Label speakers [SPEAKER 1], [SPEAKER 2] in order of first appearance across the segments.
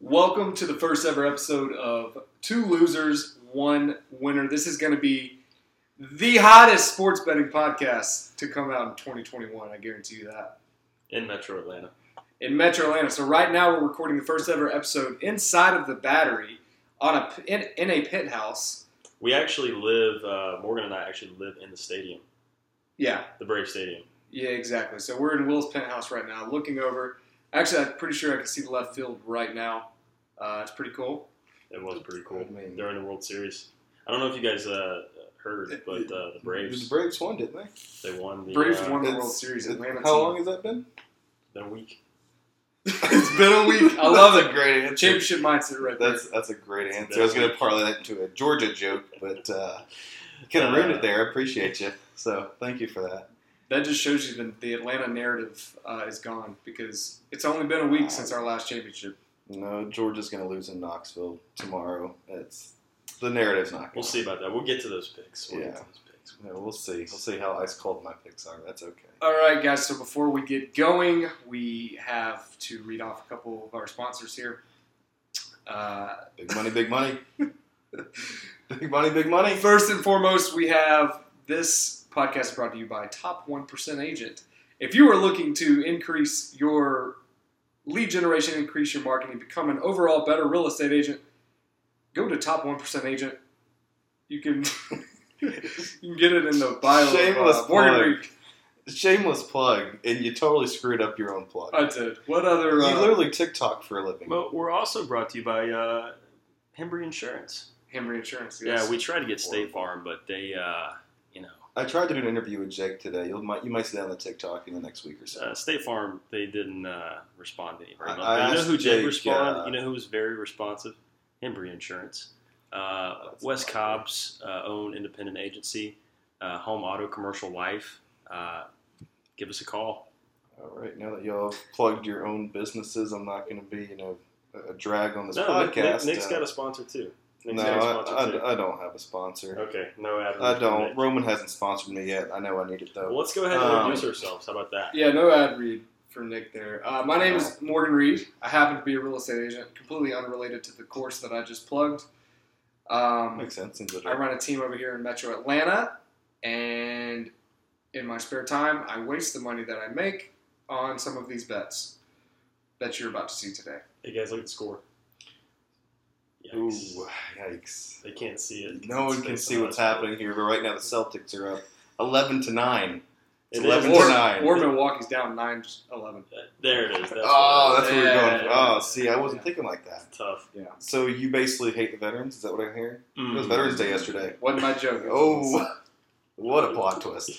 [SPEAKER 1] Welcome to the first ever episode of Two Losers, One Winner. This is going to be the hottest sports betting podcast to come out in 2021. I guarantee you that.
[SPEAKER 2] in Metro Atlanta.
[SPEAKER 1] in Metro Atlanta. So right now we're recording the first ever episode inside of the battery on a p- in, in a pit house.
[SPEAKER 2] We actually live. Uh, Morgan and I actually live in the stadium,
[SPEAKER 1] Yeah,
[SPEAKER 2] the Brave Stadium.
[SPEAKER 1] yeah, exactly. So we're in Will's penthouse right now, looking over. Actually, I'm pretty sure I can see the left field right now. Uh, it's pretty cool.
[SPEAKER 2] It was pretty cool
[SPEAKER 3] I mean,
[SPEAKER 2] during the World Series. I don't know if you guys uh, heard, but uh, the
[SPEAKER 3] The
[SPEAKER 2] Braves
[SPEAKER 3] Braves won, didn't they?
[SPEAKER 2] they won the
[SPEAKER 1] Braves
[SPEAKER 2] uh,
[SPEAKER 1] won the
[SPEAKER 3] It's-
[SPEAKER 1] World Series.
[SPEAKER 3] it-
[SPEAKER 1] Atlanta.
[SPEAKER 3] how
[SPEAKER 1] team.
[SPEAKER 3] long has that been?
[SPEAKER 2] their week.
[SPEAKER 1] it's been a week. I love
[SPEAKER 3] That's
[SPEAKER 1] it.
[SPEAKER 3] a great answer.
[SPEAKER 1] Championship mindset right there.
[SPEAKER 3] That's that's a great answer. I was going to parlay that into a Georgia joke, but uh, you could have
[SPEAKER 2] Uh,
[SPEAKER 3] ruined it there. I appreciate you. So thank you for that.
[SPEAKER 1] That just shows you that the Atlanta narrative uh, is gone because it's only been a week since our last championship.
[SPEAKER 3] No, Georgia's going to lose in Knoxville tomorrow. It's the narrative's not. Gonna,
[SPEAKER 2] We'll see about that. We'll get to those picks. We'll get to
[SPEAKER 3] Yeah.
[SPEAKER 2] those picks.
[SPEAKER 3] Yeah, we'll see. We'll see how ice cold my picks are. That's okay.
[SPEAKER 1] All right, guys. So before we get going, we have to read off a couple of our sponsors here. Uh,
[SPEAKER 3] Big money, big money, big money, big money.
[SPEAKER 1] first and foremost, we have this podcast brought to you by Top One Percent Agent. If you are looking to increase your lead generation, increase your marketing, become an overall better real estate agent, go to Top One Percent Agent. You can you can get it in the bio. of, uh,
[SPEAKER 3] Shameless
[SPEAKER 1] Morgan
[SPEAKER 3] plug.
[SPEAKER 1] Reed.
[SPEAKER 3] Shameless plug, and you totally screwed up your own plug.
[SPEAKER 1] I did. What other?
[SPEAKER 3] you
[SPEAKER 1] Uh,
[SPEAKER 3] literally TikTok for a living.
[SPEAKER 2] But we're also brought to you by uh, Hembry Insurance.
[SPEAKER 1] Henry Insurance. yes.
[SPEAKER 2] Yeah, we tried to get State Farm, but they, uh, you know,
[SPEAKER 3] I tried to do an interview with Jake today. You might you might see that on the TikTok in the next week or so.
[SPEAKER 2] uh, State Farm, they didn't uh, respond to any very
[SPEAKER 3] I-
[SPEAKER 2] much.
[SPEAKER 3] I
[SPEAKER 2] But you know
[SPEAKER 3] asked
[SPEAKER 2] who did
[SPEAKER 3] Jake,
[SPEAKER 2] respond?
[SPEAKER 3] uh,
[SPEAKER 2] you know who was very responsive? Hembry Insurance. Uh,
[SPEAKER 3] That's
[SPEAKER 2] West
[SPEAKER 3] not right.
[SPEAKER 2] Cobb's uh, own independent agency, uh, Home Auto Commercial Life. Uh, give us a call.
[SPEAKER 3] All right, now that y'all have plugged your own businesses, I'm not going to be you know a- a drag on this
[SPEAKER 2] No, Nick-
[SPEAKER 3] podcast.
[SPEAKER 2] Nick, has
[SPEAKER 3] Uh,
[SPEAKER 2] got a sponsor too. Nick's
[SPEAKER 3] no,
[SPEAKER 2] got a
[SPEAKER 3] I,
[SPEAKER 2] sponsor too.
[SPEAKER 3] I, I don't have a sponsor.
[SPEAKER 2] okay, no Adam.
[SPEAKER 3] I don't. Roman hasn't sponsored me yet. I know I need it
[SPEAKER 2] Well,
[SPEAKER 3] though.
[SPEAKER 2] let's go ahead and
[SPEAKER 3] Um,
[SPEAKER 2] introduce ourselves. How about that?
[SPEAKER 1] Yeah, no ad read for Nick there. Uh, my name is Morgan Reed. I happen to be a real estate agent, completely unrelated to the course that I just plugged. Um,
[SPEAKER 3] Makes sense. Seems
[SPEAKER 1] I
[SPEAKER 3] legit.
[SPEAKER 1] run a team over here in Metro Atlanta, and in my spare time, I waste the money that I make on some of these bets that you're about to see today.
[SPEAKER 2] Hey guys, look at the score.
[SPEAKER 3] Ooh,
[SPEAKER 2] Yikes.
[SPEAKER 3] yikes!
[SPEAKER 2] They can't see it.
[SPEAKER 3] No one
[SPEAKER 2] It's
[SPEAKER 3] can
[SPEAKER 2] based
[SPEAKER 3] see
[SPEAKER 2] on us,
[SPEAKER 3] what's
[SPEAKER 2] but-
[SPEAKER 3] happening here, but right now the Celtics are up 11 to nine. It's
[SPEAKER 2] It
[SPEAKER 3] 11
[SPEAKER 2] is.
[SPEAKER 3] to
[SPEAKER 1] Or,
[SPEAKER 3] nine.
[SPEAKER 1] or Milwaukee's down 9 11.
[SPEAKER 2] There it is. That's
[SPEAKER 3] oh,
[SPEAKER 2] what it
[SPEAKER 3] that's
[SPEAKER 2] is.
[SPEAKER 3] where we're
[SPEAKER 1] Yeah.
[SPEAKER 3] going. Oh, see, I wasn't thinking like that.
[SPEAKER 2] That's tough. Mm.
[SPEAKER 3] So you basically hate the veterans? Is that what I hear? It
[SPEAKER 2] Hmm.
[SPEAKER 3] was Veterans Day yesterday.
[SPEAKER 1] Wasn't my joke.
[SPEAKER 3] Oh, what a plot twist!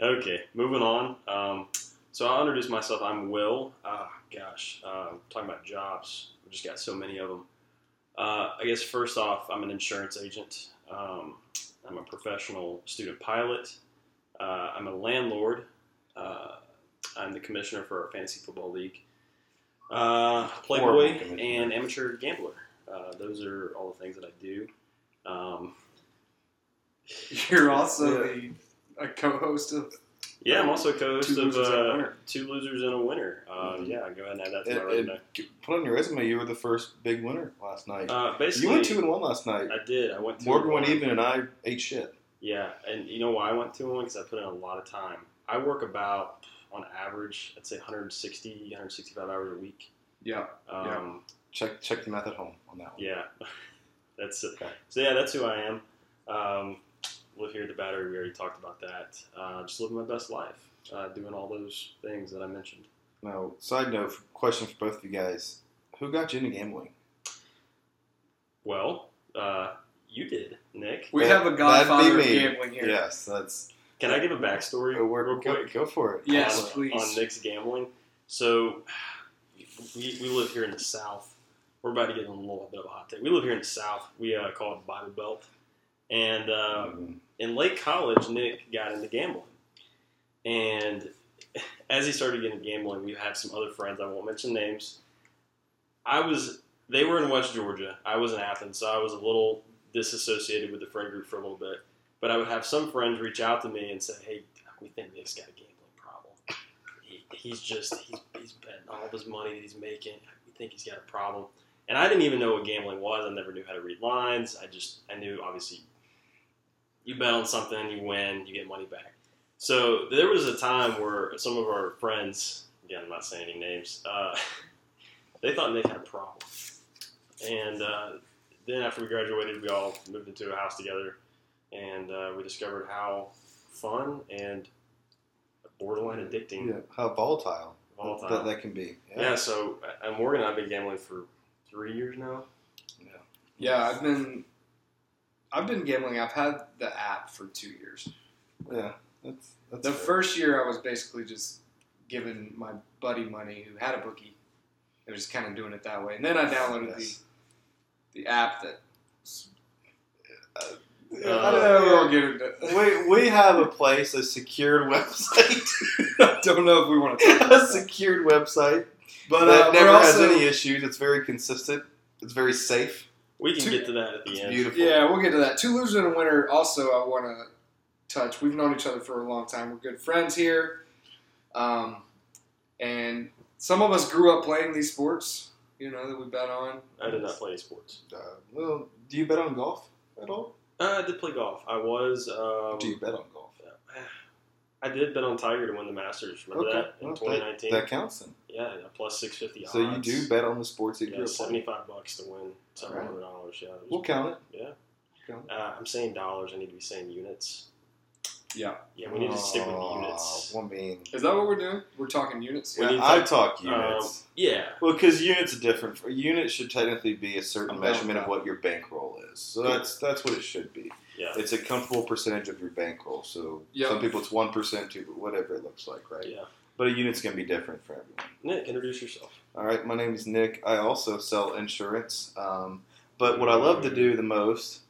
[SPEAKER 2] Okay, moving on. Um, so I'll introduce myself. I'm Will. Ah, gosh, uh, talking about jobs. We just got so many of them. Uh, I guess first off, I'm an insurance agent. Um, I'm a professional student pilot. Uh, I'm a landlord. Uh, I'm the commissioner for our fantasy football league. Uh,
[SPEAKER 3] Horrible
[SPEAKER 2] Playboy
[SPEAKER 3] commissioner.
[SPEAKER 2] and amateur gambler. Uh, those are all the things that I do. Um,
[SPEAKER 1] You're also the a co host of
[SPEAKER 2] yeah, I'm also co-host
[SPEAKER 1] Two
[SPEAKER 2] of
[SPEAKER 1] Losers and a
[SPEAKER 2] uh,
[SPEAKER 1] Winner.
[SPEAKER 2] Two Losers and a Winner. Uh,
[SPEAKER 3] Mhm.
[SPEAKER 2] Yeah, go ahead and add that to
[SPEAKER 3] It-
[SPEAKER 2] my
[SPEAKER 3] it-
[SPEAKER 2] resume.
[SPEAKER 3] Put on your resume. You were the first big winner last night.
[SPEAKER 2] Uh, basically,
[SPEAKER 3] you went two and one last night.
[SPEAKER 2] I did. I went two.
[SPEAKER 3] Morgan
[SPEAKER 2] and
[SPEAKER 3] went
[SPEAKER 2] one.
[SPEAKER 3] even, and I ate shit.
[SPEAKER 2] Yeah, and you know why I went two and one? Because I put in a lot of time. I work about, on average, I'd say 160, 165 hours a week.
[SPEAKER 1] Yeah.
[SPEAKER 2] Um,
[SPEAKER 3] Check check the math at home on that one.
[SPEAKER 2] yeah. that's it.
[SPEAKER 3] Okay.
[SPEAKER 2] So yeah, that's who I am. Um, live here at the Battery. We already talked about that. Uh, just living my best life, uh, doing all those things that I mentioned.
[SPEAKER 3] Now, side note question for both of you guys: Who got you into gambling?
[SPEAKER 2] Well, uh, you did, Nick.
[SPEAKER 1] We
[SPEAKER 3] That-
[SPEAKER 1] have a
[SPEAKER 3] that'd be
[SPEAKER 1] godfather of
[SPEAKER 3] me.
[SPEAKER 1] gambling here.
[SPEAKER 3] Yes, that's
[SPEAKER 2] Can I give a backstory
[SPEAKER 3] a word.
[SPEAKER 2] real
[SPEAKER 3] Go,
[SPEAKER 2] quick?
[SPEAKER 3] go for it.
[SPEAKER 1] Yes,
[SPEAKER 2] on, uh,
[SPEAKER 1] please.
[SPEAKER 2] on Nick's gambling. So we, we live here in the South. We're about to get in a little bit of a hot take. We live here in the South. We uh, call it Bible Belt. And uh, in late college, Nick got into gambling. And as he started getting gambling, we had some other friends. I won't mention names. I was, they were in West Georgia. I was in Athens, so I was a little disassociated with the friend group for a little bit. But I would have some friends reach out to me and say, hey, we think Nick's got a gambling problem. He, he's just, he's, he's betting all of his money that he's making. We think he's got a problem. And I didn't even know what gambling was. I never knew how to read lines. I just I knew obviously you bet on something, you win, you get money back. So there was a time where some of our friends, again, I'm not saying any names, uh, they thought Nick had a problem. And uh, then after we graduated, we all moved into a house together, and uh, we discovered how fun and borderline addicting
[SPEAKER 3] Yeah, how volatile,
[SPEAKER 2] volatile.
[SPEAKER 3] That, that can be.
[SPEAKER 2] yeah. so and Morgan and I've been gambling for three years now.
[SPEAKER 1] Yeah, I've been I've been gambling. I've had the app for two years.
[SPEAKER 3] Yeah, that's that's
[SPEAKER 1] The
[SPEAKER 3] fair.
[SPEAKER 1] first year, I was basically just giving my buddy money who had a bookie, and just kind of doing it that way. And then I downloaded
[SPEAKER 3] Yes.
[SPEAKER 1] the the app that
[SPEAKER 3] Yeah,
[SPEAKER 2] Uh,
[SPEAKER 3] I don't
[SPEAKER 1] Yeah, we
[SPEAKER 3] know.
[SPEAKER 1] won't get into.
[SPEAKER 3] We, we have a place, a secured website,
[SPEAKER 1] I don't know if we want to talk
[SPEAKER 3] a
[SPEAKER 1] about that.
[SPEAKER 3] secured website
[SPEAKER 1] But uh,
[SPEAKER 3] that
[SPEAKER 1] we're
[SPEAKER 3] never has
[SPEAKER 1] also-
[SPEAKER 3] any issues. It's very consistent. It's very safe.
[SPEAKER 2] We can
[SPEAKER 1] Two-
[SPEAKER 2] get to that at the
[SPEAKER 3] It's
[SPEAKER 2] end.
[SPEAKER 3] beautiful.
[SPEAKER 1] Yeah, we'll get to that. Two losers and a winner. Also, I want to touch. We've known each other for a long time. We're good friends here, um, and some of us grew up playing these sports. You know that we bet on.
[SPEAKER 2] I did not play any sports.
[SPEAKER 3] Uh, well, do you bet on golf at all?
[SPEAKER 2] Uh, I did play golf. I was. Um,
[SPEAKER 3] do you bet on golf?
[SPEAKER 2] I did bet on Tiger to win the Masters. Remember
[SPEAKER 3] Okay.
[SPEAKER 2] that in
[SPEAKER 3] Well, that-
[SPEAKER 2] 2019?
[SPEAKER 3] That counts then.
[SPEAKER 2] yeah, yeah, plus 650 odds.
[SPEAKER 3] So you do bet on the sports that
[SPEAKER 2] Yeah,
[SPEAKER 3] you're playing.
[SPEAKER 2] 75 bucks to win several
[SPEAKER 3] Alright.
[SPEAKER 2] hundred dollars. Yeah, it was-
[SPEAKER 3] We'll count it.
[SPEAKER 2] uh, I'm saying dollars. I need to be saying units.
[SPEAKER 1] Yeah.
[SPEAKER 2] Yeah, we need to stick with
[SPEAKER 3] Aw,
[SPEAKER 2] units.
[SPEAKER 3] Uh, well, I mean,
[SPEAKER 1] Is that what we're doing? We're talking units.
[SPEAKER 2] We
[SPEAKER 3] yeah,
[SPEAKER 2] need to-
[SPEAKER 3] I talk
[SPEAKER 2] um,
[SPEAKER 3] units.
[SPEAKER 2] Yeah.
[SPEAKER 3] well, because units are different. A unit should technically be a
[SPEAKER 1] I'm
[SPEAKER 3] certain
[SPEAKER 1] down with
[SPEAKER 3] measurement of
[SPEAKER 1] that.
[SPEAKER 3] what your bankroll is. So that's that's what it should be.
[SPEAKER 2] Yeah.
[SPEAKER 3] It's a comfortable percentage of your bankroll. So
[SPEAKER 1] Yeah.
[SPEAKER 3] some people it's one percent, two, whatever it looks like, right?
[SPEAKER 2] Yeah.
[SPEAKER 3] But a unit's gonna be different for everyone.
[SPEAKER 2] Nick, introduce yourself.
[SPEAKER 3] All right, my name is Nick. I also sell insurance. Um, but what I love to do the most,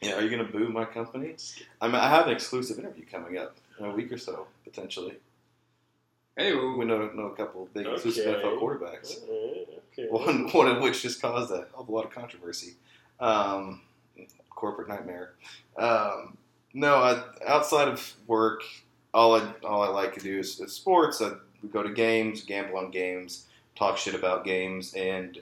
[SPEAKER 3] yeah, are you gonna boo my company? I mean, I have an exclusive interview coming up in a week or so potentially.
[SPEAKER 1] Hey,
[SPEAKER 3] We
[SPEAKER 1] we-
[SPEAKER 3] know, know a couple of big exclusive
[SPEAKER 2] Okay.
[SPEAKER 3] NFL quarterbacks.
[SPEAKER 2] Okay.
[SPEAKER 3] One, one of which just caused a, a lot of controversy. Um, corporate nightmare. Um, no, I, outside of work, all I all I like to do is, is sports. I we go to games, gamble on games, talk shit about games, and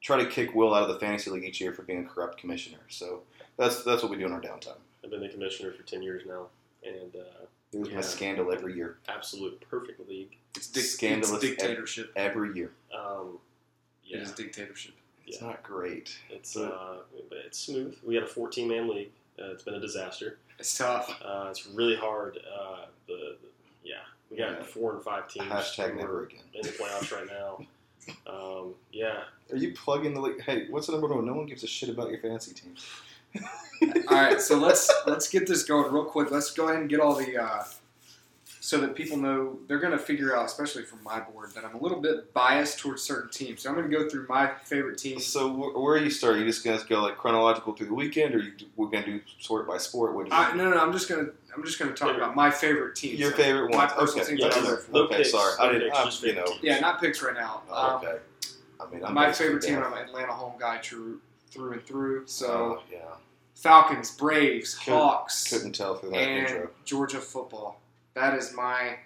[SPEAKER 3] try to kick Will out of the fantasy league each year for being a corrupt commissioner. So that's that's what we do in our downtime.
[SPEAKER 2] I've been the commissioner for 10 years now, and uh,
[SPEAKER 3] There's
[SPEAKER 2] Yeah.
[SPEAKER 3] my scandal every year,
[SPEAKER 2] absolute perfect league.
[SPEAKER 1] it's, dic-
[SPEAKER 3] scandalous
[SPEAKER 1] it's dictatorship.
[SPEAKER 3] every year.
[SPEAKER 2] Um, yeah,
[SPEAKER 1] It is dictatorship.
[SPEAKER 3] It's
[SPEAKER 2] Yeah.
[SPEAKER 3] not great.
[SPEAKER 2] it's uh, but it's smooth. We had a 14 man league. Uh, it's been a disaster.
[SPEAKER 1] It's tough.
[SPEAKER 2] Uh, it's really hard. Uh, the, the- yeah, we got
[SPEAKER 3] Yeah.
[SPEAKER 2] four and five teams.
[SPEAKER 3] Hashtag
[SPEAKER 2] We're
[SPEAKER 3] never again.
[SPEAKER 2] in the playoffs right now. Um, yeah,
[SPEAKER 3] Are you plugging the league? Hey, what's the number one? No one gives a shit about your fantasy team.
[SPEAKER 1] all right, so let's let's get this going real quick. Let's go ahead and get all the uh, so that people know they're going to figure out, especially from my board, that I'm a little bit biased towards certain teams. So I'm going to go through my favorite teams.
[SPEAKER 3] So wh- where are you starting? You just gonna go like chronological through the weekend, or you, we're gonna do sort by sport? What do you
[SPEAKER 1] I, no, no, I'm just going to I'm just going to talk about my favorite teams.
[SPEAKER 3] your favorite
[SPEAKER 1] My
[SPEAKER 3] one?
[SPEAKER 1] personal
[SPEAKER 3] okay,
[SPEAKER 1] team that I
[SPEAKER 3] okay,
[SPEAKER 1] live for.
[SPEAKER 2] No
[SPEAKER 3] okay,
[SPEAKER 2] picks,
[SPEAKER 3] sorry,
[SPEAKER 2] no
[SPEAKER 3] I didn't.
[SPEAKER 2] picks,
[SPEAKER 3] I,
[SPEAKER 2] just
[SPEAKER 3] you know,
[SPEAKER 2] favorite
[SPEAKER 1] Yeah, not picks right now. Um,
[SPEAKER 3] oh, okay. I mean, I'm
[SPEAKER 1] my
[SPEAKER 3] basically
[SPEAKER 1] favorite team,
[SPEAKER 3] down.
[SPEAKER 1] I'm an Atlanta home guy through through and through. So
[SPEAKER 3] Oh, yeah,
[SPEAKER 1] Falcons, Braves,
[SPEAKER 3] Couldn't-
[SPEAKER 1] Hawks,
[SPEAKER 3] couldn't tell through that
[SPEAKER 1] and
[SPEAKER 3] intro.
[SPEAKER 1] Georgia football. That is my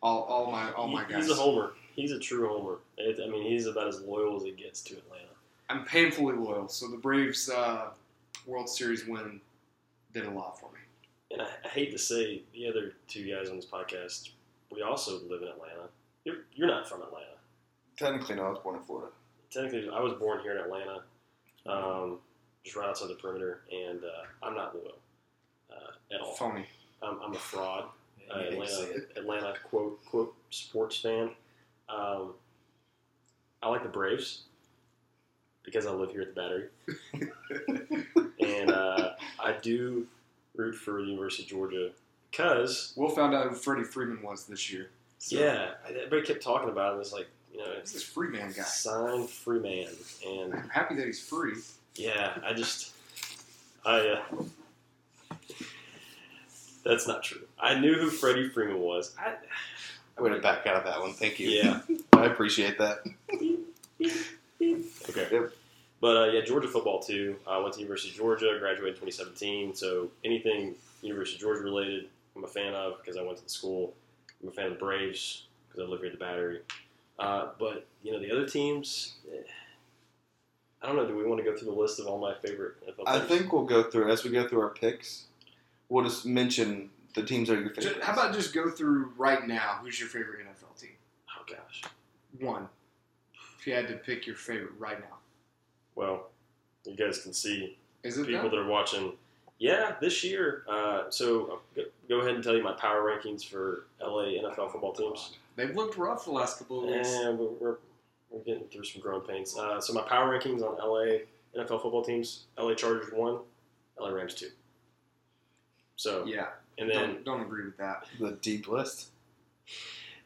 [SPEAKER 1] all, all my all Oh my
[SPEAKER 2] He-
[SPEAKER 1] guys.
[SPEAKER 2] He's a homer. He's a true homer. It, I mean, he's about as loyal as he gets to Atlanta.
[SPEAKER 1] I'm painfully loyal. So the Braves uh, World Series win did a lot for me.
[SPEAKER 2] And I, I hate to say, the other two guys on this podcast, we also live in Atlanta. You're, you're not from Atlanta.
[SPEAKER 3] Technically, no, I was born in Florida.
[SPEAKER 2] Technically, I was born here in Atlanta, um, just right outside the perimeter, and uh, I'm not loyal uh, at all.
[SPEAKER 1] Phony.
[SPEAKER 2] I'm, I'm a fraud. Uh,
[SPEAKER 3] You hate to say
[SPEAKER 2] Atlanta,
[SPEAKER 3] it.
[SPEAKER 2] Atlanta quote quote sports fan. Um, I like the Braves because I live here at the Battery, and uh, I do root for the University of Georgia because
[SPEAKER 1] We'll find out who Freddie Freeman was this year. So,
[SPEAKER 2] yeah, everybody kept talking about it. It was like you know,
[SPEAKER 1] He's this free man guy.
[SPEAKER 2] sign free man, and
[SPEAKER 1] I'm happy that he's free.
[SPEAKER 2] yeah, I just I. Uh, that's not true. I knew who Freddie Freeman was. I,
[SPEAKER 3] I'm gonna back out of that one. Thank you.
[SPEAKER 2] yeah,
[SPEAKER 3] I appreciate that.
[SPEAKER 2] Okay.
[SPEAKER 3] Yep.
[SPEAKER 2] But uh, yeah, Georgia football too. I went to University of Georgia, graduated in 2017. So anything University of Georgia related, I'm a fan of because I went to the school. I'm a fan of the Braves because I live here at the Battery. Uh, but you know the other teams, eh, don't know. Do we want to go through the list of all my favorite NFL
[SPEAKER 3] I
[SPEAKER 2] teams?
[SPEAKER 3] think we'll go through as we go through our picks. We'll just mention the teams that are your
[SPEAKER 1] Ju-
[SPEAKER 3] favorites.
[SPEAKER 1] How about just go through right now? Who's your favorite NFL team?
[SPEAKER 2] Oh gosh.
[SPEAKER 1] One. If you had to pick your favorite right now,
[SPEAKER 2] Well, you guys can see
[SPEAKER 1] is it
[SPEAKER 2] people
[SPEAKER 1] them?
[SPEAKER 2] that are watching. Yeah, this year. Uh, so go, go ahead and tell you my power rankings for LA NFL football teams.
[SPEAKER 1] They've looked rough the last couple of weeks.
[SPEAKER 2] And we're, we're getting through some growing pains. Uh, so my power rankings on LA NFL football teams: LA Chargers one, LA Rams two. So
[SPEAKER 1] Yeah,
[SPEAKER 2] and then
[SPEAKER 1] don't, don't agree with that.
[SPEAKER 3] The deep list.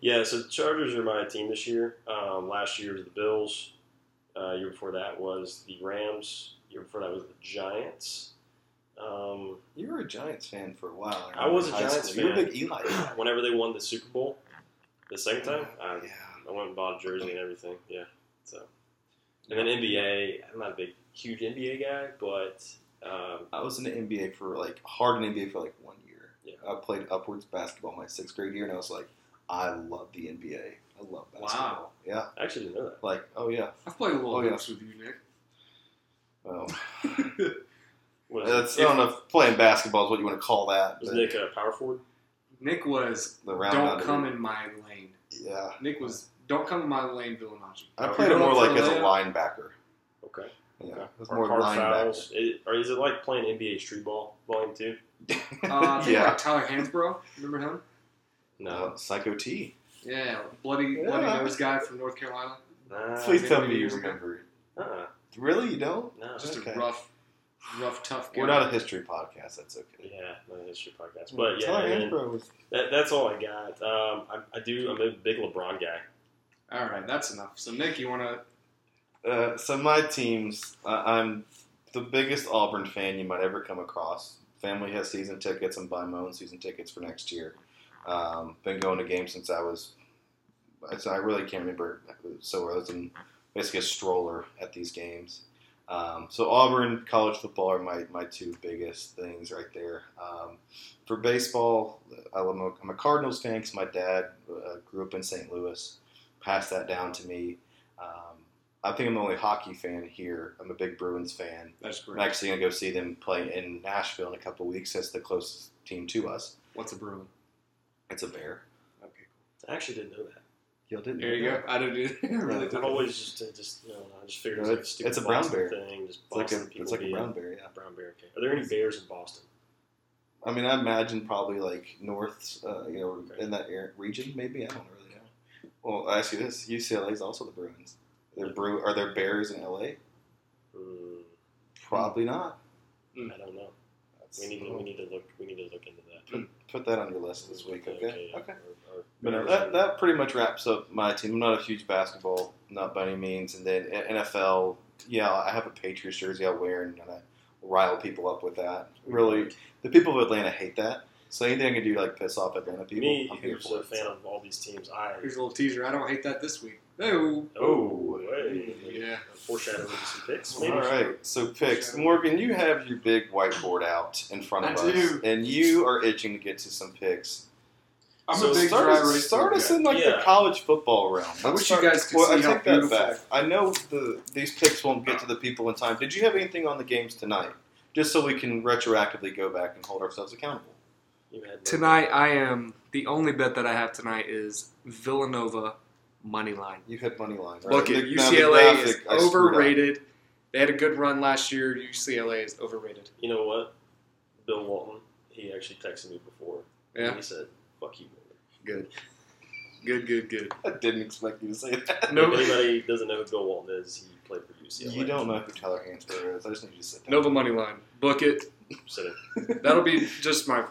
[SPEAKER 2] yeah, so the Chargers are my team this year. Um, last year was the Bills. Uh, year before that was the Rams. Year before that was the Giants. Um,
[SPEAKER 3] You were a Giants fan for a while.
[SPEAKER 2] I was a
[SPEAKER 3] remember in high
[SPEAKER 2] Giants
[SPEAKER 3] school. You were a
[SPEAKER 2] fan.
[SPEAKER 3] big Eli fan.
[SPEAKER 2] whenever they won the Super Bowl, the second time, I,
[SPEAKER 3] yeah.
[SPEAKER 2] I went and bought a jersey and everything. Yeah. So, and then NBA. I'm not a big, huge NBA guy, but um,
[SPEAKER 3] I was in the NBA for like hard in NBA for like one year.
[SPEAKER 2] Yeah.
[SPEAKER 3] I played upwards basketball my sixth grade year, and I was like, I love the NBA. I love basketball. Yeah.
[SPEAKER 2] I actually didn't know that.
[SPEAKER 3] Like, oh yeah.
[SPEAKER 1] I've played a little
[SPEAKER 3] Oh, yeah.
[SPEAKER 1] hoops with you, Nick.
[SPEAKER 3] Well,
[SPEAKER 2] What is
[SPEAKER 3] that's, I don't know if playing basketball is what you want to call that.
[SPEAKER 2] Was
[SPEAKER 3] but
[SPEAKER 2] Nick a power forward?
[SPEAKER 1] Nick was
[SPEAKER 3] the round
[SPEAKER 1] don't
[SPEAKER 3] out of
[SPEAKER 1] come
[SPEAKER 3] it-
[SPEAKER 1] in my lane.
[SPEAKER 3] Yeah.
[SPEAKER 1] Nick was don't come in my lane, Villanachi.
[SPEAKER 3] I
[SPEAKER 2] Oh,
[SPEAKER 3] played
[SPEAKER 1] you
[SPEAKER 3] it more
[SPEAKER 1] go up
[SPEAKER 3] like
[SPEAKER 1] for
[SPEAKER 3] as a
[SPEAKER 1] layup?
[SPEAKER 3] linebacker.
[SPEAKER 2] Okay.
[SPEAKER 3] Yeah,
[SPEAKER 2] Okay.
[SPEAKER 3] it was
[SPEAKER 2] Or
[SPEAKER 3] more
[SPEAKER 2] hard
[SPEAKER 3] linebacker.
[SPEAKER 2] fouls? Is, or is it like playing NBA street ball, volume two?
[SPEAKER 1] Uh, I think
[SPEAKER 3] yeah,
[SPEAKER 1] like Tyler Hansbrough, remember him?
[SPEAKER 3] no, Psycho T.
[SPEAKER 1] Yeah, bloody
[SPEAKER 3] Yeah.
[SPEAKER 1] bloody nose guy from North Carolina.
[SPEAKER 2] Nah.
[SPEAKER 3] Please tell me
[SPEAKER 1] maybe
[SPEAKER 3] you
[SPEAKER 1] it was-
[SPEAKER 3] remember. it.
[SPEAKER 2] Uh-uh.
[SPEAKER 3] Really, you don't?
[SPEAKER 2] No.
[SPEAKER 1] Just
[SPEAKER 3] Okay.
[SPEAKER 1] a rough, rough, tough guy.
[SPEAKER 3] We're not a history podcast. That's okay.
[SPEAKER 2] Yeah, no, that's your podcast. But yeah,
[SPEAKER 3] Tyler
[SPEAKER 2] and then
[SPEAKER 3] Hansbrough was-
[SPEAKER 2] that, that's all I got. Um, I, I do. I'm a big LeBron guy.
[SPEAKER 1] All right, that's enough. So Nick, you want to?
[SPEAKER 3] Uh, so my teams, I I'm the biggest Auburn fan you might ever come across. Family has season tickets. I'm buying my own season tickets for next year. Um, been going to games since I was. I- I really can't remember. So I was in basically a stroller at these games. Um, so Auburn, college football are my, my two biggest things right there. Um, for baseball, I love- I'm a Cardinals fan because my dad uh, grew up in St. Louis, passed that down to me. Um, I think I'm the only hockey fan here. I'm a big Bruins fan.
[SPEAKER 1] That's
[SPEAKER 3] I'm actually going to go see them play in Nashville in a couple weeks. That's the closest team to us.
[SPEAKER 1] What's a Bruin?
[SPEAKER 3] It's a bear.
[SPEAKER 1] Okay,
[SPEAKER 2] I actually didn't know that.
[SPEAKER 3] Y'all didn't
[SPEAKER 1] there you
[SPEAKER 3] know
[SPEAKER 1] go.
[SPEAKER 3] that?
[SPEAKER 1] I don't do I really
[SPEAKER 2] I've
[SPEAKER 1] didn't.
[SPEAKER 2] always just uh, just you know, I just figured it was
[SPEAKER 3] No,
[SPEAKER 2] like a
[SPEAKER 3] it's-
[SPEAKER 2] stupid
[SPEAKER 3] it's a brown
[SPEAKER 2] Boston
[SPEAKER 3] bear.
[SPEAKER 2] thing. Just
[SPEAKER 3] It's like
[SPEAKER 2] Boston
[SPEAKER 3] a,
[SPEAKER 2] people
[SPEAKER 3] it's like a
[SPEAKER 2] being-
[SPEAKER 3] brown bear, yeah.
[SPEAKER 2] brown bear. Okay. Are there any bears in Boston?
[SPEAKER 3] I mean, I imagine probably like north, uh, you know,
[SPEAKER 2] Okay.
[SPEAKER 3] in that area, region. Maybe I don't really know. Well, I ask you this: UCLA is also the Bruins. They're brew. Are there Bears in LA?
[SPEAKER 2] Hmm,
[SPEAKER 3] Probably not.
[SPEAKER 2] I don't know.
[SPEAKER 3] That's-
[SPEAKER 2] We need to, we need to look we need to look into that.
[SPEAKER 3] put that on your list this week, okay?
[SPEAKER 2] yeah.
[SPEAKER 3] Okay.
[SPEAKER 2] Or- or-
[SPEAKER 3] But no, that, that pretty much wraps up my team. I'm not a huge basketball, not by any means. And then N- NFL, yeah, I have a Patriots jersey I wear and I rile people up with that. Really, the people of Atlanta hate that. So anything I can do to like piss off Atlanta people,
[SPEAKER 2] me,
[SPEAKER 3] I'm here
[SPEAKER 2] who's
[SPEAKER 3] for
[SPEAKER 2] a
[SPEAKER 3] it.
[SPEAKER 2] fan of all these teams, I
[SPEAKER 1] Here's a little teaser. I don't hate that this week. No.
[SPEAKER 2] oh hey,
[SPEAKER 1] Yeah.
[SPEAKER 2] foreshadowing some picks.
[SPEAKER 3] All
[SPEAKER 2] Maybe.
[SPEAKER 3] right, so picks. Morgan, you have your big whiteboard out in front of
[SPEAKER 1] I
[SPEAKER 3] us,
[SPEAKER 1] do.
[SPEAKER 3] and you are itching to get to some picks.
[SPEAKER 1] I'm
[SPEAKER 2] So
[SPEAKER 1] a big
[SPEAKER 3] start
[SPEAKER 1] dry
[SPEAKER 3] us,
[SPEAKER 1] race
[SPEAKER 3] start
[SPEAKER 1] guy.
[SPEAKER 3] us in like the
[SPEAKER 2] Yeah.
[SPEAKER 3] college football realm.
[SPEAKER 1] I
[SPEAKER 3] Let's
[SPEAKER 1] wish you
[SPEAKER 3] start-
[SPEAKER 1] guys could
[SPEAKER 3] well, I
[SPEAKER 1] see how
[SPEAKER 3] take that
[SPEAKER 1] beautiful-
[SPEAKER 3] back. I know the these picks won't get to the people in time. Did you have anything on the games tonight? Just so we can retroactively go back and hold ourselves accountable.
[SPEAKER 2] You had no-
[SPEAKER 1] Tonight, I am the only bet that I have tonight is Villanova money line.
[SPEAKER 3] You hit money line. Right?
[SPEAKER 1] Look, at
[SPEAKER 3] Look, now the
[SPEAKER 1] UCLA is
[SPEAKER 3] graphic, I screwed up.
[SPEAKER 1] overrated. They had a good run last year. UCLA is overrated.
[SPEAKER 2] You know what? Bill Walton, he actually texted me before. and
[SPEAKER 1] Yeah,
[SPEAKER 2] He said, fuck you, Miller.
[SPEAKER 1] good, good, good, good.
[SPEAKER 3] I didn't expect you to say that.
[SPEAKER 2] If
[SPEAKER 1] Nova,
[SPEAKER 2] anybody doesn't know who Bill Walton is, he played for UCLA.
[SPEAKER 3] You don't know who Tyler Hansberry is. I just need you to sit down.
[SPEAKER 1] Nova money line. Book it.
[SPEAKER 2] Said it.
[SPEAKER 1] That'll be just my.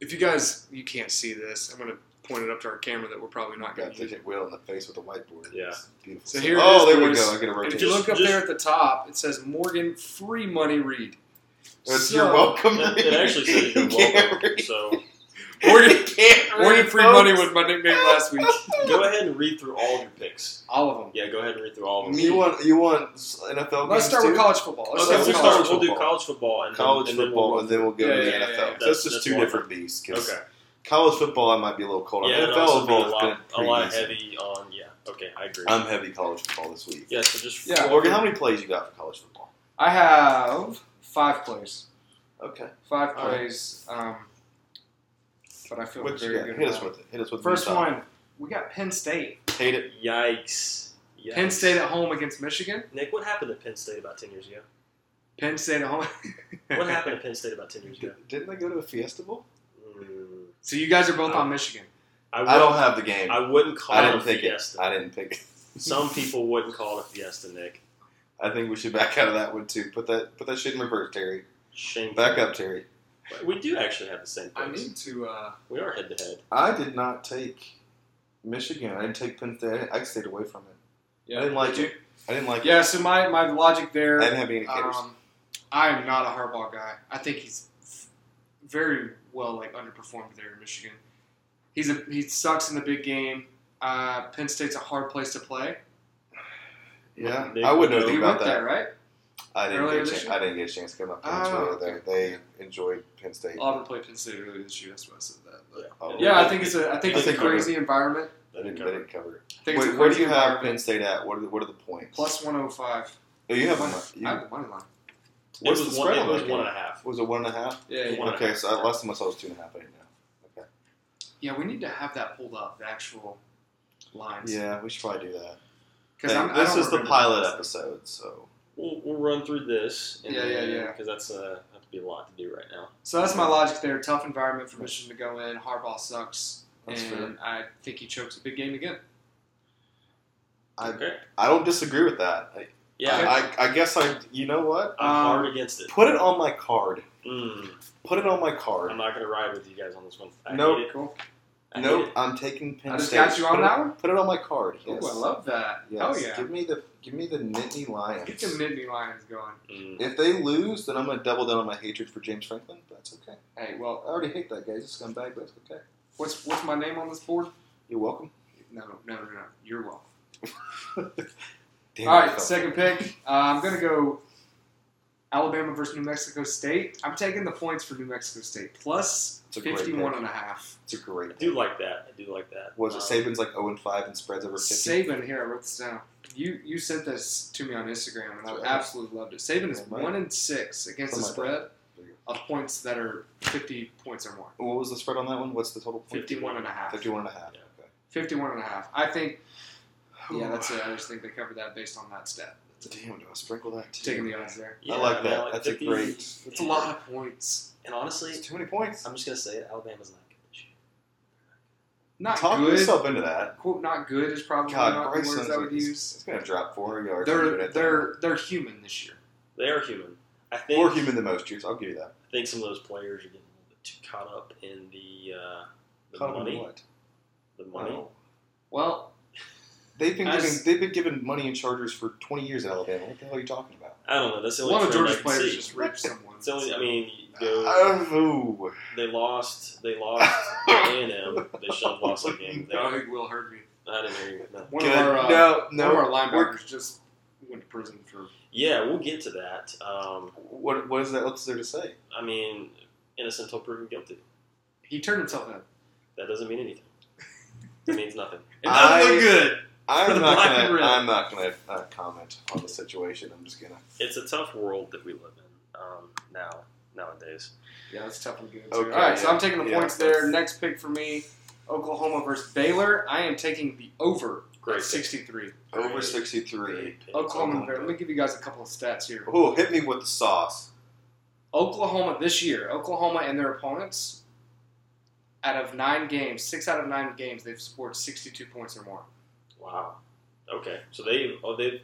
[SPEAKER 1] If you guys you can't see this, I'm gonna point it up to our camera that we're probably not gonna
[SPEAKER 3] got to
[SPEAKER 1] use.
[SPEAKER 3] hit Will in the face with a whiteboard.
[SPEAKER 2] Yeah.
[SPEAKER 3] It's beautiful.
[SPEAKER 1] So here it
[SPEAKER 3] oh,
[SPEAKER 1] is,
[SPEAKER 3] there
[SPEAKER 1] boys.
[SPEAKER 3] we go. I get a
[SPEAKER 1] And
[SPEAKER 3] rotation.
[SPEAKER 1] if you look up
[SPEAKER 2] Just-
[SPEAKER 1] there at the top, it says Morgan Free Money Read.
[SPEAKER 3] That's-
[SPEAKER 1] So-
[SPEAKER 3] you're welcome.
[SPEAKER 2] It, it actually said
[SPEAKER 3] You
[SPEAKER 2] you're
[SPEAKER 3] can't
[SPEAKER 2] welcome.
[SPEAKER 3] read.
[SPEAKER 2] So
[SPEAKER 1] Morgan,
[SPEAKER 3] can't
[SPEAKER 1] Morgan
[SPEAKER 3] read,
[SPEAKER 1] Free Money
[SPEAKER 3] folks.
[SPEAKER 1] was my nickname last week.
[SPEAKER 2] go ahead and read through all of your picks.
[SPEAKER 1] All of them.
[SPEAKER 2] Yeah, go ahead and read through all of them.
[SPEAKER 3] You want you want
[SPEAKER 1] Let's
[SPEAKER 3] NFL games
[SPEAKER 1] start
[SPEAKER 3] too?
[SPEAKER 1] with college football. Let's
[SPEAKER 2] Okay,
[SPEAKER 1] start
[SPEAKER 2] we'll,
[SPEAKER 1] with
[SPEAKER 3] let's
[SPEAKER 1] college.
[SPEAKER 2] start, we'll do college football and
[SPEAKER 3] college
[SPEAKER 2] then, and
[SPEAKER 3] football,
[SPEAKER 2] Then
[SPEAKER 3] and then we'll go
[SPEAKER 1] Yeah,
[SPEAKER 3] to the
[SPEAKER 1] yeah,
[SPEAKER 3] NFL.
[SPEAKER 1] yeah, yeah.
[SPEAKER 3] That's,
[SPEAKER 2] That's-
[SPEAKER 3] just
[SPEAKER 2] that's
[SPEAKER 3] two
[SPEAKER 2] one.
[SPEAKER 3] different beasts.
[SPEAKER 2] we'll,
[SPEAKER 3] 'cause
[SPEAKER 2] okay.
[SPEAKER 3] college football, I might be a little cold on.
[SPEAKER 2] Yeah,
[SPEAKER 3] NFL
[SPEAKER 2] it'll also be a
[SPEAKER 3] football has
[SPEAKER 2] lot,
[SPEAKER 3] been
[SPEAKER 2] a lot
[SPEAKER 3] pretty easy.
[SPEAKER 2] heavy on yeah Okay, I agree.
[SPEAKER 3] I'm heavy college football this week.
[SPEAKER 2] yeah, so just
[SPEAKER 1] Yeah.
[SPEAKER 3] Morgan, how many plays you got for college football?
[SPEAKER 1] I have five plays.
[SPEAKER 3] Okay.
[SPEAKER 1] Five
[SPEAKER 3] All right.
[SPEAKER 1] plays. Um, but I feel
[SPEAKER 3] What you
[SPEAKER 1] very
[SPEAKER 3] got?
[SPEAKER 1] good.
[SPEAKER 3] Hit us
[SPEAKER 1] about
[SPEAKER 3] with it. Hit us with
[SPEAKER 1] it.
[SPEAKER 3] the
[SPEAKER 1] First
[SPEAKER 3] meantime.
[SPEAKER 1] one, we got Penn State.
[SPEAKER 3] Hate it.
[SPEAKER 2] yikes. yikes.
[SPEAKER 1] Penn State at home against Michigan.
[SPEAKER 2] Nick, what happened at Penn State about ten years ago?
[SPEAKER 1] Penn State at home.
[SPEAKER 2] What happened at Penn State about ten years ago?
[SPEAKER 3] Did, didn't they go to a Fiesta Bowl?
[SPEAKER 2] Mm,
[SPEAKER 1] So you guys are both on Michigan.
[SPEAKER 2] I,
[SPEAKER 3] I don't
[SPEAKER 2] wouldn't-
[SPEAKER 3] have the game.
[SPEAKER 2] I wouldn't call
[SPEAKER 3] I
[SPEAKER 2] it
[SPEAKER 3] didn't
[SPEAKER 2] a
[SPEAKER 3] pick it.
[SPEAKER 2] fiesta.
[SPEAKER 3] I didn't pick. It.
[SPEAKER 2] Some people wouldn't call it a fiesta, Nick.
[SPEAKER 3] I think we should back out of that one too. Put that put that shit in reverse, Terry.
[SPEAKER 2] Shameful.
[SPEAKER 3] Back up, Terry.
[SPEAKER 2] We do actually have the same
[SPEAKER 1] I
[SPEAKER 2] picks.
[SPEAKER 1] need to. Uh,
[SPEAKER 2] we are head to head.
[SPEAKER 3] I did not take Michigan. I didn't take Penn State. I stayed away from it. I didn't like it. I didn't like
[SPEAKER 1] Yeah. So my, my logic
[SPEAKER 3] it.
[SPEAKER 1] there.
[SPEAKER 3] I didn't have any indicators.
[SPEAKER 1] Um, I am not a Harbaugh guy. I think he's very well like underperformed there in Michigan. He's a he sucks in the big game. Uh, Penn State's a hard place to play.
[SPEAKER 3] yeah,
[SPEAKER 2] They-
[SPEAKER 3] I wouldn't know
[SPEAKER 2] they
[SPEAKER 1] You
[SPEAKER 3] anything
[SPEAKER 1] went
[SPEAKER 3] about
[SPEAKER 1] there,
[SPEAKER 3] that.
[SPEAKER 1] right?
[SPEAKER 3] I didn't
[SPEAKER 1] earlier
[SPEAKER 3] get.
[SPEAKER 1] this
[SPEAKER 3] A chance,
[SPEAKER 1] year?
[SPEAKER 3] I didn't get a chance to get my parents
[SPEAKER 1] Oh,
[SPEAKER 3] were there. They enjoyed Penn State.
[SPEAKER 1] Auburn played Penn State earlier this year. That's why I said that. But-
[SPEAKER 3] Oh,
[SPEAKER 1] yeah, I think it's a I think
[SPEAKER 3] I
[SPEAKER 1] it's
[SPEAKER 3] think
[SPEAKER 1] a
[SPEAKER 3] we're-
[SPEAKER 1] crazy environment.
[SPEAKER 3] They didn't, they didn't cover
[SPEAKER 1] I
[SPEAKER 3] it.
[SPEAKER 1] think it's
[SPEAKER 3] Where,
[SPEAKER 1] a
[SPEAKER 3] where do
[SPEAKER 1] crazy
[SPEAKER 3] you have
[SPEAKER 1] environment.
[SPEAKER 3] Penn State at? What are the, what are the points?
[SPEAKER 1] plus 105?
[SPEAKER 3] Oh, you have
[SPEAKER 1] One-
[SPEAKER 3] them.
[SPEAKER 1] I
[SPEAKER 3] You,
[SPEAKER 1] have the money line.
[SPEAKER 2] It
[SPEAKER 3] what's the
[SPEAKER 2] was,
[SPEAKER 3] spread
[SPEAKER 2] one, it
[SPEAKER 3] on
[SPEAKER 2] was
[SPEAKER 3] that
[SPEAKER 2] one
[SPEAKER 3] game?
[SPEAKER 2] and a half.
[SPEAKER 3] was it one and a half?
[SPEAKER 1] Yeah,
[SPEAKER 2] yeah.
[SPEAKER 1] yeah.
[SPEAKER 2] One and a
[SPEAKER 3] okay,
[SPEAKER 2] half.
[SPEAKER 3] so I, last time I saw it was two and a half. I didn't know.
[SPEAKER 1] we need to have that pulled up. The actual lines.
[SPEAKER 3] Yeah, we should probably do that.
[SPEAKER 1] Because
[SPEAKER 3] Hey,
[SPEAKER 1] I'm I
[SPEAKER 3] this
[SPEAKER 1] don't
[SPEAKER 3] is the
[SPEAKER 1] remember
[SPEAKER 3] pilot
[SPEAKER 1] this.
[SPEAKER 3] episode, so
[SPEAKER 2] We'll, we'll run through this. And
[SPEAKER 1] Yeah, yeah,
[SPEAKER 2] then,
[SPEAKER 1] yeah.
[SPEAKER 2] Because that's uh, that'd be a lot to do right now.
[SPEAKER 1] So that's my logic there. Tough environment for Michigan to go in. Harbaugh sucks.
[SPEAKER 3] that's
[SPEAKER 1] and
[SPEAKER 3] fair.
[SPEAKER 1] I think he chokes a big game again.
[SPEAKER 3] I-
[SPEAKER 2] okay.
[SPEAKER 3] I don't disagree with that. I,
[SPEAKER 2] Yeah,
[SPEAKER 3] I, I guess I. You know what?
[SPEAKER 2] I, am
[SPEAKER 1] Um,
[SPEAKER 2] hard against it.
[SPEAKER 3] Put it on my card.
[SPEAKER 2] Mm,
[SPEAKER 3] Put it on my card.
[SPEAKER 2] I'm not gonna ride with you guys on this one. I
[SPEAKER 3] Nope.
[SPEAKER 2] hate it.
[SPEAKER 1] Cool.
[SPEAKER 2] I hate
[SPEAKER 3] Nope,
[SPEAKER 2] it.
[SPEAKER 3] I'm taking Penn
[SPEAKER 1] I just
[SPEAKER 3] State.
[SPEAKER 1] got you on
[SPEAKER 3] put
[SPEAKER 1] that
[SPEAKER 3] it,
[SPEAKER 1] one.
[SPEAKER 3] Put it on my card. Yes.
[SPEAKER 1] Ooh, I love that.
[SPEAKER 3] Yes.
[SPEAKER 1] Oh yeah.
[SPEAKER 3] Give me the give me the Nittany Lions.
[SPEAKER 1] Get the Midney Lions going.
[SPEAKER 2] Mm,
[SPEAKER 3] if they lose, then I'm gonna double down on my hatred for James Franklin. But that's okay.
[SPEAKER 1] Hey,
[SPEAKER 3] I
[SPEAKER 1] well,
[SPEAKER 3] already hate that guy. He's a scumbag, but it's okay.
[SPEAKER 1] what's what's my name on this board?
[SPEAKER 3] You're welcome.
[SPEAKER 1] No, no, no, no. You're welcome.
[SPEAKER 3] Damn
[SPEAKER 1] All
[SPEAKER 3] it,
[SPEAKER 1] right, second pick. Uh, I'm gonna go Alabama versus New Mexico State. I'm taking the points for New Mexico State plus
[SPEAKER 3] It's a great
[SPEAKER 1] 51 and a half.
[SPEAKER 3] It's a great.
[SPEAKER 2] I do like that. I do like that.
[SPEAKER 3] Was it
[SPEAKER 2] Um,
[SPEAKER 3] Saban's like 0 and 5 and spreads over 50?
[SPEAKER 1] Saban here. I wrote this down. You you sent this to me on Instagram, and I
[SPEAKER 3] That's right.
[SPEAKER 1] absolutely loved it. Saban is
[SPEAKER 3] That's right.
[SPEAKER 1] one and six against the
[SPEAKER 3] Something like
[SPEAKER 1] spread
[SPEAKER 3] There you
[SPEAKER 1] of points that are 50 points or more.
[SPEAKER 3] What was the spread on that one? What's the total point?
[SPEAKER 1] 51 and a half.
[SPEAKER 3] 51 and a half.
[SPEAKER 2] Yeah.
[SPEAKER 3] Okay.
[SPEAKER 1] 51 and a half. I think, yeah, that's it. I just think they covered that based on that stat.
[SPEAKER 3] Damn, do I sprinkle that too?
[SPEAKER 1] Taking the odds there.
[SPEAKER 2] Yeah,
[SPEAKER 3] I like
[SPEAKER 2] mean,
[SPEAKER 3] that. that's a
[SPEAKER 2] 50.
[SPEAKER 3] great.
[SPEAKER 1] It's a lot of points.
[SPEAKER 2] And honestly,
[SPEAKER 3] It's too many points.
[SPEAKER 2] I'm just gonna say it. Alabama's not good this year.
[SPEAKER 1] Not
[SPEAKER 3] Talk
[SPEAKER 1] good.
[SPEAKER 3] yourself into that.
[SPEAKER 1] Quote, not good is probably
[SPEAKER 3] God,
[SPEAKER 1] not the words
[SPEAKER 3] Bryson's
[SPEAKER 1] I would use.
[SPEAKER 3] it's going to drop 400 yards. in a
[SPEAKER 1] They're
[SPEAKER 3] minute.
[SPEAKER 1] they're they're human this year.
[SPEAKER 2] They are human. I think.
[SPEAKER 3] more human than most Jews. I'll give you that.
[SPEAKER 2] I think some of those players are getting a little bit too caught up in the uh, the
[SPEAKER 3] Caught up in
[SPEAKER 2] money.
[SPEAKER 3] what?
[SPEAKER 2] The money.
[SPEAKER 3] Oh.
[SPEAKER 1] Well,
[SPEAKER 3] They've been
[SPEAKER 1] I
[SPEAKER 3] giving
[SPEAKER 1] s-
[SPEAKER 3] they've been giving money in Chargers for 20 years at Alabama. What the hell are you talking about?
[SPEAKER 2] I don't know. That's the only
[SPEAKER 1] one of
[SPEAKER 2] trend I
[SPEAKER 1] Georgia's
[SPEAKER 2] can
[SPEAKER 1] players
[SPEAKER 2] see.
[SPEAKER 1] just raped someone.
[SPEAKER 2] It's only. I mean, you go.
[SPEAKER 3] Uh, ooh.
[SPEAKER 2] They lost. They lost. A and M. They should have lost that game. They,
[SPEAKER 1] I
[SPEAKER 2] I
[SPEAKER 1] think Will heard me.
[SPEAKER 2] didn't hear you. No.
[SPEAKER 1] One
[SPEAKER 3] Good.
[SPEAKER 1] of our uh,
[SPEAKER 3] no,
[SPEAKER 1] one of
[SPEAKER 3] no.
[SPEAKER 1] our linebackers just went to prison for.
[SPEAKER 2] Yeah, we'll get to that. Um,
[SPEAKER 3] What what is that? What's there to say?
[SPEAKER 2] I mean, innocent until proven guilty.
[SPEAKER 1] He turned himself in.
[SPEAKER 2] That doesn't mean anything. It means nothing.
[SPEAKER 1] It doesn't
[SPEAKER 3] I-
[SPEAKER 1] look good. For the
[SPEAKER 3] I'm not
[SPEAKER 1] black and
[SPEAKER 3] gonna.
[SPEAKER 1] red.
[SPEAKER 3] I'm not gonna uh, comment on the situation. I'm just gonna.
[SPEAKER 2] It's a tough world that we live in um, now nowadays.
[SPEAKER 1] Yeah, that's tough and good.
[SPEAKER 3] Okay,
[SPEAKER 1] All right, so
[SPEAKER 3] yeah.
[SPEAKER 1] I'm taking the
[SPEAKER 3] Yeah,
[SPEAKER 1] points
[SPEAKER 3] that's-
[SPEAKER 1] there. Next pick for me, Oklahoma versus Baylor. I am taking the over
[SPEAKER 2] Great
[SPEAKER 1] at
[SPEAKER 2] pick.
[SPEAKER 1] 63.
[SPEAKER 3] Over
[SPEAKER 2] Great.
[SPEAKER 3] 63.
[SPEAKER 1] Oklahoma.
[SPEAKER 3] Oklahoma.
[SPEAKER 1] Let me give you guys a couple of stats here.
[SPEAKER 3] Oh, hit me with the sauce.
[SPEAKER 1] Oklahoma this year, Oklahoma and their opponents, out of nine games, six out of nine games, they've scored 62 points or more.
[SPEAKER 2] Wow. Okay. So they oh they've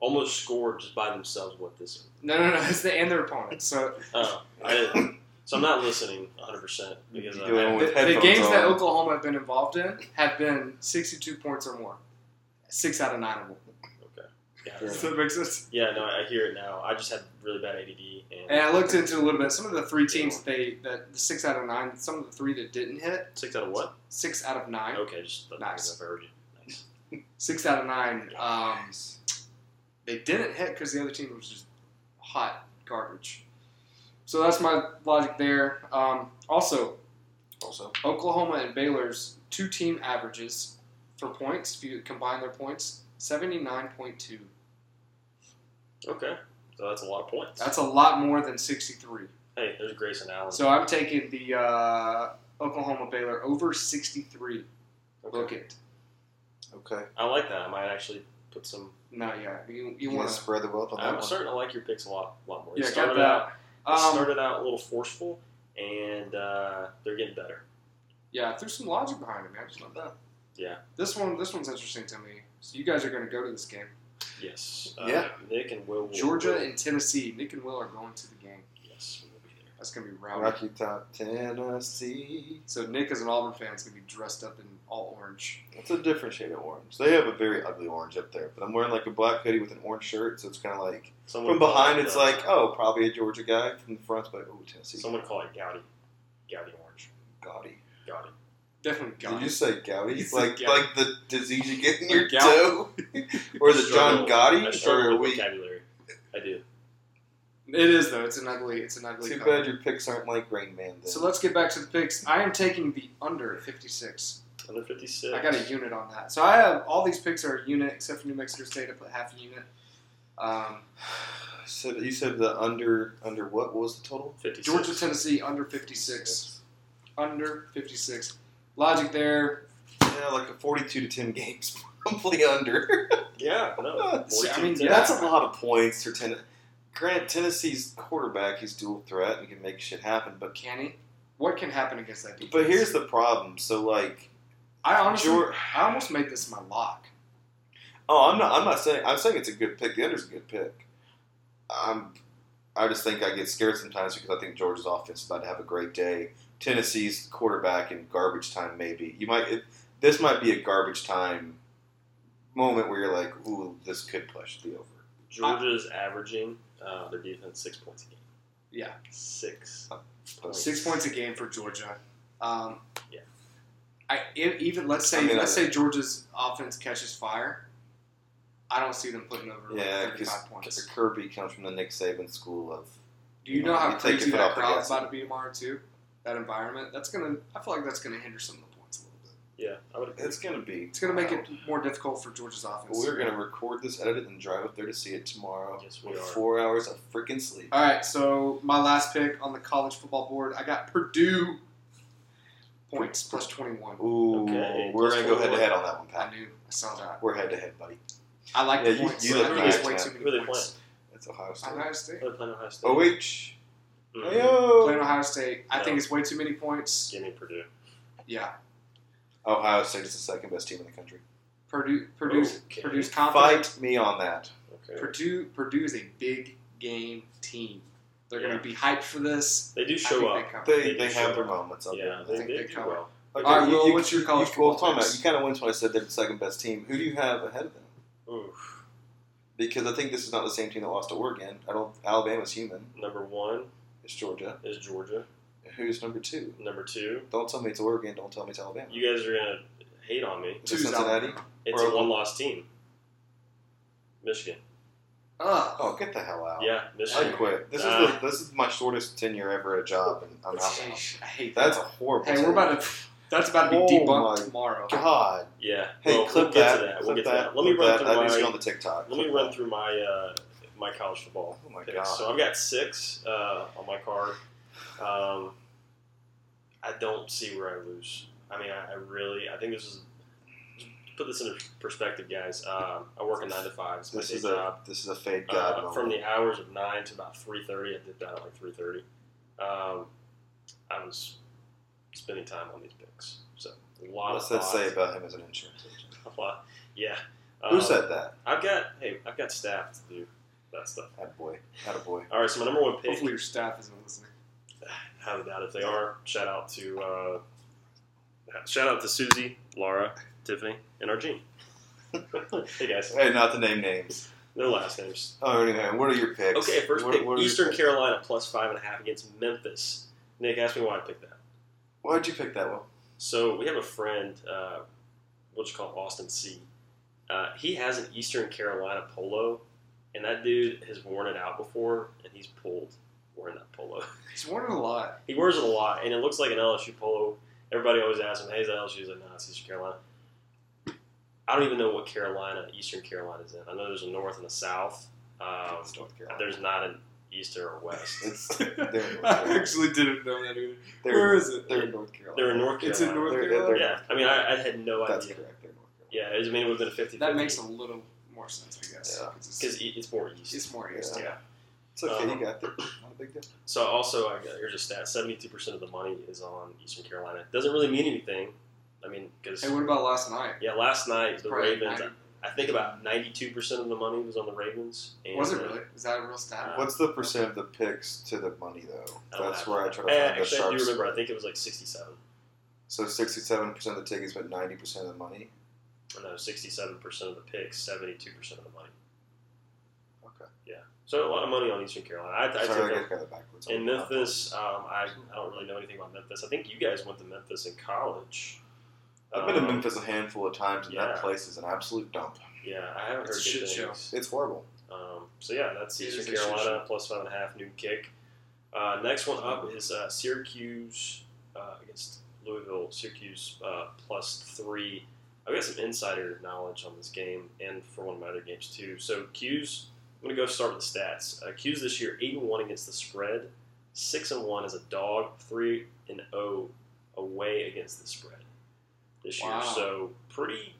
[SPEAKER 2] almost scored just by themselves with this.
[SPEAKER 1] No, no, no, it's the and their opponents. So
[SPEAKER 2] Oh, I, so I'm not listening 100 percent because
[SPEAKER 3] You're doing
[SPEAKER 2] I,
[SPEAKER 1] the,
[SPEAKER 3] it with
[SPEAKER 1] the
[SPEAKER 3] headphones
[SPEAKER 1] games that
[SPEAKER 3] on.
[SPEAKER 1] Oklahoma have been involved in have been 62 points or more. Six out of nine of them.
[SPEAKER 2] okay. Yeah,
[SPEAKER 3] Fair
[SPEAKER 1] Does
[SPEAKER 2] so-
[SPEAKER 1] that make sense?
[SPEAKER 2] yeah. No, I hear it now. I just had really bad ADD and,
[SPEAKER 1] And I looked into a little bit. Some of the three teams they that the six out of nine, some of the three that didn't hit,
[SPEAKER 2] six out of what?
[SPEAKER 1] six out of
[SPEAKER 3] Oh.
[SPEAKER 1] nine,
[SPEAKER 2] Okay, just the
[SPEAKER 1] Nice.
[SPEAKER 2] I've heard you. Nice.
[SPEAKER 1] six out of nine. Um, they didn't hit because the other team was just hot garbage. So that's my logic there. Um, also,
[SPEAKER 3] Also,
[SPEAKER 1] Oklahoma and Baylor's two team averages for points. If you combine their points, seventy nine point two.
[SPEAKER 2] Okay. So that's a lot of points.
[SPEAKER 1] That's a lot more than sixty three.
[SPEAKER 2] hey, there's Grayson Allen.
[SPEAKER 1] So I'm taking the uh, Oklahoma Baylor over sixty three.
[SPEAKER 2] Okay.
[SPEAKER 1] Book it.
[SPEAKER 3] Okay.
[SPEAKER 2] I like that. I might actually put some.
[SPEAKER 1] Not yet. You,
[SPEAKER 3] You,
[SPEAKER 1] you
[SPEAKER 3] want
[SPEAKER 1] want
[SPEAKER 3] to
[SPEAKER 1] to?
[SPEAKER 3] spread the wealth on Oh, that
[SPEAKER 2] I'm
[SPEAKER 3] one?
[SPEAKER 2] starting to like your picks a lot, lot more. They
[SPEAKER 1] Yeah, got
[SPEAKER 2] started
[SPEAKER 1] that.
[SPEAKER 2] Out, they
[SPEAKER 1] Um,
[SPEAKER 2] started out a little forceful, and uh, they're getting better.
[SPEAKER 1] yeah, I threw some logic behind it, man. I just love that.
[SPEAKER 2] Yeah.
[SPEAKER 1] This one, this one's interesting to me. So you guys are going to go to this game.
[SPEAKER 2] Yes.
[SPEAKER 3] Yeah.
[SPEAKER 2] Uh, Nick and Will. will
[SPEAKER 1] Georgia
[SPEAKER 2] will-
[SPEAKER 1] and Tennessee. Nick and Will are going to the game.
[SPEAKER 2] yes, we will be there.
[SPEAKER 1] That's going to be rowdy.
[SPEAKER 3] Rocky Top, Tennessee.
[SPEAKER 1] So Nick, as an Auburn fan, is going to be dressed up in all orange.
[SPEAKER 3] It's a different shade of orange. They have a very ugly orange up there, but I'm wearing like a black hoodie with an orange shirt, so it's kind of like
[SPEAKER 2] Someone
[SPEAKER 3] from
[SPEAKER 2] call
[SPEAKER 3] behind.
[SPEAKER 2] it,
[SPEAKER 3] It's
[SPEAKER 2] uh,
[SPEAKER 3] like oh, probably a Georgia guy. From the front, it's like oh, Tennessee.
[SPEAKER 2] someone call it Gowdy. Gowdy orange.
[SPEAKER 3] gaudy.
[SPEAKER 2] Gowdy.
[SPEAKER 1] Definitely
[SPEAKER 3] Did you
[SPEAKER 1] Gotti.
[SPEAKER 3] say gouty?
[SPEAKER 1] You said
[SPEAKER 3] Like
[SPEAKER 1] gouty.
[SPEAKER 3] like the disease you get in your
[SPEAKER 2] Gout.
[SPEAKER 3] toe, or the John
[SPEAKER 2] Struggle- I
[SPEAKER 3] Gotti,
[SPEAKER 2] struggle
[SPEAKER 3] or are
[SPEAKER 2] with
[SPEAKER 3] we?
[SPEAKER 2] vocabulary. I do.
[SPEAKER 1] It is though. It's an ugly. It's an ugly.
[SPEAKER 3] Too
[SPEAKER 1] color.
[SPEAKER 3] bad your picks aren't like Rain Man. Then.
[SPEAKER 1] So let's get back to the picks. I am taking the under at 56.
[SPEAKER 2] Under 56.
[SPEAKER 1] I got a unit on that. So I have all these picks are a unit except for New Mexico State. I put half a unit. Um,
[SPEAKER 3] So you said the under under what, what was the total?
[SPEAKER 2] 56.
[SPEAKER 1] Georgia, Tennessee, under 56. Under 56. Logic there.
[SPEAKER 3] Yeah, like a forty-two to ten games, probably under.
[SPEAKER 2] Yeah, no.
[SPEAKER 1] See, I
[SPEAKER 2] 42,
[SPEAKER 1] mean,
[SPEAKER 2] 10.
[SPEAKER 1] Yeah.
[SPEAKER 3] That's a lot of points for ten. Grant Tennessee's quarterback, he's dual threat and can make shit happen, but
[SPEAKER 1] Can he? What can happen against that defense?
[SPEAKER 3] but here's the problem. So like,
[SPEAKER 1] I honestly,
[SPEAKER 3] Geor-
[SPEAKER 1] I almost made this my lock.
[SPEAKER 3] oh, I'm not. I'm not saying. I'm saying it's a good pick. The under's a good pick. I'm. I just think I get scared sometimes because I think Georgia's offense is about to have a great day. Tennessee's quarterback in garbage time, maybe. You might. It, this might be a garbage time moment where you're like, ooh, this could push the over.
[SPEAKER 2] Georgia is averaging uh, their defense six points a game.
[SPEAKER 1] Yeah.
[SPEAKER 2] Six.
[SPEAKER 3] Uh, Points.
[SPEAKER 1] Six points a game for Georgia. Um,
[SPEAKER 2] Yeah.
[SPEAKER 1] I if, even let's say
[SPEAKER 3] I mean,
[SPEAKER 1] let's
[SPEAKER 3] I-
[SPEAKER 1] say Georgia's offense catches fire. I don't see them putting over like
[SPEAKER 3] Yeah,
[SPEAKER 1] 35
[SPEAKER 3] Mr.
[SPEAKER 1] points.
[SPEAKER 3] Kirby comes from the Nick Saban school of.
[SPEAKER 1] Do you know how
[SPEAKER 3] you take
[SPEAKER 1] crazy
[SPEAKER 3] your foot
[SPEAKER 1] that
[SPEAKER 3] off the
[SPEAKER 1] crowd's
[SPEAKER 3] gas.
[SPEAKER 1] about to be tomorrow too? That environment. That's gonna. I feel like that's gonna hinder some of the points a little bit.
[SPEAKER 2] Yeah, I would agree.
[SPEAKER 3] It's gonna be.
[SPEAKER 1] It's gonna make it more difficult for Georgia's offense.
[SPEAKER 3] We're gonna record this, edit it, and drive up there to see it tomorrow.
[SPEAKER 2] Yes, we
[SPEAKER 3] With
[SPEAKER 2] are.
[SPEAKER 3] four hours of freaking sleep.
[SPEAKER 1] All right, so my last pick on the college football board, I got Purdue points plus 21.
[SPEAKER 3] Ooh,
[SPEAKER 2] Okay,
[SPEAKER 3] we're
[SPEAKER 2] plus
[SPEAKER 3] gonna go head to
[SPEAKER 2] four.
[SPEAKER 3] head on that one,
[SPEAKER 1] I
[SPEAKER 3] Pat.
[SPEAKER 1] knew. I saw that.
[SPEAKER 3] We're head to head, buddy.
[SPEAKER 1] I like
[SPEAKER 3] Yeah,
[SPEAKER 1] the
[SPEAKER 3] you-
[SPEAKER 1] points.
[SPEAKER 3] you
[SPEAKER 1] but I
[SPEAKER 3] look
[SPEAKER 1] think it's
[SPEAKER 3] nice,
[SPEAKER 1] way
[SPEAKER 3] man.
[SPEAKER 1] too many
[SPEAKER 2] Who are they
[SPEAKER 1] points.
[SPEAKER 3] That's Ohio State.
[SPEAKER 1] Ohio State.
[SPEAKER 2] They're playing Ohio State.
[SPEAKER 3] Oh wait.
[SPEAKER 2] Mm.
[SPEAKER 1] Playing
[SPEAKER 3] Ayo.
[SPEAKER 1] Ohio State. I
[SPEAKER 2] No.
[SPEAKER 1] think it's way too many points.
[SPEAKER 2] Give me Purdue.
[SPEAKER 1] Yeah.
[SPEAKER 3] Ohio State is the second best team in the country.
[SPEAKER 1] Purdue Purdue's
[SPEAKER 2] Okay.
[SPEAKER 1] Purdue's confident.
[SPEAKER 3] Fight me on that.
[SPEAKER 2] Okay.
[SPEAKER 1] Purdue Purdue is a big game team. They're
[SPEAKER 2] Yeah.
[SPEAKER 1] gonna be hyped for this.
[SPEAKER 2] They do
[SPEAKER 1] I think
[SPEAKER 2] show
[SPEAKER 1] they
[SPEAKER 2] up.
[SPEAKER 1] cover.
[SPEAKER 3] They,
[SPEAKER 2] They
[SPEAKER 3] they
[SPEAKER 2] do
[SPEAKER 3] have
[SPEAKER 2] show
[SPEAKER 3] their
[SPEAKER 2] up.
[SPEAKER 3] moments. Up
[SPEAKER 2] Yeah,
[SPEAKER 3] there.
[SPEAKER 2] they,
[SPEAKER 1] think
[SPEAKER 2] they,
[SPEAKER 1] they
[SPEAKER 2] do
[SPEAKER 1] cover.
[SPEAKER 2] well.
[SPEAKER 1] All right, Will, what's your college
[SPEAKER 3] you,
[SPEAKER 1] football
[SPEAKER 3] well, time out.
[SPEAKER 1] picks?
[SPEAKER 3] You kind of went when I said they're the second best team. Who do you have ahead of them?
[SPEAKER 2] Oof.
[SPEAKER 3] Because I think this is not the same team that lost to Oregon. I don't. Alabama's human.
[SPEAKER 2] Number one
[SPEAKER 3] It's Georgia.
[SPEAKER 2] is Georgia.
[SPEAKER 3] Who's number two?
[SPEAKER 2] Number two,
[SPEAKER 3] Don't tell me it's Oregon. Don't tell me it's Alabama.
[SPEAKER 2] you guys are gonna hate on me.
[SPEAKER 3] Is it
[SPEAKER 1] Two's out.
[SPEAKER 3] Cincinnati?
[SPEAKER 2] It's
[SPEAKER 3] Or-
[SPEAKER 2] a one-loss team. Michigan.
[SPEAKER 1] Ugh.
[SPEAKER 3] Oh, get the hell out!
[SPEAKER 2] Yeah,
[SPEAKER 3] I
[SPEAKER 2] Michigan.
[SPEAKER 3] quit. This is
[SPEAKER 2] Uh.
[SPEAKER 3] the, this is my shortest tenure ever at a job, and I'm out.
[SPEAKER 1] I
[SPEAKER 3] now.
[SPEAKER 1] hate that.
[SPEAKER 3] That's a horrible.
[SPEAKER 1] Hey, we're about to. That's about to be
[SPEAKER 3] Oh
[SPEAKER 1] debunked
[SPEAKER 3] my
[SPEAKER 1] tomorrow.
[SPEAKER 3] God.
[SPEAKER 2] Yeah.
[SPEAKER 3] Hey,
[SPEAKER 2] well, we'll
[SPEAKER 3] clip that.
[SPEAKER 2] Get to that. We'll
[SPEAKER 3] clip
[SPEAKER 2] get to that. Let me
[SPEAKER 3] clip
[SPEAKER 2] run
[SPEAKER 3] that.
[SPEAKER 2] through
[SPEAKER 3] That needs to go
[SPEAKER 2] my.
[SPEAKER 3] on the TikTok.
[SPEAKER 2] Let me
[SPEAKER 3] Clip
[SPEAKER 2] run
[SPEAKER 3] that.
[SPEAKER 2] through my uh, my college football.
[SPEAKER 3] Oh my
[SPEAKER 2] Okay,
[SPEAKER 3] God.
[SPEAKER 2] So I've got six uh, on my card. Um, I don't see where I lose. I mean, I, I really, I think this is. Put this into perspective, guys. Um, I work a nine to five. It's my
[SPEAKER 3] This
[SPEAKER 2] day
[SPEAKER 3] is
[SPEAKER 2] job.
[SPEAKER 3] a this is a fade god
[SPEAKER 2] Uh,
[SPEAKER 3] moment.
[SPEAKER 2] from the hours of nine to about three thirty. I did that at like three thirty. Um, I was spending time on these picks, so a lot
[SPEAKER 3] What's
[SPEAKER 2] of
[SPEAKER 3] that
[SPEAKER 2] thought.
[SPEAKER 3] say about him as an insurance agent?
[SPEAKER 2] A lot, yeah.
[SPEAKER 3] Who
[SPEAKER 2] Um,
[SPEAKER 3] said that?
[SPEAKER 2] I've got hey, I've got staff to do that stuff.
[SPEAKER 3] That boy. That boy.
[SPEAKER 2] All right, so my number one pick.
[SPEAKER 1] Hopefully your staff isn't listening.
[SPEAKER 2] Have a doubt if they are. Shout out to uh, shout out to Susie, Laura, Tiffany, and our Gene. hey guys,
[SPEAKER 3] Hey, not to name names.
[SPEAKER 2] no last names.
[SPEAKER 3] Oh, anyway, what are your picks?
[SPEAKER 2] Okay, first
[SPEAKER 3] What-
[SPEAKER 2] pick
[SPEAKER 3] what are your
[SPEAKER 2] Eastern
[SPEAKER 3] picks?
[SPEAKER 2] Carolina plus five and a half against Memphis. Nick, ask me why I picked that.
[SPEAKER 3] Why'd you pick that one?
[SPEAKER 2] So we have a friend, uh, what you call it, Austin C. Uh, he has an Eastern Carolina polo, and that dude has worn it out before, and he's pulled wearing that polo.
[SPEAKER 1] He's worn it a lot.
[SPEAKER 2] He wears it a lot, and it looks like an LSU polo. Everybody always asks him, "Hey, is that LSU?" He's like, "No, it's Eastern Carolina." I don't even know what Carolina, Eastern Carolina is in. I know there's a north and a south. Um,
[SPEAKER 3] It's North Carolina.
[SPEAKER 2] there's not an east or a west.
[SPEAKER 3] It's, they're,
[SPEAKER 1] I actually didn't know that either.
[SPEAKER 3] they're,
[SPEAKER 1] Where is it?
[SPEAKER 3] They're in North Carolina.
[SPEAKER 2] They're in North Carolina.
[SPEAKER 1] It's in North
[SPEAKER 3] They're-
[SPEAKER 1] Carolina.
[SPEAKER 3] they're-
[SPEAKER 2] Yeah, I mean, I, I had no
[SPEAKER 3] That's
[SPEAKER 2] idea.
[SPEAKER 3] correct. They're North Carolina.
[SPEAKER 2] Yeah, it was, I mean, it would have been a 50
[SPEAKER 1] That makes a little more sense, I guess.
[SPEAKER 3] Yeah.
[SPEAKER 1] 'cause
[SPEAKER 2] because e, it's more
[SPEAKER 1] it's,
[SPEAKER 2] east.
[SPEAKER 1] it's more
[SPEAKER 3] Yeah.
[SPEAKER 1] east.
[SPEAKER 2] yeah.
[SPEAKER 3] It's okay.
[SPEAKER 2] Um,
[SPEAKER 3] you got that. Not a big deal.
[SPEAKER 2] So also, I got, here's a stat: seventy-two percent of the money is on Eastern Carolina. Doesn't really mean anything. I mean, because
[SPEAKER 1] Hey, what about last night?
[SPEAKER 2] yeah, last night the
[SPEAKER 1] Probably
[SPEAKER 2] Ravens.
[SPEAKER 1] 90
[SPEAKER 2] I think about ninety-two percent of the money was on the Ravens. And,
[SPEAKER 1] was it
[SPEAKER 2] uh,
[SPEAKER 1] really? Is that a real stat?
[SPEAKER 2] Uh,
[SPEAKER 3] What's the percent of the picks to the money though?
[SPEAKER 2] I don't
[SPEAKER 3] That's
[SPEAKER 2] know.
[SPEAKER 3] where I try to
[SPEAKER 2] Eh,
[SPEAKER 3] find the
[SPEAKER 2] actually, I
[SPEAKER 3] sharp.
[SPEAKER 2] do remember. I
[SPEAKER 3] split.
[SPEAKER 2] think it was like sixty-seven.
[SPEAKER 3] So sixty-seven percent of the tickets, but ninety percent of the money.
[SPEAKER 2] No, sixty-seven percent of the picks, seventy-two percent of the money.
[SPEAKER 3] Okay.
[SPEAKER 2] So a lot of money on Eastern Carolina. I, I took them-
[SPEAKER 3] Sorry, I just got it backwards.
[SPEAKER 2] in Memphis. Um, I, I don't really know anything about Memphis. I think you guys went to Memphis in college.
[SPEAKER 3] I've been to
[SPEAKER 2] Um,
[SPEAKER 3] Memphis a handful of times, and
[SPEAKER 2] yeah.
[SPEAKER 3] that place is an absolute dump.
[SPEAKER 2] Yeah, I haven't
[SPEAKER 1] It's a
[SPEAKER 2] heard
[SPEAKER 1] shit
[SPEAKER 2] good
[SPEAKER 1] show.
[SPEAKER 2] things.
[SPEAKER 3] It's horrible.
[SPEAKER 2] Um, so yeah, that's
[SPEAKER 1] It is
[SPEAKER 2] Eastern
[SPEAKER 1] a shit
[SPEAKER 2] Carolina
[SPEAKER 1] show.
[SPEAKER 2] plus five and a half new kick. Uh, next one up is uh, Syracuse uh, against Louisville. Syracuse uh, plus three. I've got some insider knowledge on this game and for one of my other games too. So Q's, I'm gonna go start with the stats. Uh, Q's this year eight and one against the spread, six and one as a dog, three and zero away against the spread this year.
[SPEAKER 1] Wow.
[SPEAKER 2] So pretty,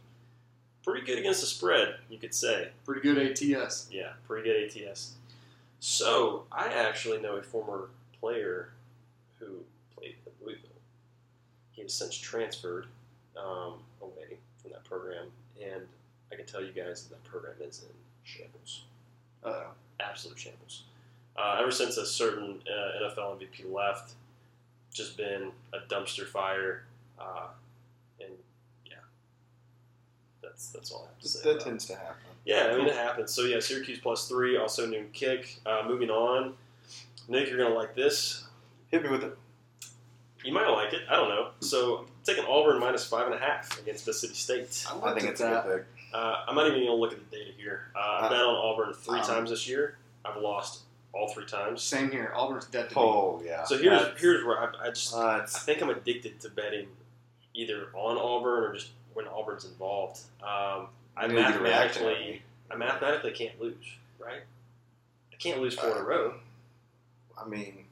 [SPEAKER 2] pretty good against the spread, you could say.
[SPEAKER 1] Pretty good ATS.
[SPEAKER 2] Yeah, pretty good ATS. So I actually know a former player who played at Louisville. He has since transferred um, away from that program, and I can tell you guys that that program is in shambles,
[SPEAKER 1] Uh,
[SPEAKER 2] absolute shambles. Uh, ever since a certain uh, NFL MVP left, just been a dumpster fire, uh, and yeah, that's that's all I have to say.
[SPEAKER 3] That
[SPEAKER 2] about it.
[SPEAKER 3] tends to happen.
[SPEAKER 2] Yeah, I mean, it happens. So, yeah, Syracuse plus three, also noon kick. Uh, moving on. Nick, you're going to like this.
[SPEAKER 3] Hit me with it.
[SPEAKER 2] You might like it. I don't know. So, I'm taking Auburn minus five and a half against Mississippi State.
[SPEAKER 1] I, looked
[SPEAKER 3] I think
[SPEAKER 1] at
[SPEAKER 3] it's
[SPEAKER 1] that.
[SPEAKER 3] a good pick.
[SPEAKER 2] Uh, I'm not even going to look at the data here. Uh, I've
[SPEAKER 3] Uh,
[SPEAKER 2] bet on Auburn three
[SPEAKER 3] um,
[SPEAKER 2] times this year. I've lost all three times.
[SPEAKER 1] Same here. Auburn's dead to me.
[SPEAKER 3] Oh yeah.
[SPEAKER 2] So, here's,
[SPEAKER 3] That's-
[SPEAKER 2] here's where I, I just
[SPEAKER 3] uh,
[SPEAKER 2] I
[SPEAKER 3] it's-
[SPEAKER 2] think I'm addicted to betting either on Auburn or just when Auburn's involved. Um, I
[SPEAKER 3] you need to react to that.
[SPEAKER 2] mathematically, I mathematically can't lose, right? I can't lose
[SPEAKER 3] Uh,
[SPEAKER 2] four in a row.
[SPEAKER 3] I mean,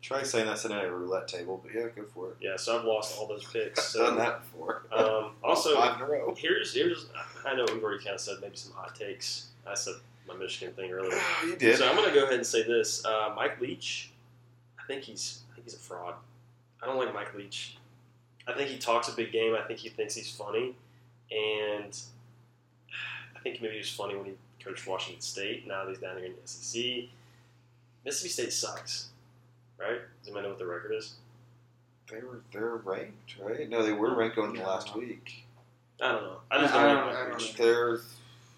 [SPEAKER 3] try saying that's at a roulette table, but yeah, go for it.
[SPEAKER 2] Yeah, so I've lost all those picks.
[SPEAKER 3] Done
[SPEAKER 2] So,
[SPEAKER 3] that before.
[SPEAKER 2] um, also,
[SPEAKER 3] five in a row.
[SPEAKER 2] here's here's I know we've already kind of said maybe some hot takes. I said my Michigan thing earlier,
[SPEAKER 3] you did.
[SPEAKER 2] so I'm going to go ahead and say this: uh, Mike Leach, I think he's I think he's a fraud. I don't like Mike Leach. I think he talks a big game. I think he thinks he's funny, and I think maybe he was funny when he coached Washington State. Now that he's down here in the SEC, Mississippi State sucks, right? Does anybody know what the record is?
[SPEAKER 3] They were they're ranked, right? No, they were ranked going into
[SPEAKER 1] Yeah.
[SPEAKER 3] last week.
[SPEAKER 2] I don't know. I just
[SPEAKER 1] I- I
[SPEAKER 2] don't,
[SPEAKER 1] don't-
[SPEAKER 2] like
[SPEAKER 1] I
[SPEAKER 2] Mike
[SPEAKER 1] don't
[SPEAKER 2] Leach.
[SPEAKER 1] know.
[SPEAKER 3] They're,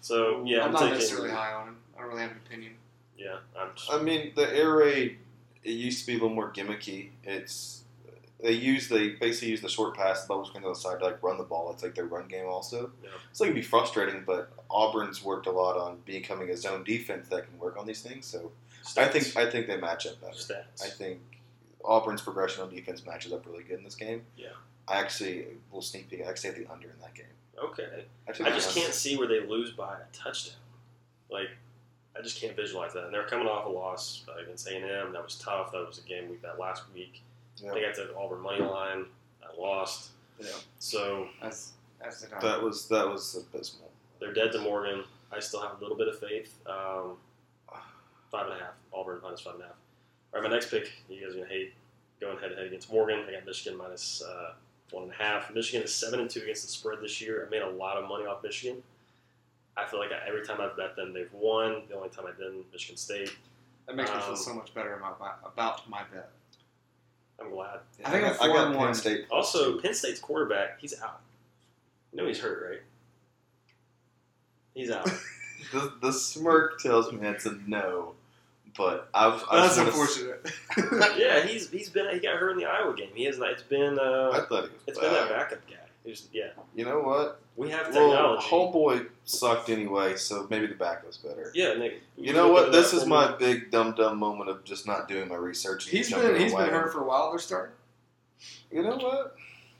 [SPEAKER 2] So yeah,
[SPEAKER 1] I'm,
[SPEAKER 2] I'm,
[SPEAKER 1] not
[SPEAKER 2] taking.
[SPEAKER 1] necessarily high on him. I don't really have an opinion.
[SPEAKER 2] Yeah, I'm just,
[SPEAKER 3] I mean, the air raid. It used to be a little more gimmicky. It's they use they basically use the short pass, the bubbles going to the side to like run the ball. It's like their run game also.
[SPEAKER 2] Yeah.
[SPEAKER 3] So it can be frustrating, but Auburn's worked a lot on becoming a zone defense that can work on these things. So I think I think they match up better.
[SPEAKER 2] stats.
[SPEAKER 3] I think Auburn's progression on defense matches up really good in this game.
[SPEAKER 2] Yeah.
[SPEAKER 3] I actually will sneak peek. I actually have the under in that game.
[SPEAKER 2] okay,
[SPEAKER 3] took
[SPEAKER 2] I
[SPEAKER 3] the
[SPEAKER 2] just
[SPEAKER 3] under.
[SPEAKER 2] can't see where they lose by a touchdown. Like, I just can't visualize that. And they're coming off a loss uh, against A and M. That was tough. That was a game we bet last week.
[SPEAKER 3] Yeah.
[SPEAKER 2] I think I took Auburn money line. I lost.
[SPEAKER 3] Yeah.
[SPEAKER 2] So
[SPEAKER 1] That's that's the
[SPEAKER 3] That was that was abysmal.
[SPEAKER 2] they're dead to Morgan. I still have a little bit of faith. Um, five and a half. Auburn minus five and a half. All right, my next pick. You guys are gonna hate going head to head against Morgan. I got Michigan minus uh, one and a half. Michigan is seven and two against the spread this year. I made a lot of money off Michigan. I feel like I, every time I've bet them, they've won. The only time I didn't, Michigan State.
[SPEAKER 1] That makes me
[SPEAKER 2] Um,
[SPEAKER 1] feel so much better about my, about my bet.
[SPEAKER 2] I'm glad.
[SPEAKER 1] I think
[SPEAKER 3] I
[SPEAKER 1] I'm
[SPEAKER 3] got, I got
[SPEAKER 1] four and
[SPEAKER 3] Penn
[SPEAKER 1] one.
[SPEAKER 3] State. plus
[SPEAKER 2] Also,
[SPEAKER 3] two.
[SPEAKER 2] Penn State's quarterback, he's out. No, he's hurt, right? He's out.
[SPEAKER 3] the, the smirk tells me it's a no, but I've I
[SPEAKER 1] That's
[SPEAKER 3] just wanna s-
[SPEAKER 1] unfortunate.
[SPEAKER 2] yeah, he's he's been he got hurt in the Iowa game. He has not. It's been
[SPEAKER 3] I
[SPEAKER 2] uh,
[SPEAKER 3] thought it was
[SPEAKER 2] it's
[SPEAKER 3] bad.
[SPEAKER 2] been that backup guy. Who's yeah.
[SPEAKER 3] You know what?
[SPEAKER 2] We have
[SPEAKER 3] Well,
[SPEAKER 2] technology.
[SPEAKER 3] homeboy sucked anyway, so maybe the backup's better.
[SPEAKER 2] yeah, Nick.
[SPEAKER 3] You know what? This
[SPEAKER 2] That
[SPEAKER 3] is
[SPEAKER 2] woman-
[SPEAKER 3] my big dumb dumb moment of just not doing my research. and
[SPEAKER 1] he's
[SPEAKER 3] jumping
[SPEAKER 1] been he's
[SPEAKER 3] away.
[SPEAKER 1] been hurt for a while. They're starting.
[SPEAKER 3] You know what?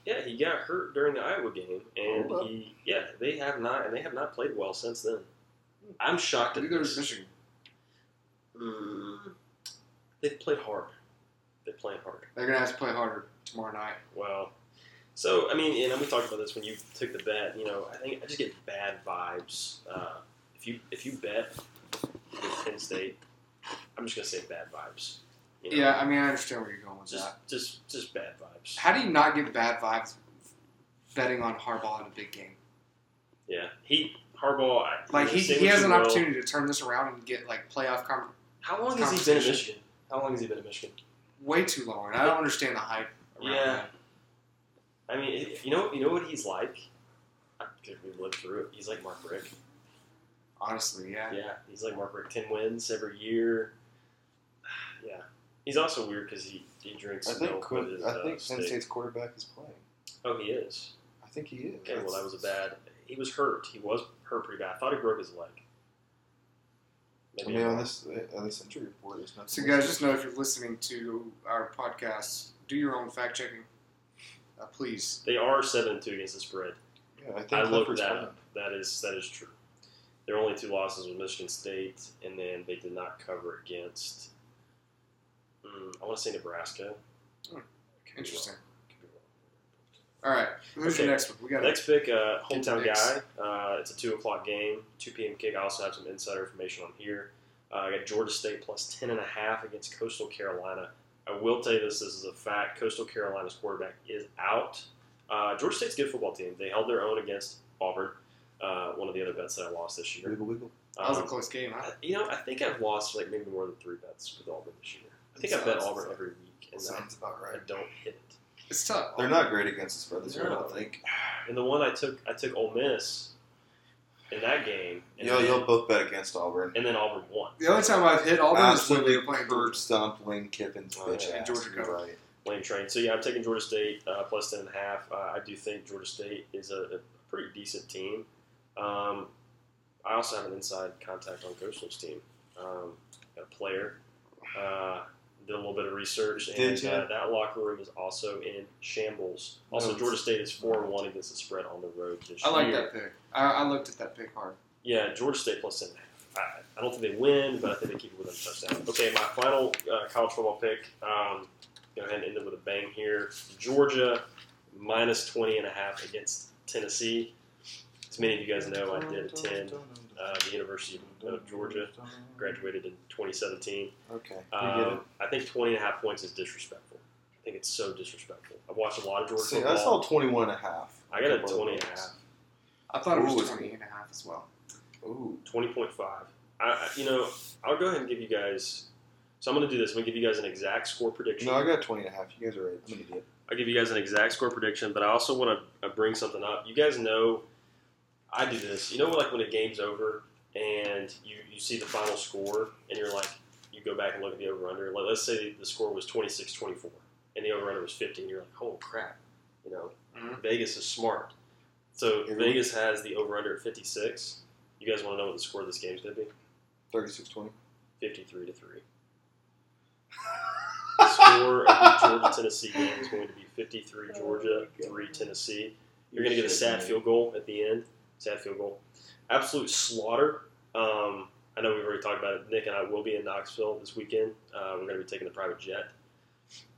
[SPEAKER 2] Yeah, he got hurt during the Iowa game, and
[SPEAKER 3] Hold up.
[SPEAKER 2] he yeah they have not and they have not played well since then. I'm shocked at
[SPEAKER 1] Neither is
[SPEAKER 2] this.
[SPEAKER 1] Michigan.
[SPEAKER 2] Mm, they've played hard. They're playing hard.
[SPEAKER 1] They're gonna have to play harder tomorrow night.
[SPEAKER 2] Wow. So I mean, and we talked about this when you took the bet. You know, I think I just get bad vibes. Uh, if you if you bet with Penn State, I'm just gonna say bad vibes. You know?
[SPEAKER 1] Yeah, I mean, I understand where you're going with
[SPEAKER 2] Just
[SPEAKER 1] that.
[SPEAKER 2] just just bad vibes.
[SPEAKER 1] How do you not get bad vibes betting on Harbaugh in a big game?
[SPEAKER 2] Yeah, he Harbaugh. I,
[SPEAKER 1] Like he,
[SPEAKER 2] say
[SPEAKER 1] he
[SPEAKER 2] what
[SPEAKER 1] has
[SPEAKER 2] you
[SPEAKER 1] an
[SPEAKER 2] will.
[SPEAKER 1] opportunity to turn this around and get like playoff com-
[SPEAKER 2] How long has he been in
[SPEAKER 1] Competition.
[SPEAKER 2] Michigan? How long has he been in Michigan?
[SPEAKER 1] way too long. And I don't understand the hype. Around
[SPEAKER 2] Yeah.
[SPEAKER 1] that.
[SPEAKER 2] I mean, you know, you know what he's like. I could we lived through it. He's like Mark Rick.
[SPEAKER 1] honestly, yeah.
[SPEAKER 2] Yeah, he's like Mark Rick. Ten wins every year. Yeah, he's also weird because he, he drinks
[SPEAKER 3] I think
[SPEAKER 2] milk
[SPEAKER 3] Quin-
[SPEAKER 2] with his
[SPEAKER 3] I
[SPEAKER 2] uh,
[SPEAKER 3] think Penn
[SPEAKER 2] steak.
[SPEAKER 3] State's quarterback is playing.
[SPEAKER 2] Oh, he is.
[SPEAKER 3] I think he is.
[SPEAKER 2] Okay, well that was a bad. He was hurt. He was hurt pretty bad. I thought he broke his leg.
[SPEAKER 3] I mean, on this uh, on this injury report, there's nothing.
[SPEAKER 1] So,
[SPEAKER 3] listed.
[SPEAKER 1] guys, just know if you're listening to our podcast, do your own fact checking, uh, please.
[SPEAKER 2] they are seven and two against the spread.
[SPEAKER 3] yeah, I think
[SPEAKER 2] I looked
[SPEAKER 3] Clifford's
[SPEAKER 2] that
[SPEAKER 3] playing.
[SPEAKER 2] up. That is that is true. Their only two losses was Michigan State, and then they did not cover against. Mm, I want to say Nebraska.
[SPEAKER 1] Hmm.
[SPEAKER 2] Could be
[SPEAKER 1] Interesting.
[SPEAKER 2] wrong. Could be wrong.
[SPEAKER 1] All right, who's
[SPEAKER 2] Okay.
[SPEAKER 1] your next one? We got it.
[SPEAKER 2] Next pick, uh, hometown
[SPEAKER 1] Knicks.
[SPEAKER 2] guy. Uh, it's a two o'clock game, two p.m. kick. I also have some insider information on here. Uh, I got Georgia State plus ten and a half against Coastal Carolina. I will tell you this: this is a fact. Coastal Carolina's quarterback is out. Uh, Georgia State's a good football team. They held their own against Auburn, uh, one of the other bets that I lost this year.
[SPEAKER 3] Wiggle, wiggle.
[SPEAKER 1] That was a
[SPEAKER 2] Um,
[SPEAKER 1] close game. Huh?
[SPEAKER 2] I- you know, I think I've lost like maybe more than three bets with Auburn this year. I think I bet
[SPEAKER 3] Sounds-
[SPEAKER 2] Auburn every week, and I,
[SPEAKER 3] Sounds about
[SPEAKER 2] I
[SPEAKER 3] right.
[SPEAKER 2] don't hit it.
[SPEAKER 1] It's tough.
[SPEAKER 3] They're not great against us, brothers. I
[SPEAKER 2] No.
[SPEAKER 3] don't think.
[SPEAKER 2] And the one I took, I took Ole Miss in that game. And
[SPEAKER 3] Y'all,
[SPEAKER 2] then,
[SPEAKER 3] y'all both bet against Auburn.
[SPEAKER 2] and then Auburn won.
[SPEAKER 1] The only time I've hit Auburn is when
[SPEAKER 3] Absolutely
[SPEAKER 1] they were playing
[SPEAKER 3] curb
[SPEAKER 1] Georgia.
[SPEAKER 3] stomped Lane Kiffin's
[SPEAKER 2] Oh,
[SPEAKER 3] bitch
[SPEAKER 2] yeah.
[SPEAKER 3] ass.
[SPEAKER 1] Georgia
[SPEAKER 3] You're
[SPEAKER 1] covered.
[SPEAKER 3] right.
[SPEAKER 2] Lane train. So yeah, I'm taking Georgia State uh, plus ten and a half. Uh, I do think Georgia State is a, a pretty decent team. Um, I also have an inside contact on Coastal's team, um, a player. Uh, did a little bit of research, and
[SPEAKER 3] Did ya?
[SPEAKER 2] uh, that locker room is also in shambles. Also,
[SPEAKER 3] No, it's-
[SPEAKER 2] Georgia State is four and one against the spread on the road this
[SPEAKER 1] I like
[SPEAKER 2] year.
[SPEAKER 1] that pick. I, I looked at that pick hard.
[SPEAKER 2] Yeah, Georgia State plus ten and a half. I, I don't think they win, but I think they keep it within a touchdown. Okay, my final uh, college football pick. Um, go ahead and end it with a bang here. Georgia minus 20 and a half against Tennessee. As many of you guys know, I did attend uh, the University
[SPEAKER 3] Mm-hmm.
[SPEAKER 2] of Georgia, graduated in 2017.
[SPEAKER 3] Okay. You get
[SPEAKER 2] Um, I think 20 and a half points is disrespectful. I think it's so disrespectful. I've watched a lot of
[SPEAKER 3] it.
[SPEAKER 2] Georgia
[SPEAKER 3] See,
[SPEAKER 2] football.
[SPEAKER 3] I saw 21 and a half.
[SPEAKER 2] I got a 20 and a half.
[SPEAKER 1] I thought it
[SPEAKER 3] Ooh,
[SPEAKER 1] was
[SPEAKER 3] it's-
[SPEAKER 1] 20 and a half as well.
[SPEAKER 3] Ooh.
[SPEAKER 2] 20.5. I, I- you know, I'll go ahead and give you guys. So I'm going to do this. I'm going to give you guys an exact score prediction.
[SPEAKER 3] No, I got 20 and a half. You guys are right. I'm an idiot.
[SPEAKER 2] I'll give you guys an exact score prediction, but I also want to bring something up. You guys know I do this. You know, like when a game's over and you, you see the final score and you're like, you go back and look at the over under. Like, let's say the score was 26 24 and the over under was 15. You're like, oh crap. You know,
[SPEAKER 1] Mhm.
[SPEAKER 2] Vegas is smart. So
[SPEAKER 3] Mhm.
[SPEAKER 2] Vegas has the over under at 56. You guys want to know what the score of this game's going to be?
[SPEAKER 3] 36 20.
[SPEAKER 2] 53 to 3. The score of the Georgia Tennessee game is going to be 53 Georgia, 3 Tennessee. You're going to get a sad field goal at the end. Sad field goal. Absolute slaughter. Um, I know we've already talked about it. Nick and I will be in Knoxville this weekend. Uh, we're going to be taking the private jet.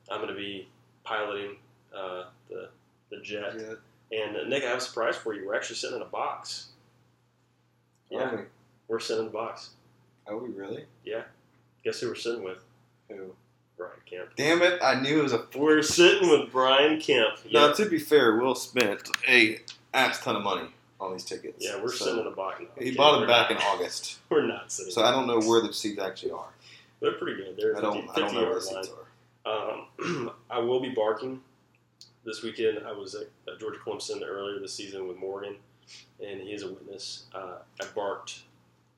[SPEAKER 2] I'm going to be piloting uh, the, the jet.
[SPEAKER 3] Yeah.
[SPEAKER 2] And uh, Nick, I have a surprise for you. We're actually sitting in a box. Yeah,
[SPEAKER 3] Are we?
[SPEAKER 2] we're sitting in a box.
[SPEAKER 3] Are we really?
[SPEAKER 2] Guess who we're sitting with?
[SPEAKER 3] Who?
[SPEAKER 2] Brian Kemp.
[SPEAKER 3] Damn it. I knew it was a.
[SPEAKER 2] We're sitting with Brian Kemp.
[SPEAKER 3] Now,
[SPEAKER 2] Yeah,
[SPEAKER 3] to be fair, Will spent a ass ton of money on these tickets.
[SPEAKER 2] yeah we're
[SPEAKER 3] so
[SPEAKER 2] sitting in a box. No,
[SPEAKER 3] He
[SPEAKER 2] okay,
[SPEAKER 3] bought them
[SPEAKER 2] we're
[SPEAKER 3] back in
[SPEAKER 2] not-
[SPEAKER 3] August.
[SPEAKER 2] We're not sitting.
[SPEAKER 3] So I don't know where the seats actually are.
[SPEAKER 2] They're pretty good. They're
[SPEAKER 3] I don't,
[SPEAKER 2] 50,
[SPEAKER 3] I don't know where the
[SPEAKER 2] 50
[SPEAKER 3] seats are.
[SPEAKER 2] yard line. Um, I will be barking this weekend. I was at uh, Georgia Clemson earlier this season with Morgan, and he is a witness. Uh, I barked.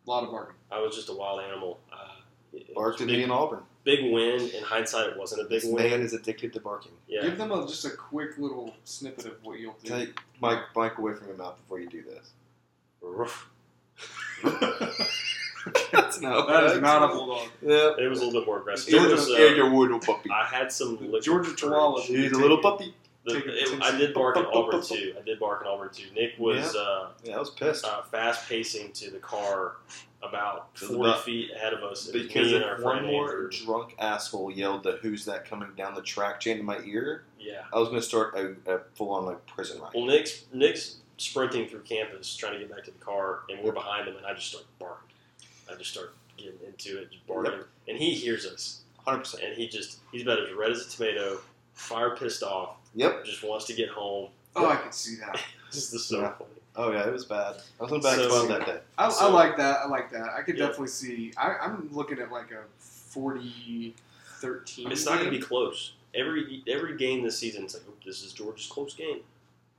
[SPEAKER 1] A lot of bargain.
[SPEAKER 2] I was just a wild animal. Uh, it- it was
[SPEAKER 3] Barked
[SPEAKER 2] a
[SPEAKER 3] at me
[SPEAKER 2] big,
[SPEAKER 3] in Auburn.
[SPEAKER 2] big win. In hindsight, it wasn't a big
[SPEAKER 3] This
[SPEAKER 2] win.
[SPEAKER 3] man is addicted to barking.
[SPEAKER 2] Yeah,
[SPEAKER 1] Give them a, just a quick little snippet of what you'll do.
[SPEAKER 3] Take Mike Mike away from your mouth before you do this. That's not.
[SPEAKER 1] That is not a bulldog.
[SPEAKER 3] Yeah.
[SPEAKER 2] it was a little bit more aggressive.
[SPEAKER 3] You're
[SPEAKER 2] There
[SPEAKER 3] just
[SPEAKER 2] was, uh,
[SPEAKER 3] scared your little puppy.
[SPEAKER 2] I had some liquid
[SPEAKER 1] Georgia Chihuahua.
[SPEAKER 2] courage.
[SPEAKER 3] She's a little puppy.
[SPEAKER 2] The,
[SPEAKER 1] Take it,
[SPEAKER 2] it,
[SPEAKER 1] take
[SPEAKER 2] I
[SPEAKER 1] it.
[SPEAKER 2] did bark at Auburn too. I did bark at Auburn too. Nick was uh,
[SPEAKER 3] Yeah, I was pissed.
[SPEAKER 2] uh, fast pacing to the car about
[SPEAKER 3] To the
[SPEAKER 2] forty
[SPEAKER 3] back.
[SPEAKER 2] feet ahead of us. It was
[SPEAKER 3] Because
[SPEAKER 2] me and
[SPEAKER 3] if
[SPEAKER 2] our
[SPEAKER 3] one
[SPEAKER 2] friend
[SPEAKER 3] more
[SPEAKER 2] Andrew.
[SPEAKER 3] drunk asshole yelled the "Who's that coming down the track?" chain to my ear,
[SPEAKER 2] Yeah.
[SPEAKER 3] I was going to start a, a full-on like prison riot.
[SPEAKER 2] Well, Nick's Nick's sprinting through campus trying to get back to the car, and we're behind him, and I just start barking. I just start getting into it, just barking, and he hears us,
[SPEAKER 3] Hundred percent.
[SPEAKER 2] and he just he's about as red as a tomato, fire pissed off,
[SPEAKER 3] Yep.
[SPEAKER 2] just wants to get home.
[SPEAKER 1] Oh, I can see that.
[SPEAKER 2] This is so
[SPEAKER 3] Yeah.
[SPEAKER 2] funny.
[SPEAKER 3] Oh yeah, it was bad. I was in back
[SPEAKER 2] So-
[SPEAKER 3] fun that day.
[SPEAKER 1] I, I
[SPEAKER 2] So-
[SPEAKER 1] like that. I like that. I could
[SPEAKER 2] Yeah.
[SPEAKER 1] definitely see. I, I'm looking at like a 40 13.
[SPEAKER 2] It's not going to be close. Every every game this season, it's like "Oop, this is Georgia's close game.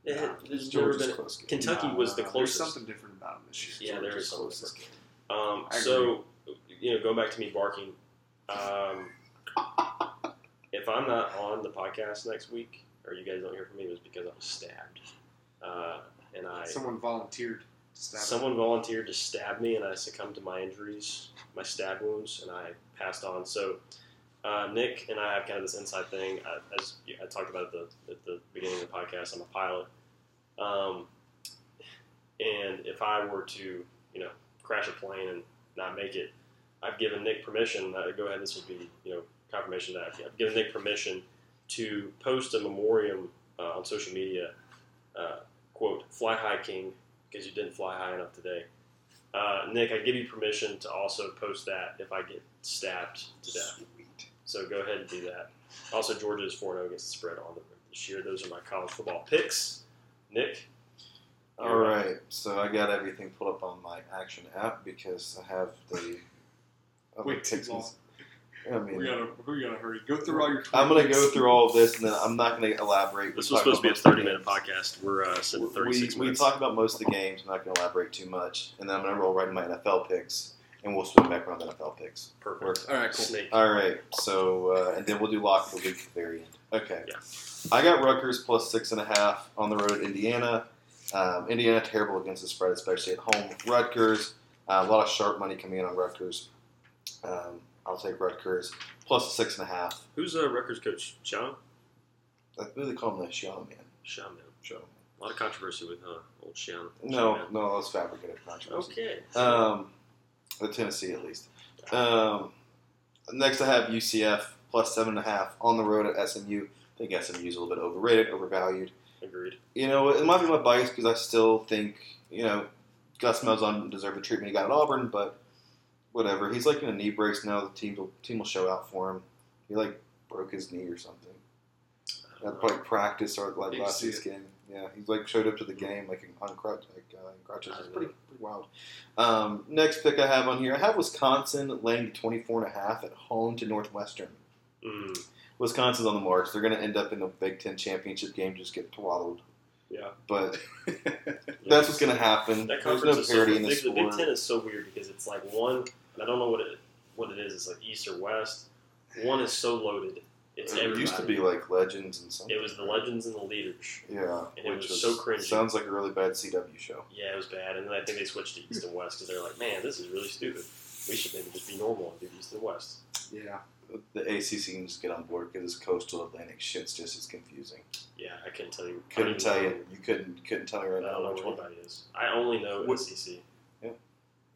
[SPEAKER 2] It had-
[SPEAKER 1] Nah,
[SPEAKER 2] there's never
[SPEAKER 3] Georgia's
[SPEAKER 2] been-
[SPEAKER 3] close game.
[SPEAKER 2] Kentucky was the closest.
[SPEAKER 1] There's something different about him this year.
[SPEAKER 2] yeah, there is
[SPEAKER 3] Georgia's
[SPEAKER 2] something.
[SPEAKER 3] closest
[SPEAKER 2] Um,
[SPEAKER 1] I
[SPEAKER 2] so, you know, going back to me barking, um, if I'm not on the podcast next week, or you guys don't hear from me, it was because I was stabbed. Uh, and I
[SPEAKER 1] Someone volunteered. to stab him.
[SPEAKER 2] someone volunteered to stab me, and I succumbed to my injuries, my stab wounds, and I passed on. So, uh, Nick and I have kind of this inside thing. I, as you- I talked about at the, at the beginning of the podcast, I'm a pilot. Um, and if I were to, you know, crash a plane and not make it, I've given Nick permission. Uh, go ahead. This would be, you know, confirmation of that I've given Nick permission to post a memoriam uh, on social media. Uh, quote: "Fly high, King, because you didn't fly high enough today." Uh, Nick, I give you permission to also post that if I get stabbed to death.
[SPEAKER 3] Sweet.
[SPEAKER 2] So go ahead and do that. Also, Georgia is 4 0 against the spread on the road this year. Those are my college football picks. Nick? Um,
[SPEAKER 3] All right, so I got everything pulled up on my action app because I have the. oh,
[SPEAKER 1] Wait,
[SPEAKER 3] it takes
[SPEAKER 1] too
[SPEAKER 3] me-
[SPEAKER 1] long.
[SPEAKER 3] I
[SPEAKER 1] We
[SPEAKER 3] mean,
[SPEAKER 1] gotta, we gotta hurry. Go through all your.
[SPEAKER 3] I'm gonna go
[SPEAKER 1] tweets.
[SPEAKER 3] through all of this, and then I'm not gonna elaborate.
[SPEAKER 2] This
[SPEAKER 3] We
[SPEAKER 2] was supposed
[SPEAKER 3] talked
[SPEAKER 2] to be a
[SPEAKER 3] about
[SPEAKER 2] 30 minute
[SPEAKER 3] most of
[SPEAKER 2] podcast. We're uh,
[SPEAKER 3] the games.
[SPEAKER 2] sitting 36
[SPEAKER 3] we, we
[SPEAKER 2] minutes.
[SPEAKER 3] talked about most of the games. I'm not gonna elaborate too much, and then I'm gonna roll right into my NFL picks, and we'll swing back around the NFL picks.
[SPEAKER 2] Perfect.
[SPEAKER 1] All right, cool.
[SPEAKER 2] Snake.
[SPEAKER 3] All right, so uh, and then we'll do lock of the week at the very end. Okay.
[SPEAKER 2] Yeah.
[SPEAKER 3] I got Rutgers plus six and a half on the road. Indiana, um, Indiana terrible against the spread, especially at home. Rutgers, uh, a lot of sharp money coming in on Rutgers. Um, I'll take Rutgers plus six and a half.
[SPEAKER 2] Who's uh, records coach? Sean?
[SPEAKER 3] I who they call him the Shiano man.
[SPEAKER 2] Sean, man.
[SPEAKER 3] Shiano.
[SPEAKER 2] A lot of controversy with uh, old Sean.
[SPEAKER 3] No, no, that's fabricated controversy.
[SPEAKER 2] Okay.
[SPEAKER 3] Um, the Tennessee at least. Um, next I have UCF plus seven and a half on the road at SMU. I think SMU's a little bit overrated, overvalued.
[SPEAKER 2] Agreed.
[SPEAKER 3] You know, it might be my bias because I still think, you know, Gus Malzahn didn't deserve the treatment he got at Auburn, but whatever. He's like in a knee brace now. The team will, team will show out for him. He like broke his knee or something. At like practice or like
[SPEAKER 1] You
[SPEAKER 3] last
[SPEAKER 1] see
[SPEAKER 3] week's game. Yeah, he like showed up to the game like in, on crutch, like uh, in crutches.
[SPEAKER 2] I
[SPEAKER 3] It's
[SPEAKER 2] know.
[SPEAKER 3] pretty pretty wild. Um, next pick I have on here, I have Wisconsin laying 24 and a half at home to Northwestern.
[SPEAKER 2] Mm,
[SPEAKER 3] Wisconsin's on the march. They're going to end up in the Big Ten championship game, just get twaddled.
[SPEAKER 2] Yeah.
[SPEAKER 3] But
[SPEAKER 2] yeah.
[SPEAKER 3] that's what's going to
[SPEAKER 2] That
[SPEAKER 3] happen. There's
[SPEAKER 2] conference
[SPEAKER 3] no
[SPEAKER 2] is so
[SPEAKER 3] parity
[SPEAKER 2] big.
[SPEAKER 3] in the
[SPEAKER 2] The Big Ten
[SPEAKER 3] sport.
[SPEAKER 2] is so weird because it's like one, and I don't know what it what it is. It's like east or west. One is so loaded. It's
[SPEAKER 3] It
[SPEAKER 2] everybody.
[SPEAKER 3] used to be like legends and something.
[SPEAKER 2] It was the legends and the leaders.
[SPEAKER 3] Yeah,
[SPEAKER 2] And it
[SPEAKER 3] which
[SPEAKER 2] was
[SPEAKER 3] is-
[SPEAKER 2] so cringy.
[SPEAKER 3] Sounds like a really bad CW show.
[SPEAKER 2] Yeah, it was bad. And then I think they switched to east and west because they're like, man, this is really stupid. We should maybe just be normal and do east and west.
[SPEAKER 1] Yeah.
[SPEAKER 3] The ACC needs to get on board because this coastal Atlantic shit's just as confusing.
[SPEAKER 2] Yeah, I couldn't tell you. I
[SPEAKER 3] Couldn't
[SPEAKER 2] don't
[SPEAKER 3] tell
[SPEAKER 2] even
[SPEAKER 3] you. You couldn't couldn't tell me
[SPEAKER 2] know-
[SPEAKER 3] right
[SPEAKER 2] I don't know
[SPEAKER 3] now which
[SPEAKER 2] what
[SPEAKER 3] one.
[SPEAKER 2] anybody is. I only know E
[SPEAKER 3] What-
[SPEAKER 2] SEC.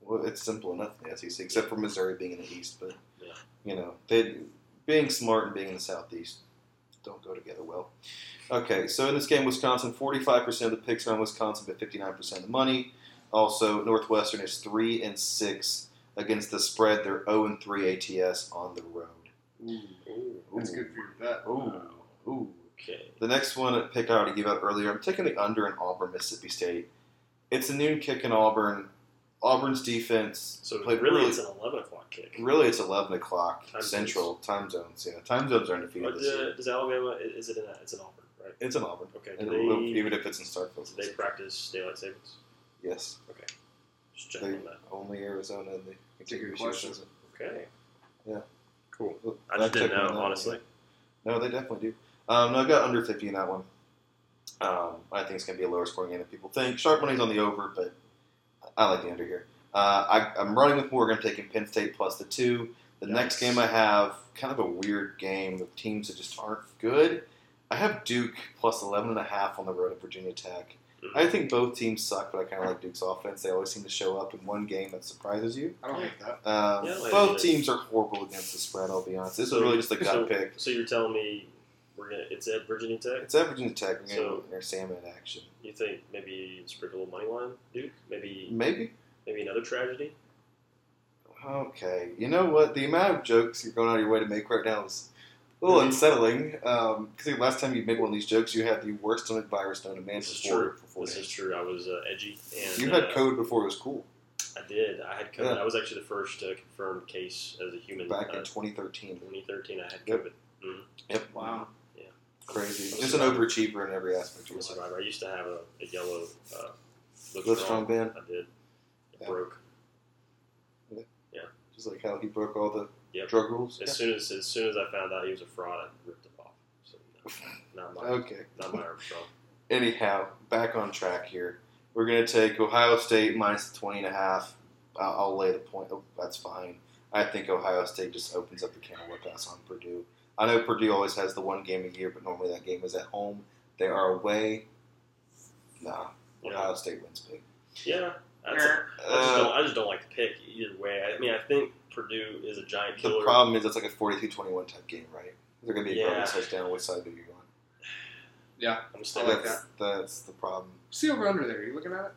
[SPEAKER 3] Well, it's simple enough in the SEC, except for Missouri being in the East. But
[SPEAKER 2] Yeah.
[SPEAKER 3] you know, they being smart and being in the Southeast don't go together well. Okay, so in this game, Wisconsin, forty-five percent of the picks are on Wisconsin, but fifty-nine percent of the money. Also, Northwestern is three and six against the spread. They're zero and three ATS on the road.
[SPEAKER 1] That's good for your bet.
[SPEAKER 3] Ooh, ooh.
[SPEAKER 2] Okay.
[SPEAKER 3] The next one at pick I already gave out earlier. I'm taking the under in Auburn, Mississippi State. It's a noon kick in Auburn. Auburn's defense
[SPEAKER 2] So
[SPEAKER 3] played
[SPEAKER 2] really,
[SPEAKER 3] really
[SPEAKER 2] it's an 11 o'clock kick.
[SPEAKER 3] Really, it's eleven o'clock
[SPEAKER 2] Time zones.
[SPEAKER 3] Central time zones. Yeah, time zones are undefeated
[SPEAKER 2] But,
[SPEAKER 3] this year.
[SPEAKER 2] uh, does Alabama, i- is it in that? It's in Auburn, right?
[SPEAKER 3] It's in Auburn,
[SPEAKER 2] Okay.
[SPEAKER 3] And
[SPEAKER 2] Do
[SPEAKER 3] it'll-
[SPEAKER 2] they,
[SPEAKER 3] even if it's in Starkville.
[SPEAKER 2] do they practice daylight savings?
[SPEAKER 3] Yes,
[SPEAKER 2] Just checking on that.
[SPEAKER 3] only Arizona and the contiguous
[SPEAKER 1] question.
[SPEAKER 3] Houston.
[SPEAKER 2] Okay.
[SPEAKER 3] Yeah.
[SPEAKER 2] Cool.
[SPEAKER 3] Look,
[SPEAKER 2] I just
[SPEAKER 3] that
[SPEAKER 2] didn't
[SPEAKER 3] took me
[SPEAKER 2] know,
[SPEAKER 3] on that one,
[SPEAKER 2] honestly.
[SPEAKER 3] yeah. No, they definitely do. Um, no, I got under fifty in that one. Um, I think it's going to be a lower scoring game than people think. Sharp money's on the over, but I like the under here. Uh, I, I'm running with Morgan, taking Penn State plus the two. The next
[SPEAKER 2] Yikes.
[SPEAKER 3] game I have, kind of a weird game of teams that just aren't good. I have Duke plus 11 and a half on the road at Virginia Tech.
[SPEAKER 2] Mm-hmm.
[SPEAKER 3] I think both teams suck, but I kind of like Duke's offense. They always seem to show up in one game that surprises you.
[SPEAKER 1] I don't hate that.
[SPEAKER 3] Um,
[SPEAKER 2] Yeah, like
[SPEAKER 3] both
[SPEAKER 2] this.
[SPEAKER 3] teams are horrible against the spread. I'll be honest. This
[SPEAKER 2] So-
[SPEAKER 3] is really just a gut
[SPEAKER 2] so-
[SPEAKER 3] pick.
[SPEAKER 2] So you're telling me we're gonna it's at Virginia Tech.
[SPEAKER 3] It's at Virginia Tech. We're
[SPEAKER 2] So-
[SPEAKER 3] going to Sam in action.
[SPEAKER 2] You think maybe sprinkle a little money line, Duke? Maybe
[SPEAKER 3] Maybe.
[SPEAKER 2] maybe another tragedy.
[SPEAKER 3] Okay. You know what? The amount of jokes you're going out of your way to make right now is a little
[SPEAKER 2] Mhm.
[SPEAKER 3] unsettling. Because the last time you made one of these jokes, you had the worst on it virus known to man
[SPEAKER 2] This is
[SPEAKER 3] before.
[SPEAKER 2] true.
[SPEAKER 3] before
[SPEAKER 2] This is true. I was uh, edgy and
[SPEAKER 3] you had
[SPEAKER 2] uh,
[SPEAKER 3] code before it was cool
[SPEAKER 2] I did. I had COVID.
[SPEAKER 3] Yeah.
[SPEAKER 2] I was actually the first uh, confirmed case as a human.
[SPEAKER 3] back
[SPEAKER 2] uh,
[SPEAKER 3] in 2013.
[SPEAKER 2] 2013, I had
[SPEAKER 3] Yep.
[SPEAKER 2] COVID.
[SPEAKER 3] Yep.
[SPEAKER 1] Wow.
[SPEAKER 3] Crazy.
[SPEAKER 2] I'm
[SPEAKER 3] Just an
[SPEAKER 2] survivor.
[SPEAKER 3] overachiever in every aspect of
[SPEAKER 2] I'm a
[SPEAKER 3] your life.
[SPEAKER 2] survivor. I used to have a, a yellow uh, look
[SPEAKER 3] Live
[SPEAKER 2] strong.
[SPEAKER 3] strong band.
[SPEAKER 2] I did. It
[SPEAKER 3] Yeah.
[SPEAKER 2] broke
[SPEAKER 3] Just like how he broke all the
[SPEAKER 2] Yep.
[SPEAKER 3] drug rules.
[SPEAKER 2] as soon as as soon as I found out he was a fraud. I ripped him off. So no, not my
[SPEAKER 3] Okay.
[SPEAKER 2] not my Armstrong.
[SPEAKER 3] anyhow, back on track here. We're going to take Ohio State minus the 20 and a half. I'll, I'll lay the point. Oh, that's fine. I think Ohio State just opens up the can of whoop ass on Purdue. I know Purdue always has the one game a year, but normally that game is at home. They are away. Nah,
[SPEAKER 2] Yeah,
[SPEAKER 3] Ohio State wins big.
[SPEAKER 2] yeah. That's, I just,
[SPEAKER 3] Uh,
[SPEAKER 2] don't, I just don't like the pick either way. I mean, I think Purdue is a giant
[SPEAKER 3] the
[SPEAKER 2] killer.
[SPEAKER 3] problem is it's like a 42-21 type game, right? They're going to be a
[SPEAKER 2] Yeah.
[SPEAKER 3] garbage touchdown. Which side are you on?
[SPEAKER 2] I'm
[SPEAKER 1] I
[SPEAKER 2] still
[SPEAKER 1] like
[SPEAKER 3] that's, that's the problem.
[SPEAKER 1] See over under there. You looking at it?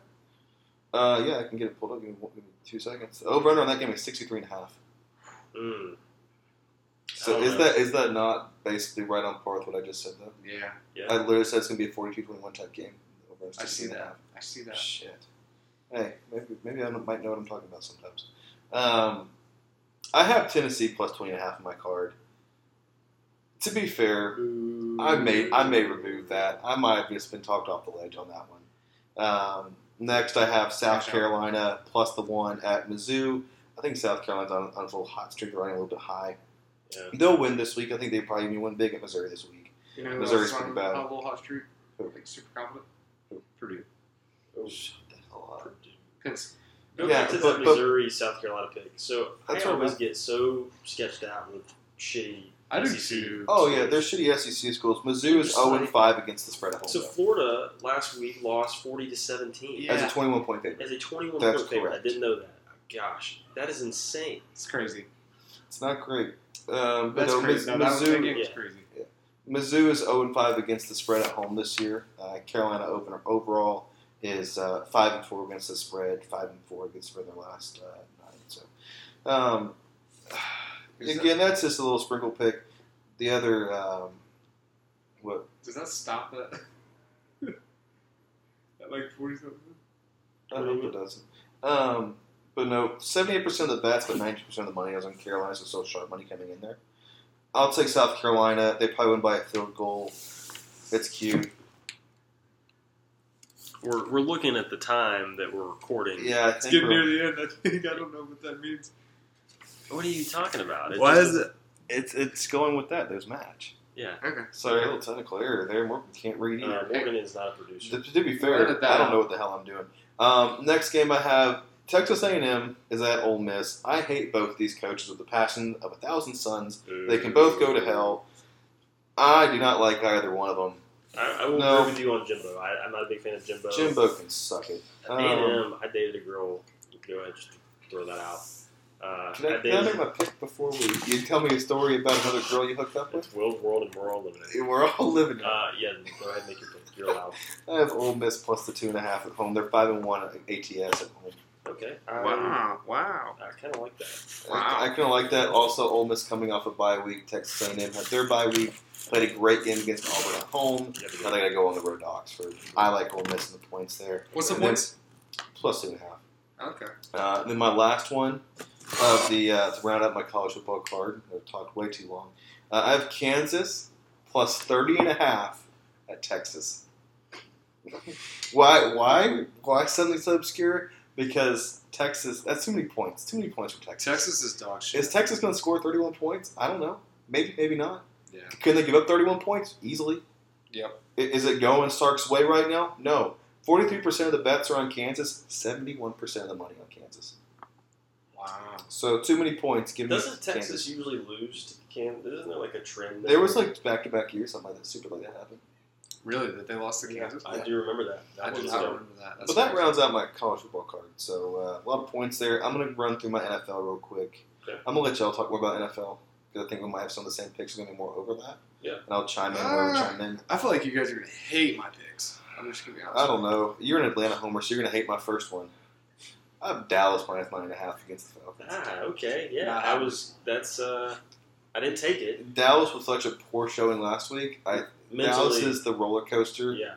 [SPEAKER 3] Uh, yeah, I can get it pulled up. Give me, one- give me two seconds. Over-under on that game is 63 and a half.
[SPEAKER 2] Mm, I
[SPEAKER 3] So
[SPEAKER 2] don't
[SPEAKER 3] is
[SPEAKER 2] know.
[SPEAKER 3] that is that not basically right on par with what I just said though?
[SPEAKER 1] Yeah,
[SPEAKER 2] yeah.
[SPEAKER 3] I literally said it's gonna be a 42-21 type game. Over
[SPEAKER 1] I see
[SPEAKER 3] 16 and a half.
[SPEAKER 1] I see that.
[SPEAKER 3] Shit. Hey, maybe maybe I might know what I'm talking about sometimes. Um, I have Tennessee plus 20 and a half in my card. To be fair, I may I may remove that. I might have just been talked off the ledge on that one. Um, next, I have South
[SPEAKER 1] Gotcha.
[SPEAKER 3] Carolina plus the one at Mizzou. I think South Carolina's on, on a little hot streak, they're running a little bit high.
[SPEAKER 2] yeah.
[SPEAKER 3] They'll win this week. I think they probably even win big at Missouri this week.
[SPEAKER 1] You know, who else is
[SPEAKER 3] Missouri's pretty
[SPEAKER 1] on
[SPEAKER 3] bad.
[SPEAKER 1] A little hot streak.
[SPEAKER 3] Who?
[SPEAKER 1] Like super confident.
[SPEAKER 3] Who?
[SPEAKER 1] Purdue.
[SPEAKER 2] Oh,
[SPEAKER 3] Shut the hell up.
[SPEAKER 2] Purdue.
[SPEAKER 1] Because
[SPEAKER 2] Go
[SPEAKER 3] Yeah,
[SPEAKER 2] back to
[SPEAKER 3] but-
[SPEAKER 2] that
[SPEAKER 3] but-
[SPEAKER 2] Missouri South Carolina pick. So
[SPEAKER 3] That's
[SPEAKER 2] I
[SPEAKER 3] what
[SPEAKER 2] always
[SPEAKER 3] we-
[SPEAKER 2] get so sketched out with shitty.
[SPEAKER 1] I do
[SPEAKER 2] SEC.
[SPEAKER 1] too.
[SPEAKER 3] Oh yeah, they're shitty SEC schools. Mizzou is
[SPEAKER 2] Just
[SPEAKER 3] 0 and
[SPEAKER 2] like-
[SPEAKER 3] 5 against the spread at home.
[SPEAKER 2] So
[SPEAKER 3] though,
[SPEAKER 2] Florida last week lost forty to seventeen
[SPEAKER 1] Yeah.
[SPEAKER 3] As a 21 point favorite,
[SPEAKER 2] as a twenty-one
[SPEAKER 3] That's
[SPEAKER 2] point favorite. I
[SPEAKER 3] correct.
[SPEAKER 2] didn't know that. Gosh, that is insane.
[SPEAKER 1] it's crazy.
[SPEAKER 3] it's not great. Um, but
[SPEAKER 1] That's
[SPEAKER 3] no,
[SPEAKER 1] crazy.
[SPEAKER 3] Miz-
[SPEAKER 1] No, that, that
[SPEAKER 3] Mizzou,
[SPEAKER 1] game was
[SPEAKER 2] yeah.
[SPEAKER 1] crazy.
[SPEAKER 3] Mizzou is 0 and 5 against the spread at home this year. Uh, Carolina opener overall is uh, 5 and 4 against the spread, 5 and 4 against for their last uh, nine. So, um,
[SPEAKER 1] Is
[SPEAKER 3] again, that's just a little sprinkle pick. The other, um, what
[SPEAKER 1] that- does that stop that? At like forty something.
[SPEAKER 3] I hope it doesn't. Um, but no, seventy-eight percent of the bets, but ninety percent of the money is on Carolina, so still sharp money coming in there. I'll take South Carolina. They probably win by a field goal. It's cute.
[SPEAKER 2] We're, we're looking at the time that we're recording.
[SPEAKER 3] Yeah, I
[SPEAKER 1] It's
[SPEAKER 3] think
[SPEAKER 1] getting
[SPEAKER 3] we're-
[SPEAKER 1] near the end. I think I don't know what that means.
[SPEAKER 2] What are you talking about? It's
[SPEAKER 3] Why
[SPEAKER 2] just-
[SPEAKER 3] is it? It's it's going with that. There's match.
[SPEAKER 2] Yeah.
[SPEAKER 1] Okay.
[SPEAKER 3] Sorry, a little technical error there. Morgan can't read either.
[SPEAKER 2] Uh, Morgan is not a producer.
[SPEAKER 3] To, to be
[SPEAKER 1] Edit
[SPEAKER 3] fair,
[SPEAKER 1] that
[SPEAKER 3] I don't
[SPEAKER 1] out.
[SPEAKER 3] know what the hell I'm doing. Um, next game I have Texas A&M is at Ole Miss. I hate both these coaches with the passion of a thousand suns. They can both go to hell. I do not like either one of them.
[SPEAKER 2] I, I will
[SPEAKER 3] No.
[SPEAKER 2] agree with you on Jimbo. I, I'm not a big fan of Jimbo.
[SPEAKER 3] Jimbo can suck it. Um,
[SPEAKER 2] A and M. I dated a girl. Go ahead, just throw that out. Uh,
[SPEAKER 3] Can I,
[SPEAKER 2] I
[SPEAKER 3] can I
[SPEAKER 2] dated
[SPEAKER 3] make my pick before we? You tell me a story about another girl you hooked up with.
[SPEAKER 2] it's World World and World Limited.
[SPEAKER 3] We're all living. it.
[SPEAKER 2] Uh, yeah, go ahead, make your pick. You're allowed.
[SPEAKER 3] I have Ole Miss plus the two and a half at home. They're five and one at ATS at home.
[SPEAKER 2] Okay. I,
[SPEAKER 1] Wow! Wow!
[SPEAKER 2] I kind of like that.
[SPEAKER 1] Wow.
[SPEAKER 3] I, I kind of like that. Also, Ole Miss coming off a bye week. Texas A&M had their bye week. Played a great game against Auburn at home.
[SPEAKER 2] You have to
[SPEAKER 3] Now they got to go on the road to Oxford. I like Ole Miss and the points there.
[SPEAKER 1] What's the
[SPEAKER 3] And then
[SPEAKER 1] points?
[SPEAKER 3] Plus two and a half.
[SPEAKER 1] Okay.
[SPEAKER 3] Uh, and then my last one of the uh, to round up my college football card. I've talked way too long. Uh, I have Kansas plus 30 and a half at Texas. why? Why? Why suddenly so obscure? Because Texas. That's too many points. Too many points for Texas.
[SPEAKER 1] Texas is dog shit.
[SPEAKER 3] Is Texas going to score 31 points? I don't know. Maybe. Maybe not.
[SPEAKER 1] yeah.
[SPEAKER 3] Can they give up 31 points easily?
[SPEAKER 1] Yep.
[SPEAKER 3] I- Is it going Stark's way right now? No. 43% of the bets are on Kansas. 71% of the money on Kansas.
[SPEAKER 1] Wow.
[SPEAKER 2] Wow.
[SPEAKER 3] So too many points. Give me
[SPEAKER 2] Doesn't
[SPEAKER 3] Kansas.
[SPEAKER 2] Texas usually lose to Kansas? Isn't there like a trend?
[SPEAKER 3] There was like back to back years something like that super like that happened.
[SPEAKER 1] Really, that they lost to
[SPEAKER 2] Yeah,
[SPEAKER 1] Kansas?
[SPEAKER 2] I do remember that.
[SPEAKER 1] I
[SPEAKER 2] That
[SPEAKER 1] did
[SPEAKER 2] was
[SPEAKER 1] not
[SPEAKER 2] uh,
[SPEAKER 1] remember that. That's
[SPEAKER 3] but that
[SPEAKER 1] crazy.
[SPEAKER 3] rounds out my college football card. So uh, a lot of points there. I'm gonna run through my NFL real quick.
[SPEAKER 2] Okay.
[SPEAKER 3] I'm gonna let y'all talk more about NFL because I think we might have some of the same picks. There's gonna be more overlap.
[SPEAKER 2] Yeah.
[SPEAKER 3] And I'll chime in. where we
[SPEAKER 1] Ah.
[SPEAKER 3] chime in.
[SPEAKER 1] I feel like you guys are gonna hate my picks. I'm just gonna be honest.
[SPEAKER 3] I don't know. You're an Atlanta homer, so you're gonna hate my first one. I have Dallas minus nine and a half against the Falcons.
[SPEAKER 2] Ah, okay, yeah.
[SPEAKER 1] Not
[SPEAKER 2] I was. That's. uh I didn't take it
[SPEAKER 3] Dallas was such a poor showing last week. I Dallas
[SPEAKER 2] mentally.
[SPEAKER 3] is the roller coaster.
[SPEAKER 2] yeah,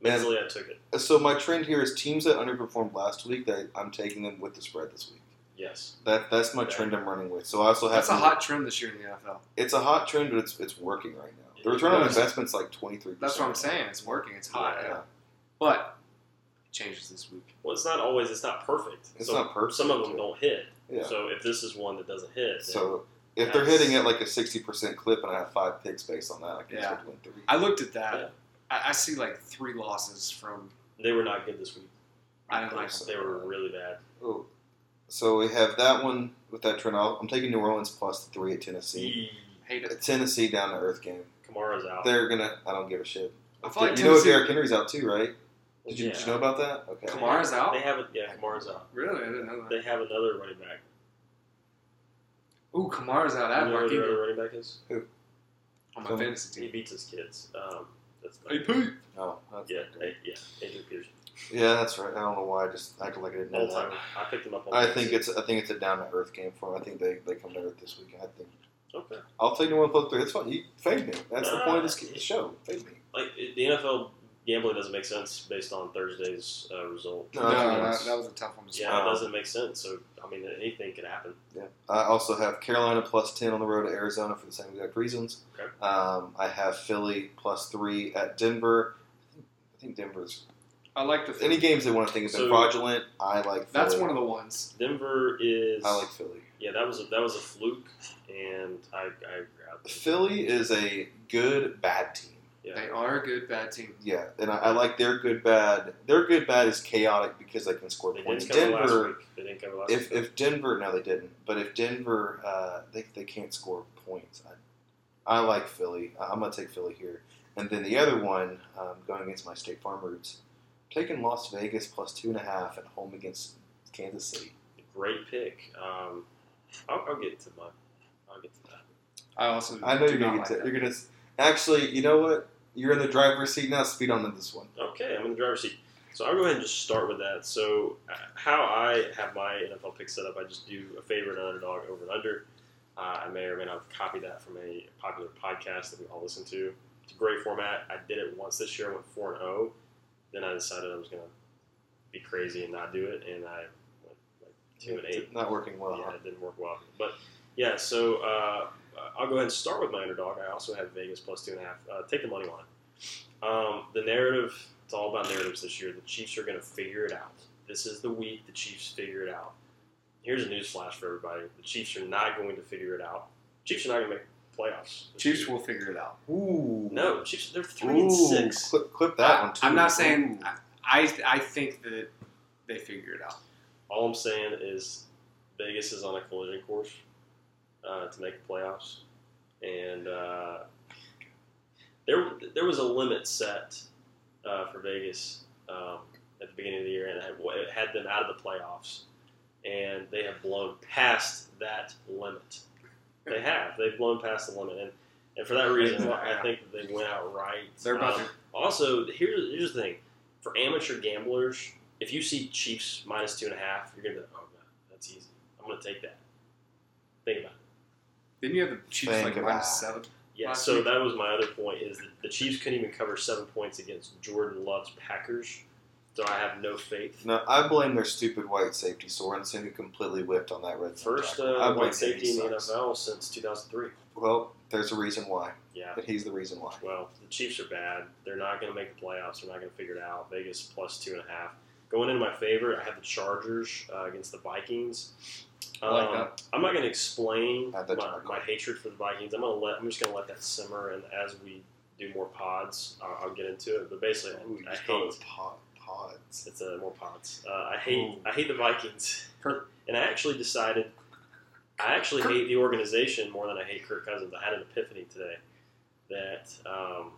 [SPEAKER 2] mentally I took it.
[SPEAKER 3] So my trend here is teams that underperformed last week. That I'm taking them with the spread this week.
[SPEAKER 2] Yes.
[SPEAKER 3] That that's my
[SPEAKER 2] Okay.
[SPEAKER 3] trend I'm running with. So I also have
[SPEAKER 1] That's a
[SPEAKER 3] to-
[SPEAKER 1] hot trend this year in the NFL.
[SPEAKER 3] It's a hot trend, but it's it's working right now. The
[SPEAKER 2] It
[SPEAKER 3] return on
[SPEAKER 1] does.
[SPEAKER 3] investment's like twenty three.
[SPEAKER 1] That's what I'm saying. It's working. It's hot.
[SPEAKER 2] Yeah.
[SPEAKER 1] But it changes this week.
[SPEAKER 2] Well, it's not always. It's not perfect.
[SPEAKER 3] It's
[SPEAKER 2] so
[SPEAKER 3] not perfect,
[SPEAKER 2] Some of them
[SPEAKER 3] yeah.
[SPEAKER 2] don't hit.
[SPEAKER 3] Yeah.
[SPEAKER 2] So if this is one that doesn't hit, then
[SPEAKER 3] So if they're
[SPEAKER 2] That's-
[SPEAKER 3] hitting at like a sixty percent clip, and I have five picks based on that, I can
[SPEAKER 1] Yeah.
[SPEAKER 3] expect to win three.
[SPEAKER 1] I looked at that.
[SPEAKER 2] Yeah.
[SPEAKER 1] I, I see like three losses from.
[SPEAKER 2] they were not good this week.
[SPEAKER 1] I didn't like them.
[SPEAKER 2] They were really bad.
[SPEAKER 3] Oh. So we have that one with that trend. I'll, I'm taking New Orleans plus the three at Tennessee.
[SPEAKER 1] Hate
[SPEAKER 3] A
[SPEAKER 1] it.
[SPEAKER 3] Tennessee down to earth game.
[SPEAKER 2] Kamara's out.
[SPEAKER 3] They're gonna. I don't give a shit.
[SPEAKER 1] I feel like
[SPEAKER 3] you know
[SPEAKER 1] Tennessee.
[SPEAKER 3] Derrick Henry's out too, right? Did you, did you
[SPEAKER 2] Yeah.
[SPEAKER 3] know about that? Okay.
[SPEAKER 1] Come on. Kamara's out?
[SPEAKER 2] They have. A, yeah, Kamara's out.
[SPEAKER 1] really, I didn't know that.
[SPEAKER 2] They have another running back.
[SPEAKER 1] Ooh, Kamara's out. I had
[SPEAKER 2] you know who
[SPEAKER 1] Mark
[SPEAKER 2] their
[SPEAKER 1] Ingram
[SPEAKER 2] other running back is?
[SPEAKER 1] on my
[SPEAKER 3] Come-
[SPEAKER 1] fantasy
[SPEAKER 2] He
[SPEAKER 1] team.
[SPEAKER 2] beats his kids. Um, that's not
[SPEAKER 1] Pete.
[SPEAKER 3] No. that's
[SPEAKER 2] Yeah,
[SPEAKER 3] not good.
[SPEAKER 2] eh, yeah, Adrian Peterson.
[SPEAKER 3] Yeah, that's right. I don't know why I just acted like I didn't know
[SPEAKER 2] All
[SPEAKER 3] that.
[SPEAKER 2] time. I picked him up. On
[SPEAKER 3] I
[SPEAKER 2] fantasy.
[SPEAKER 3] think it's I think it's a down to earth game for them. I think they, they come to earth this weekend. I think
[SPEAKER 2] okay.
[SPEAKER 3] I'll take New Orleans plus three. It's fun. You fade me. That's the point of this
[SPEAKER 2] Nah.
[SPEAKER 3] show. Fade me.
[SPEAKER 2] Like it, the NFL gambling doesn't make sense based on Thursday's uh, result.
[SPEAKER 3] No,
[SPEAKER 1] No, that,
[SPEAKER 3] that's-
[SPEAKER 1] that was a tough one to
[SPEAKER 2] Yeah,
[SPEAKER 3] Wow.
[SPEAKER 2] it doesn't make sense. So I mean, anything could happen.
[SPEAKER 3] Yeah. I also have Carolina plus ten on the road to Arizona for the same exact reasons.
[SPEAKER 2] Okay.
[SPEAKER 3] Um, I have Philly plus three at Denver. I think Denver's
[SPEAKER 1] I like the.
[SPEAKER 3] any games they want to think is
[SPEAKER 2] So-
[SPEAKER 3] been fraudulent. I like. Philly.
[SPEAKER 1] That's one of the ones.
[SPEAKER 2] Denver is.
[SPEAKER 3] I like Philly.
[SPEAKER 2] yeah, that was a, that was a fluke, and I I grabbed. it.
[SPEAKER 3] Philly is a good bad team.
[SPEAKER 2] Yeah.
[SPEAKER 1] They are a good bad team.
[SPEAKER 3] Yeah, and I, I like their good bad. Their good bad is chaotic because they can score
[SPEAKER 2] They
[SPEAKER 3] points.
[SPEAKER 2] didn't cover
[SPEAKER 3] Denver.
[SPEAKER 2] last week. They didn't cover last
[SPEAKER 3] if,
[SPEAKER 2] week.
[SPEAKER 3] if Denver, no, they didn't. But if Denver, uh, they, they can't score points. I, I like Philly. I- I'm gonna take Philly here. And then the other one, um, going against my State Farm roots, taking Las Vegas plus two and a half at home against Kansas City.
[SPEAKER 2] Great pick. Um, I'll, I'll get to my. I'll get to that.
[SPEAKER 1] I also.
[SPEAKER 3] I know
[SPEAKER 1] do
[SPEAKER 3] you're
[SPEAKER 1] not
[SPEAKER 3] gonna
[SPEAKER 1] like
[SPEAKER 3] get to,
[SPEAKER 1] that.
[SPEAKER 3] you're gonna s- actually. You know what? You're in the driver's seat now. Speed on to this one.
[SPEAKER 2] Okay, I'm in the driver's seat. So I'll go ahead and just start with that. So uh, how I have my NFL pick set up, I just do a favorite and underdog over and under. Uh, I may or may not have copied that from a popular podcast that we all listen to. It's a great format. I did it once this year. I went four and zero. Then I decided I was going to be crazy and not do it, and I went like two and eight
[SPEAKER 3] Not working well.
[SPEAKER 2] yeah,
[SPEAKER 3] huh?
[SPEAKER 2] it didn't work well. But yeah, so uh, I'll go ahead and start with my underdog. I also have Vegas plus two and a half. Uh, take the money line. Um, the narrative, it's all about narratives this year. The Chiefs are going to figure it out. This is the week the Chiefs figure it out. Here's a news flash for everybody: the Chiefs are not going to figure it out. Chiefs are not going to make playoffs. this
[SPEAKER 1] Chiefs
[SPEAKER 2] year.
[SPEAKER 1] will figure it out.
[SPEAKER 3] Ooh.
[SPEAKER 2] No, Chiefs. They're three
[SPEAKER 3] Ooh,
[SPEAKER 2] and six.
[SPEAKER 3] Clip, clip that one. Too.
[SPEAKER 1] I'm not saying.
[SPEAKER 3] Ooh.
[SPEAKER 1] I I think that they figure it out.
[SPEAKER 2] All I'm saying is Vegas is on a collision course uh, to make the playoffs, and uh, there there was a limit set uh, for Vegas um, at the beginning of the year, and it had, it had them out of the playoffs, and they have blown past that limit. They have. They've blown past the limit, and and for that reason, I think that they went outright.
[SPEAKER 1] They're about
[SPEAKER 2] Um,
[SPEAKER 1] to.
[SPEAKER 2] also, here's here's the thing: for amateur gamblers, if you see Chiefs minus two and a half, you're gonna be like, "Oh god, that's easy. I'm gonna take that." Think about it.
[SPEAKER 1] Didn't you have the Chiefs
[SPEAKER 3] Think
[SPEAKER 1] like
[SPEAKER 3] about
[SPEAKER 1] minus
[SPEAKER 3] it.
[SPEAKER 1] seven?
[SPEAKER 2] Yeah.
[SPEAKER 1] Last
[SPEAKER 2] so
[SPEAKER 1] week-
[SPEAKER 2] that was my other point: is that the Chiefs couldn't even cover seven points against Jordan Love's Packers, so I have no faith.
[SPEAKER 3] No, I blame their stupid white safety Sorensen, who completely whipped on that red zone
[SPEAKER 2] First
[SPEAKER 3] tackle. I
[SPEAKER 2] uh,
[SPEAKER 3] blame him.
[SPEAKER 2] white
[SPEAKER 3] He
[SPEAKER 2] safety in the
[SPEAKER 3] sucks.
[SPEAKER 2] NFL since 2003.
[SPEAKER 3] Well, there's a reason why,
[SPEAKER 2] Yeah.
[SPEAKER 3] but he's the reason why.
[SPEAKER 2] Well, the Chiefs are bad. They're not going to make the playoffs. They're not going to figure it out. Vegas plus two and a half. Going into my favorite, I have the Chargers uh, against the Vikings.
[SPEAKER 1] I like
[SPEAKER 2] Um,
[SPEAKER 1] that.
[SPEAKER 2] I'm not going to explain
[SPEAKER 3] Add
[SPEAKER 2] my,
[SPEAKER 3] that to my cart.
[SPEAKER 2] my hatred for the Vikings. I'm going to let. I'm just going to let that simmer, and as we do more pods, I'll, I'll get into it. But basically,
[SPEAKER 3] Ooh, you
[SPEAKER 2] I, I
[SPEAKER 3] just called
[SPEAKER 2] hate.
[SPEAKER 3] it pod, pods.
[SPEAKER 2] It's uh, more pods. Uh, I hate I hate the Vikings. And I actually decided I actually hate the organization more than I hate Kirk Cousins. I had an epiphany today that um,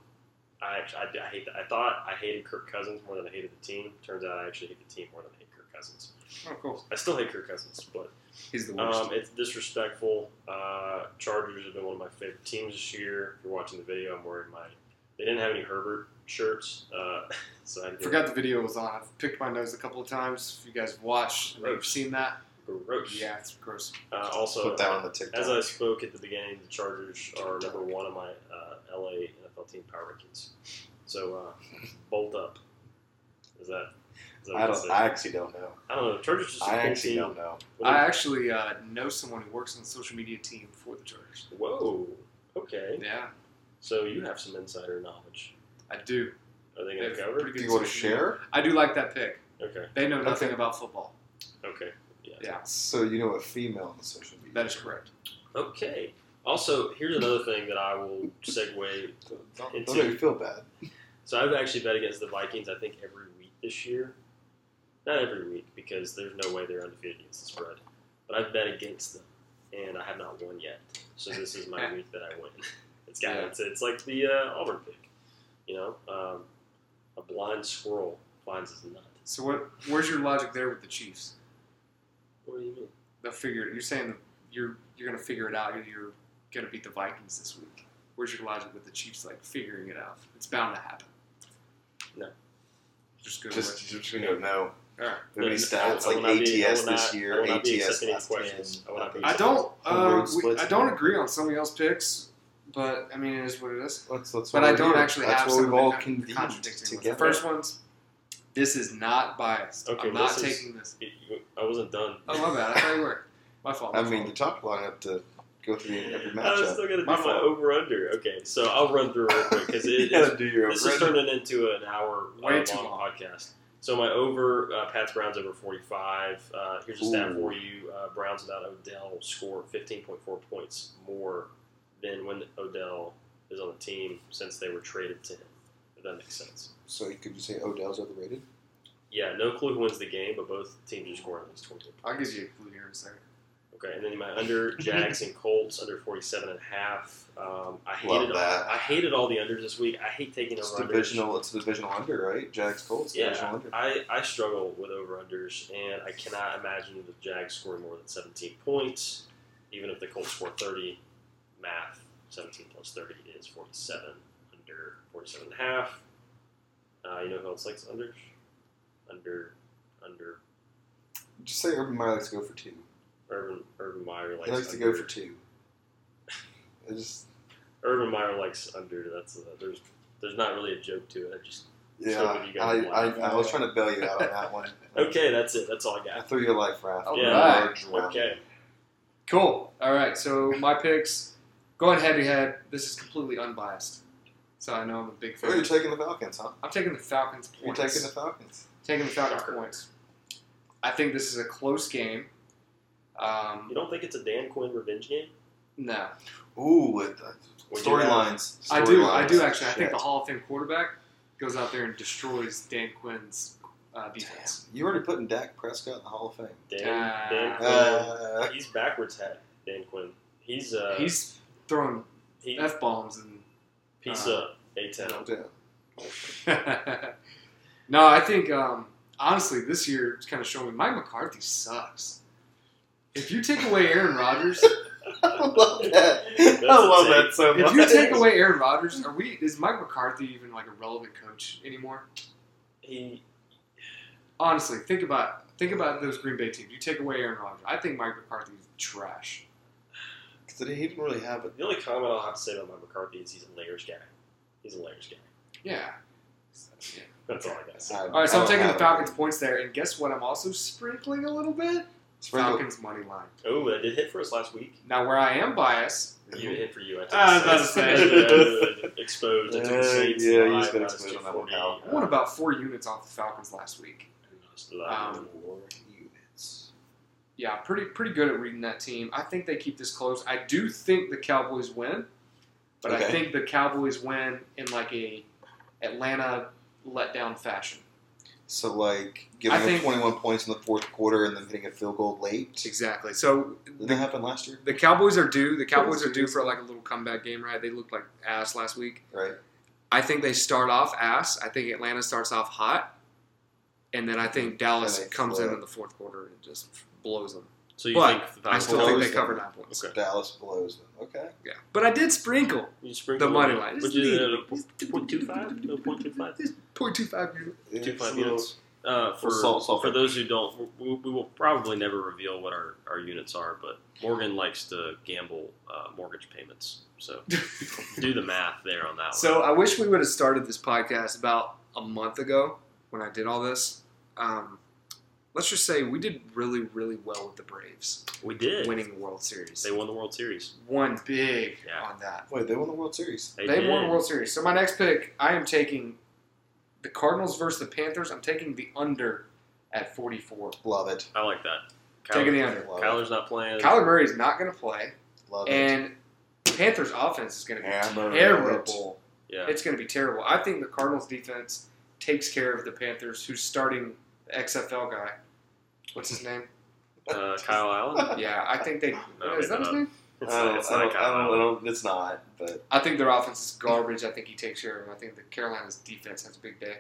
[SPEAKER 2] I, actually, I I hate that. I thought I hated Kirk Cousins more than I hated the team. Turns out I actually hate the team more than I hate Kirk Cousins.
[SPEAKER 1] Oh, cool.
[SPEAKER 2] I still hate Kirk Cousins, but
[SPEAKER 1] He's the worst.
[SPEAKER 2] um, it's disrespectful. Uh, Chargers have been one of my favorite teams this year. If you're watching the video, I'm wearing my. They didn't have any Herbert shirts, uh, so I had to get
[SPEAKER 1] Forgot the video was on. I've picked my nose a couple of times. If you guys watched, and you've
[SPEAKER 2] Gross.
[SPEAKER 1] seen that.
[SPEAKER 2] gross.
[SPEAKER 1] Yeah, it's gross.
[SPEAKER 2] Uh, also,
[SPEAKER 3] Put that on the TikTok.
[SPEAKER 2] As I spoke at the beginning, the Chargers are number one on my uh, LA NFL team power rankings. So uh, bolt up. Is that? Is that what
[SPEAKER 3] I
[SPEAKER 2] say?
[SPEAKER 3] don't. I actually don't know.
[SPEAKER 2] I don't know. Chargers just a
[SPEAKER 3] I
[SPEAKER 2] cool
[SPEAKER 3] actually
[SPEAKER 2] team.
[SPEAKER 3] don't know.
[SPEAKER 2] What
[SPEAKER 1] I
[SPEAKER 2] are-
[SPEAKER 1] actually uh, know someone who works on the social media team for the Chargers.
[SPEAKER 2] Whoa. Okay.
[SPEAKER 1] Yeah,
[SPEAKER 2] So you have some insider knowledge.
[SPEAKER 1] I do.
[SPEAKER 2] Are they
[SPEAKER 1] They
[SPEAKER 2] going
[SPEAKER 1] have
[SPEAKER 2] to cover?
[SPEAKER 1] pretty good
[SPEAKER 3] Do you want to
[SPEAKER 1] social media.
[SPEAKER 3] share?
[SPEAKER 1] I do like that pick.
[SPEAKER 2] Okay.
[SPEAKER 1] They know nothing
[SPEAKER 3] Okay.
[SPEAKER 1] about football.
[SPEAKER 2] Okay.
[SPEAKER 3] So you know a female on the social media.
[SPEAKER 1] That is correct.
[SPEAKER 2] Okay. Also, here's another thing that I will segue
[SPEAKER 3] Don't, don't,
[SPEAKER 2] It's
[SPEAKER 3] don't make me feel bad.
[SPEAKER 2] So I've actually bet against the Vikings. I think every week this year, not every week because there's no way they're undefeated against the spread. But I've bet against them, and I have not won yet. So this is my week that I win. It's got
[SPEAKER 1] Yeah.
[SPEAKER 2] it's, it's like the uh, Auburn pick, you know, um, a blind squirrel finds his nut.
[SPEAKER 1] So what? Where's your logic there with the Chiefs?
[SPEAKER 2] What do you mean?
[SPEAKER 1] They'll figure. You're saying that you're you're gonna figure it out. You're, you're gonna beat the Vikings this week. Where's your logic with the Chiefs like figuring it out? It's bound to happen.
[SPEAKER 2] No.
[SPEAKER 1] Just go.
[SPEAKER 3] Just,
[SPEAKER 1] with
[SPEAKER 3] just you know, no.
[SPEAKER 1] it. All right.
[SPEAKER 3] There'll be
[SPEAKER 2] No, no,
[SPEAKER 3] stats
[SPEAKER 2] I will
[SPEAKER 3] like
[SPEAKER 2] not be- I
[SPEAKER 3] ATS
[SPEAKER 2] will not-
[SPEAKER 3] this
[SPEAKER 2] I
[SPEAKER 3] year,
[SPEAKER 2] will not be
[SPEAKER 3] ATS
[SPEAKER 2] accepting any
[SPEAKER 3] last
[SPEAKER 2] questions. I will not be
[SPEAKER 1] I don't.
[SPEAKER 3] Who
[SPEAKER 1] Um,
[SPEAKER 3] wins
[SPEAKER 1] we,
[SPEAKER 3] splits
[SPEAKER 1] I don't
[SPEAKER 3] more?
[SPEAKER 1] agree on somebody else's picks, but I mean, it is what it is.
[SPEAKER 3] That's, that's
[SPEAKER 1] But
[SPEAKER 3] what
[SPEAKER 1] I
[SPEAKER 3] we
[SPEAKER 1] don't
[SPEAKER 3] do.
[SPEAKER 1] actually
[SPEAKER 3] that's
[SPEAKER 1] have
[SPEAKER 3] what
[SPEAKER 1] some
[SPEAKER 3] we've
[SPEAKER 1] of the
[SPEAKER 3] all
[SPEAKER 1] con-
[SPEAKER 3] convened
[SPEAKER 1] contradicting ones.
[SPEAKER 3] together.
[SPEAKER 1] The first one's this is not biased.
[SPEAKER 2] Okay,
[SPEAKER 1] I'm not
[SPEAKER 2] this is-
[SPEAKER 1] taking this.
[SPEAKER 2] It- you- I wasn't done.
[SPEAKER 1] Oh my bad. I thought you were. My fault.
[SPEAKER 3] I
[SPEAKER 1] my
[SPEAKER 3] mean, you
[SPEAKER 1] fault.
[SPEAKER 3] talked long enough to go through every
[SPEAKER 2] I was
[SPEAKER 3] matchup.
[SPEAKER 2] still gonna do
[SPEAKER 1] My
[SPEAKER 2] my,
[SPEAKER 1] fault.
[SPEAKER 2] over under. Okay, so I'll run through real quick because
[SPEAKER 3] You
[SPEAKER 2] it, it's
[SPEAKER 3] gotta do your
[SPEAKER 2] This is
[SPEAKER 3] over-under.
[SPEAKER 2] turning into an hour uh,
[SPEAKER 1] Way
[SPEAKER 2] long,
[SPEAKER 1] too long.
[SPEAKER 2] podcast. So my over, uh, Pat's Browns over 45. Uh, here's a stat
[SPEAKER 3] Ooh.
[SPEAKER 2] for you. Uh, Browns without Odell score 15.4 points more than when Odell is on the team since they were traded to him. If that makes sense.
[SPEAKER 3] So could you say Odell's overrated?
[SPEAKER 2] Yeah, no clue who wins the game, but both teams are scoring at least 20 points.
[SPEAKER 1] I'll give you a clue here in a second.
[SPEAKER 2] Okay, and then my under Jags and Colts under 47 and a half. Um, I hated
[SPEAKER 3] Love that.
[SPEAKER 2] All, I hated all the unders this week. I hate taking
[SPEAKER 3] It's
[SPEAKER 2] over unders.
[SPEAKER 3] divisional. It's divisional under, right? Jags Colts divisional
[SPEAKER 2] Yeah,
[SPEAKER 3] under.
[SPEAKER 2] I, I struggle with over unders, and I cannot imagine the Jags scoring more than 17 points, even if the Colts score 30. Math 17 plus 30 is 47, under 47 and a half. Uh, you know who else likes unders? Under, under,
[SPEAKER 3] Just say Urban Meyer likes to go for two.
[SPEAKER 2] Urban, Urban Meyer likes,
[SPEAKER 3] He likes to
[SPEAKER 2] under.
[SPEAKER 3] go for two. I just
[SPEAKER 2] Urban Meyer likes under. That's uh there's there's not really a joke to it. I just
[SPEAKER 3] yeah.
[SPEAKER 2] what you
[SPEAKER 3] I,
[SPEAKER 2] guys
[SPEAKER 3] I,
[SPEAKER 2] want.
[SPEAKER 3] I was trying to bail you out on that one.
[SPEAKER 2] okay. That's it. That's all I
[SPEAKER 3] I
[SPEAKER 2] got.
[SPEAKER 3] threw your life raft.
[SPEAKER 1] All
[SPEAKER 3] You
[SPEAKER 1] right.
[SPEAKER 3] large raft.
[SPEAKER 2] Okay.
[SPEAKER 1] Cool. All right. So my picks, going head to head. This is completely unbiased. So I know I'm a big
[SPEAKER 3] Oh, you're
[SPEAKER 1] fan.
[SPEAKER 3] taking the Falcons, huh?
[SPEAKER 1] I'm taking the Falcons
[SPEAKER 3] You're
[SPEAKER 1] points.
[SPEAKER 3] taking the Falcons.
[SPEAKER 1] Taking the Falcons
[SPEAKER 2] Shocker.
[SPEAKER 1] points. I think this is a close game. Um,
[SPEAKER 2] You don't think it's a Dan Quinn revenge game?
[SPEAKER 1] no,
[SPEAKER 3] Ooh, with the
[SPEAKER 2] Would you have-
[SPEAKER 3] storylines.
[SPEAKER 1] I do. I
[SPEAKER 3] storylines.
[SPEAKER 1] do actually. I think
[SPEAKER 3] Shit.
[SPEAKER 1] the Hall of Fame quarterback goes out there and destroys Dan Quinn's uh, defense.
[SPEAKER 3] You already putting Dak Prescott in the Hall of Fame.
[SPEAKER 2] Dan,
[SPEAKER 1] Ah.
[SPEAKER 2] Dan Quinn.
[SPEAKER 3] Uh,
[SPEAKER 2] he's backwards hat, Dan Quinn. He's uh, he's
[SPEAKER 1] He's throwing
[SPEAKER 2] he,
[SPEAKER 1] f bombs and.
[SPEAKER 2] he's
[SPEAKER 1] uh,
[SPEAKER 2] up a ten.
[SPEAKER 3] yeah.
[SPEAKER 1] no, I think um, honestly this year it's kind of showing me Mike McCarthy sucks. If you take away Aaron Rodgers,
[SPEAKER 3] I love that.
[SPEAKER 2] That's
[SPEAKER 3] I love
[SPEAKER 2] a
[SPEAKER 3] that so much.
[SPEAKER 1] if you take away Aaron Rodgers, are we? Is Mike McCarthy even like a relevant coach anymore?
[SPEAKER 2] He
[SPEAKER 1] honestly, think about think about those Green Bay teams. You take away Aaron Rodgers. I think Mike McCarthy is trash.
[SPEAKER 3] Because he didn't really have it.
[SPEAKER 2] the only comment I'll have to say about Mike McCarthy is he's a layers guy. He's a layers guy.
[SPEAKER 1] Yeah.
[SPEAKER 2] That's all I got. to say.
[SPEAKER 1] All right, so I'm taking the Falcons points there, and guess what? I'm also sprinkling a little bit
[SPEAKER 3] Sprinkle.
[SPEAKER 1] Falcons money line.
[SPEAKER 2] Oh, that did hit for us last week.
[SPEAKER 1] Now, where I am biased,
[SPEAKER 3] Mm-hmm.
[SPEAKER 2] You hit for you. I, took
[SPEAKER 1] I was about to
[SPEAKER 3] say.
[SPEAKER 2] Uh, exposed. I took the
[SPEAKER 3] Uh,
[SPEAKER 2] Saints
[SPEAKER 3] yeah, you
[SPEAKER 2] live,
[SPEAKER 3] just got
[SPEAKER 2] minus Uh,
[SPEAKER 3] exposed on that one,
[SPEAKER 2] 240.
[SPEAKER 3] pal.
[SPEAKER 1] I won about four units off the Falcons last week.
[SPEAKER 2] uh,
[SPEAKER 1] Um, Yeah, I'm pretty pretty good at reading that team. I think they keep this close. I do think the Cowboys win, but I
[SPEAKER 3] Okay.
[SPEAKER 1] think the Cowboys win in like a Atlanta letdown fashion.
[SPEAKER 3] So like giving
[SPEAKER 1] I
[SPEAKER 3] up
[SPEAKER 1] think-
[SPEAKER 3] 21 points in the fourth quarter and then hitting a field goal late.
[SPEAKER 1] Exactly. So
[SPEAKER 3] Did that happen last year?
[SPEAKER 1] the Cowboys are due. The Cowboys are due for like a little comeback game, right? They looked like ass last week.
[SPEAKER 3] Right.
[SPEAKER 1] I think they start off ass. I think Atlanta starts off hot, and then I think Dallas
[SPEAKER 3] And they
[SPEAKER 1] comes in
[SPEAKER 3] flip.
[SPEAKER 1] in the fourth quarter and just blows them.
[SPEAKER 2] So you
[SPEAKER 1] But
[SPEAKER 2] think
[SPEAKER 1] I still
[SPEAKER 3] blows
[SPEAKER 1] think they
[SPEAKER 3] them.
[SPEAKER 1] cover nine points.
[SPEAKER 2] Okay.
[SPEAKER 3] Dallas blows them. Okay.
[SPEAKER 1] Yeah, but I did sprinkle
[SPEAKER 2] you
[SPEAKER 1] the
[SPEAKER 2] sprinkle
[SPEAKER 1] money
[SPEAKER 2] it.
[SPEAKER 1] line.
[SPEAKER 2] Which is at a point two five? No point two five.
[SPEAKER 1] Point two five unit.
[SPEAKER 3] It's
[SPEAKER 2] Two
[SPEAKER 3] a
[SPEAKER 2] five
[SPEAKER 3] little-
[SPEAKER 2] units. Uh, for
[SPEAKER 3] Salt- salt.
[SPEAKER 2] for those who don't, we, we will probably never reveal what our, our units are. But Morgan likes to gamble uh, mortgage payments, so do the math there on that
[SPEAKER 1] So I wish we would have started this podcast about a month ago when I did all this. Um, let's just say we did really, really well with the Braves
[SPEAKER 2] one. We did.
[SPEAKER 1] winning the World Series.
[SPEAKER 2] They won the World Series.
[SPEAKER 1] One big
[SPEAKER 2] Yeah.
[SPEAKER 1] on that.
[SPEAKER 3] Wait, they won the World Series.
[SPEAKER 2] They,
[SPEAKER 1] They,
[SPEAKER 2] did.
[SPEAKER 1] won World Series. So my next pick, I am taking the Cardinals versus the Panthers. I'm taking the under at 44.
[SPEAKER 3] Love it.
[SPEAKER 2] I like that.
[SPEAKER 1] Taking
[SPEAKER 2] Kyler,
[SPEAKER 1] the under.
[SPEAKER 3] Love
[SPEAKER 2] Kyler's not playing.
[SPEAKER 1] Kyler Murray is not going to play,
[SPEAKER 3] it. Love it.
[SPEAKER 1] and Panthers offense is going to be
[SPEAKER 3] Hammer it.
[SPEAKER 1] terrible.
[SPEAKER 2] yeah,
[SPEAKER 1] It's going to be terrible. I think the Cardinals defense takes care of the Panthers, who's starting the XFL guy. What's his name?
[SPEAKER 2] uh, Kyle Allen.
[SPEAKER 1] Yeah, I think they.
[SPEAKER 2] No,
[SPEAKER 1] is that his
[SPEAKER 2] not.
[SPEAKER 1] name?
[SPEAKER 2] It's
[SPEAKER 3] I
[SPEAKER 2] not,
[SPEAKER 3] don't,
[SPEAKER 2] it's
[SPEAKER 3] Uh, I
[SPEAKER 2] not
[SPEAKER 3] don't,
[SPEAKER 2] Kyle
[SPEAKER 3] I
[SPEAKER 2] Allen.
[SPEAKER 3] don't, it's not, but
[SPEAKER 1] I think their offense is garbage. I think he takes care of them. I think the Carolina's defense has a big day.